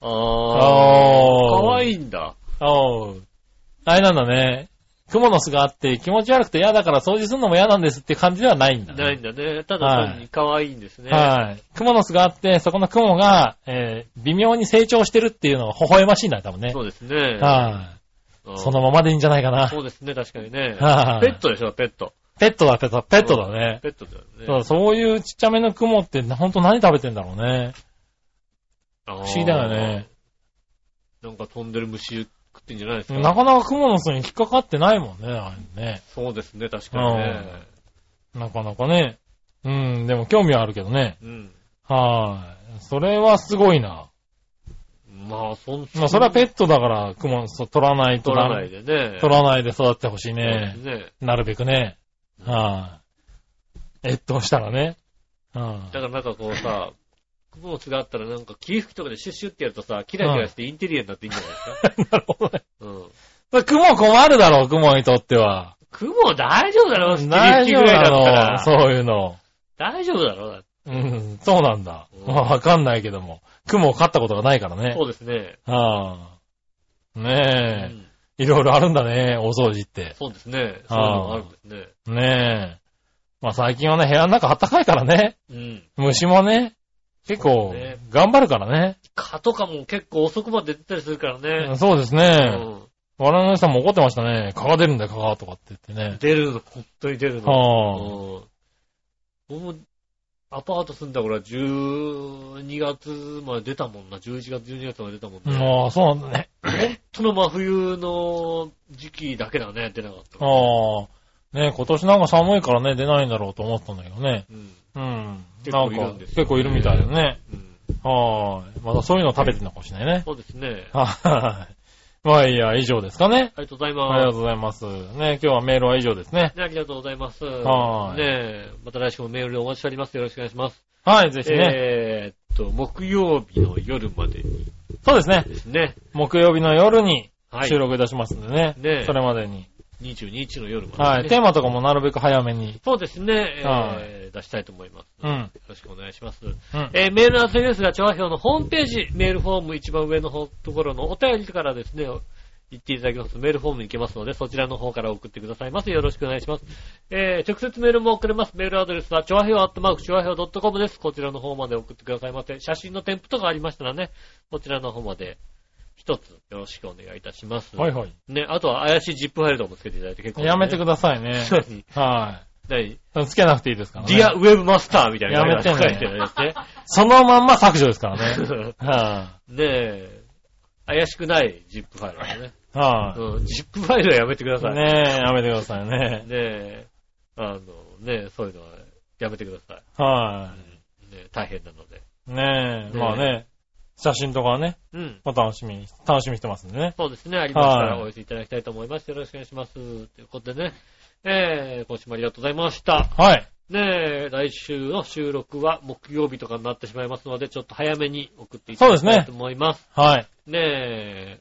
Speaker 4: あ。ああ。
Speaker 3: あー
Speaker 4: かわいいんだ。
Speaker 3: おう。あれなんだね。蜘蛛の巣があって気持ち悪くて嫌だから掃除するのも嫌なんですって感じではないんだね。
Speaker 4: ないんだね。た
Speaker 3: はい
Speaker 4: だ単に可愛いんですね。
Speaker 3: はい。蜘蛛の巣があって、そこの蜘蛛が、えー微妙に成長してるっていうのが微笑ましいんだよ、多分ね。
Speaker 4: そうですね。
Speaker 3: は
Speaker 4: う
Speaker 3: い。
Speaker 4: ん
Speaker 3: そのままでいいんじゃないかな。
Speaker 4: そうですね、確かにね。
Speaker 3: はい
Speaker 4: ペットでしょ、ペット。
Speaker 3: ペットだ、ペット、ペットだね。
Speaker 4: ペットだよね。
Speaker 3: そうそういうちっちゃめの雲って、ほんと何食べてんだろうね。
Speaker 4: 不
Speaker 3: 不思議だよね。。
Speaker 4: なんか飛んでる虫食ってんじゃないですか。
Speaker 3: なかなか雲の巣に引っかかってないもんね、あれね。
Speaker 4: そうですね、確かにね。
Speaker 3: なかなかね。うん、でも興味はあるけどね。
Speaker 4: うん。
Speaker 3: はい。それはすごいな。
Speaker 4: まあ、そん
Speaker 3: まあ、それはペットだから、雲の巣取らないと
Speaker 4: 取らない
Speaker 3: で。
Speaker 4: でね。
Speaker 3: 取らないで育ってほしいね
Speaker 4: そう。ですね。
Speaker 3: なるべくね。はい。越冬したらね。うん
Speaker 4: だ。からなんかこうさ、雲の巣があったらなんか霧吹きとかでシュッシュってやるとさ、キラキラしてインテリアになっていいんじゃ な いですか。
Speaker 3: なるほどね。
Speaker 4: うん。
Speaker 3: 雲困るだろう、雲にとっては。
Speaker 4: 雲大丈夫だろ霧
Speaker 3: 大
Speaker 4: 吹き
Speaker 3: 丈
Speaker 4: ぐ
Speaker 3: 夫
Speaker 4: らいだっ
Speaker 3: な
Speaker 4: た
Speaker 3: の
Speaker 4: ら。
Speaker 3: そういうの。
Speaker 4: 大丈夫だろだって
Speaker 3: うん、そうなんだ。
Speaker 4: うん
Speaker 3: まあ、わかんないけども。雲を飼ったことがないからね
Speaker 4: そ。うですね。
Speaker 3: はあ。
Speaker 4: う
Speaker 3: ね
Speaker 4: ん
Speaker 3: え。いろいろあるんだね、お掃除って。
Speaker 4: そうですね。そういうのもあ
Speaker 3: あ
Speaker 4: る
Speaker 3: ー
Speaker 4: んですね。
Speaker 3: ねえ。まあ、最近はね、部屋の中暖かいからね。
Speaker 4: うん。
Speaker 3: 虫もね、結構
Speaker 4: そうですね、
Speaker 3: 頑張るからね。
Speaker 4: 蚊とかも結構遅くまで出てたりするから
Speaker 3: うん
Speaker 4: ね。
Speaker 3: そうです
Speaker 4: う
Speaker 3: ね。
Speaker 4: ん。
Speaker 3: 我々のさんも怒ってましたね。蚊が出るんだよ、蚊が、とかって言ってね。
Speaker 4: 出るの、本当に出るの。
Speaker 3: はあ。
Speaker 4: うん。僕も、アパート住んだ頃は12月まで出たもんな。11月、12月まで出たもんね。
Speaker 3: まあ、そうなんだね。
Speaker 4: 本当の真冬の時期だけだね、出なかったの。
Speaker 3: ああ。ねえ今年なんか寒いからね、出ないんだろうと思ったんだけどね。
Speaker 4: うん。
Speaker 3: うん。
Speaker 4: 結
Speaker 3: な
Speaker 4: 構
Speaker 3: ん
Speaker 4: いる
Speaker 3: か
Speaker 4: ん、ですよ
Speaker 3: 結構いるみたいだね。
Speaker 4: うん。
Speaker 3: はーい。またそういうの食べてるのかもしれないね。
Speaker 4: そうですね。あ
Speaker 3: はーい。まあいいや、以上ですかね。
Speaker 4: りがとうご
Speaker 3: あ
Speaker 4: ざい
Speaker 3: りがと
Speaker 4: ま
Speaker 3: うございます。ね、今日はメールは以上ですね
Speaker 4: す。。ね、ありがとうございます。
Speaker 3: はーい
Speaker 4: ねえ、また来週もメールでお待ちしております。よろしくお願いします。
Speaker 3: はい、ぜひね。
Speaker 4: えーっと、木曜日の夜までに
Speaker 3: そうですね。
Speaker 4: ですね。
Speaker 3: 木曜日の夜に
Speaker 4: はい。
Speaker 3: 収録いたしますんでね。
Speaker 4: ね
Speaker 3: それまでに。
Speaker 4: 22日の夜まで、ね。
Speaker 3: はい。テーマとかもなるべく早めに。
Speaker 4: そうですね、えー
Speaker 3: は
Speaker 4: 出したいと思います。
Speaker 3: う
Speaker 4: よ
Speaker 3: ん。
Speaker 4: ろしくお願いします。
Speaker 3: うん。
Speaker 4: えーメールの宛ですが、調和表のホームページ、メールフォーム一番上のほところのお便りからですね、言っていただきますとメールフォームに行けますので、そちらの方から送ってくださいます。よろしくお願いします。えー直接メールも送れます。メールアドレスは、ちょわひょうアットマーク、ちょわひょう .com です。こちらの方まで送ってくださいませ。写真の添付とかありましたらね、こちらの方まで、一つよろしくお願いいたします。
Speaker 3: はいはい。
Speaker 4: ね、あとは怪しいジップファイルとかもつけていただいて結構、
Speaker 3: やめてく
Speaker 4: だ
Speaker 3: ださいね。
Speaker 4: さい。
Speaker 3: は
Speaker 4: 何
Speaker 3: い。つけなくていいですから
Speaker 4: ディア
Speaker 3: ね
Speaker 4: ウ。ェブマスターみたいな
Speaker 3: やめてね
Speaker 4: 書いてあるやつね。
Speaker 3: そのまんま削除ですからね。 は
Speaker 4: ねえ、怪しくないジップファイルだね。
Speaker 3: い。は
Speaker 4: うん、ジップファイルはやめてくだ
Speaker 3: い。
Speaker 4: さい。ね
Speaker 3: ねえ、やめてくださいね。
Speaker 4: え、あの、ねえ、そういうのはやめてくださ。
Speaker 3: はい
Speaker 4: うんねえ、大変なので。
Speaker 3: い。ね
Speaker 4: ね
Speaker 3: え、
Speaker 4: え
Speaker 3: まあね、写真とかはね、
Speaker 4: うん。
Speaker 3: お楽しみに、楽しみにしてますんでね。
Speaker 4: そうですね、ありましたら
Speaker 3: はい
Speaker 4: お寄せいただきたいと思います。よろしくお願いします。ということでね、えー、今週もありがとうございました。
Speaker 3: はい。
Speaker 4: ねえ、来週の収録は木曜日とかになってしまいますので、ちょっと早めに送っていただきたいと思います。
Speaker 3: はい。
Speaker 4: ねえ、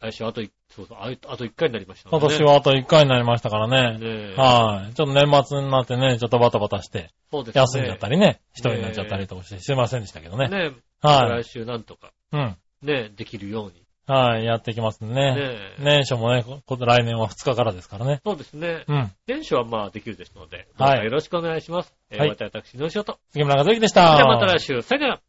Speaker 4: 来週あとい、そうそう、あいあと1回になりましたの
Speaker 3: 今
Speaker 4: で、
Speaker 3: 年。はあと1回になりましたからね。
Speaker 4: ねえ、
Speaker 3: はい。ちょっと年末になってね、ちょっとバタバタして、
Speaker 4: そうですね。
Speaker 3: 休んじゃったりね、一人になっちゃったりとかして、すいませんでしたけどね。
Speaker 4: ね。
Speaker 3: は
Speaker 4: 来
Speaker 3: い。
Speaker 4: 週なんとか、
Speaker 3: うん。
Speaker 4: ね、できるように、
Speaker 3: はい、やっていきますね。
Speaker 4: ねえ。
Speaker 3: 年初もね、こ来年は2日からですからね。
Speaker 4: そうですね。
Speaker 3: うん。
Speaker 4: 電子はまあできるですので、
Speaker 3: はい
Speaker 4: どうかよろしくお願いします。えー
Speaker 3: はい
Speaker 4: また私、の仕事。
Speaker 3: 杉村和之でした。
Speaker 4: じゃあまた来週、さよなら。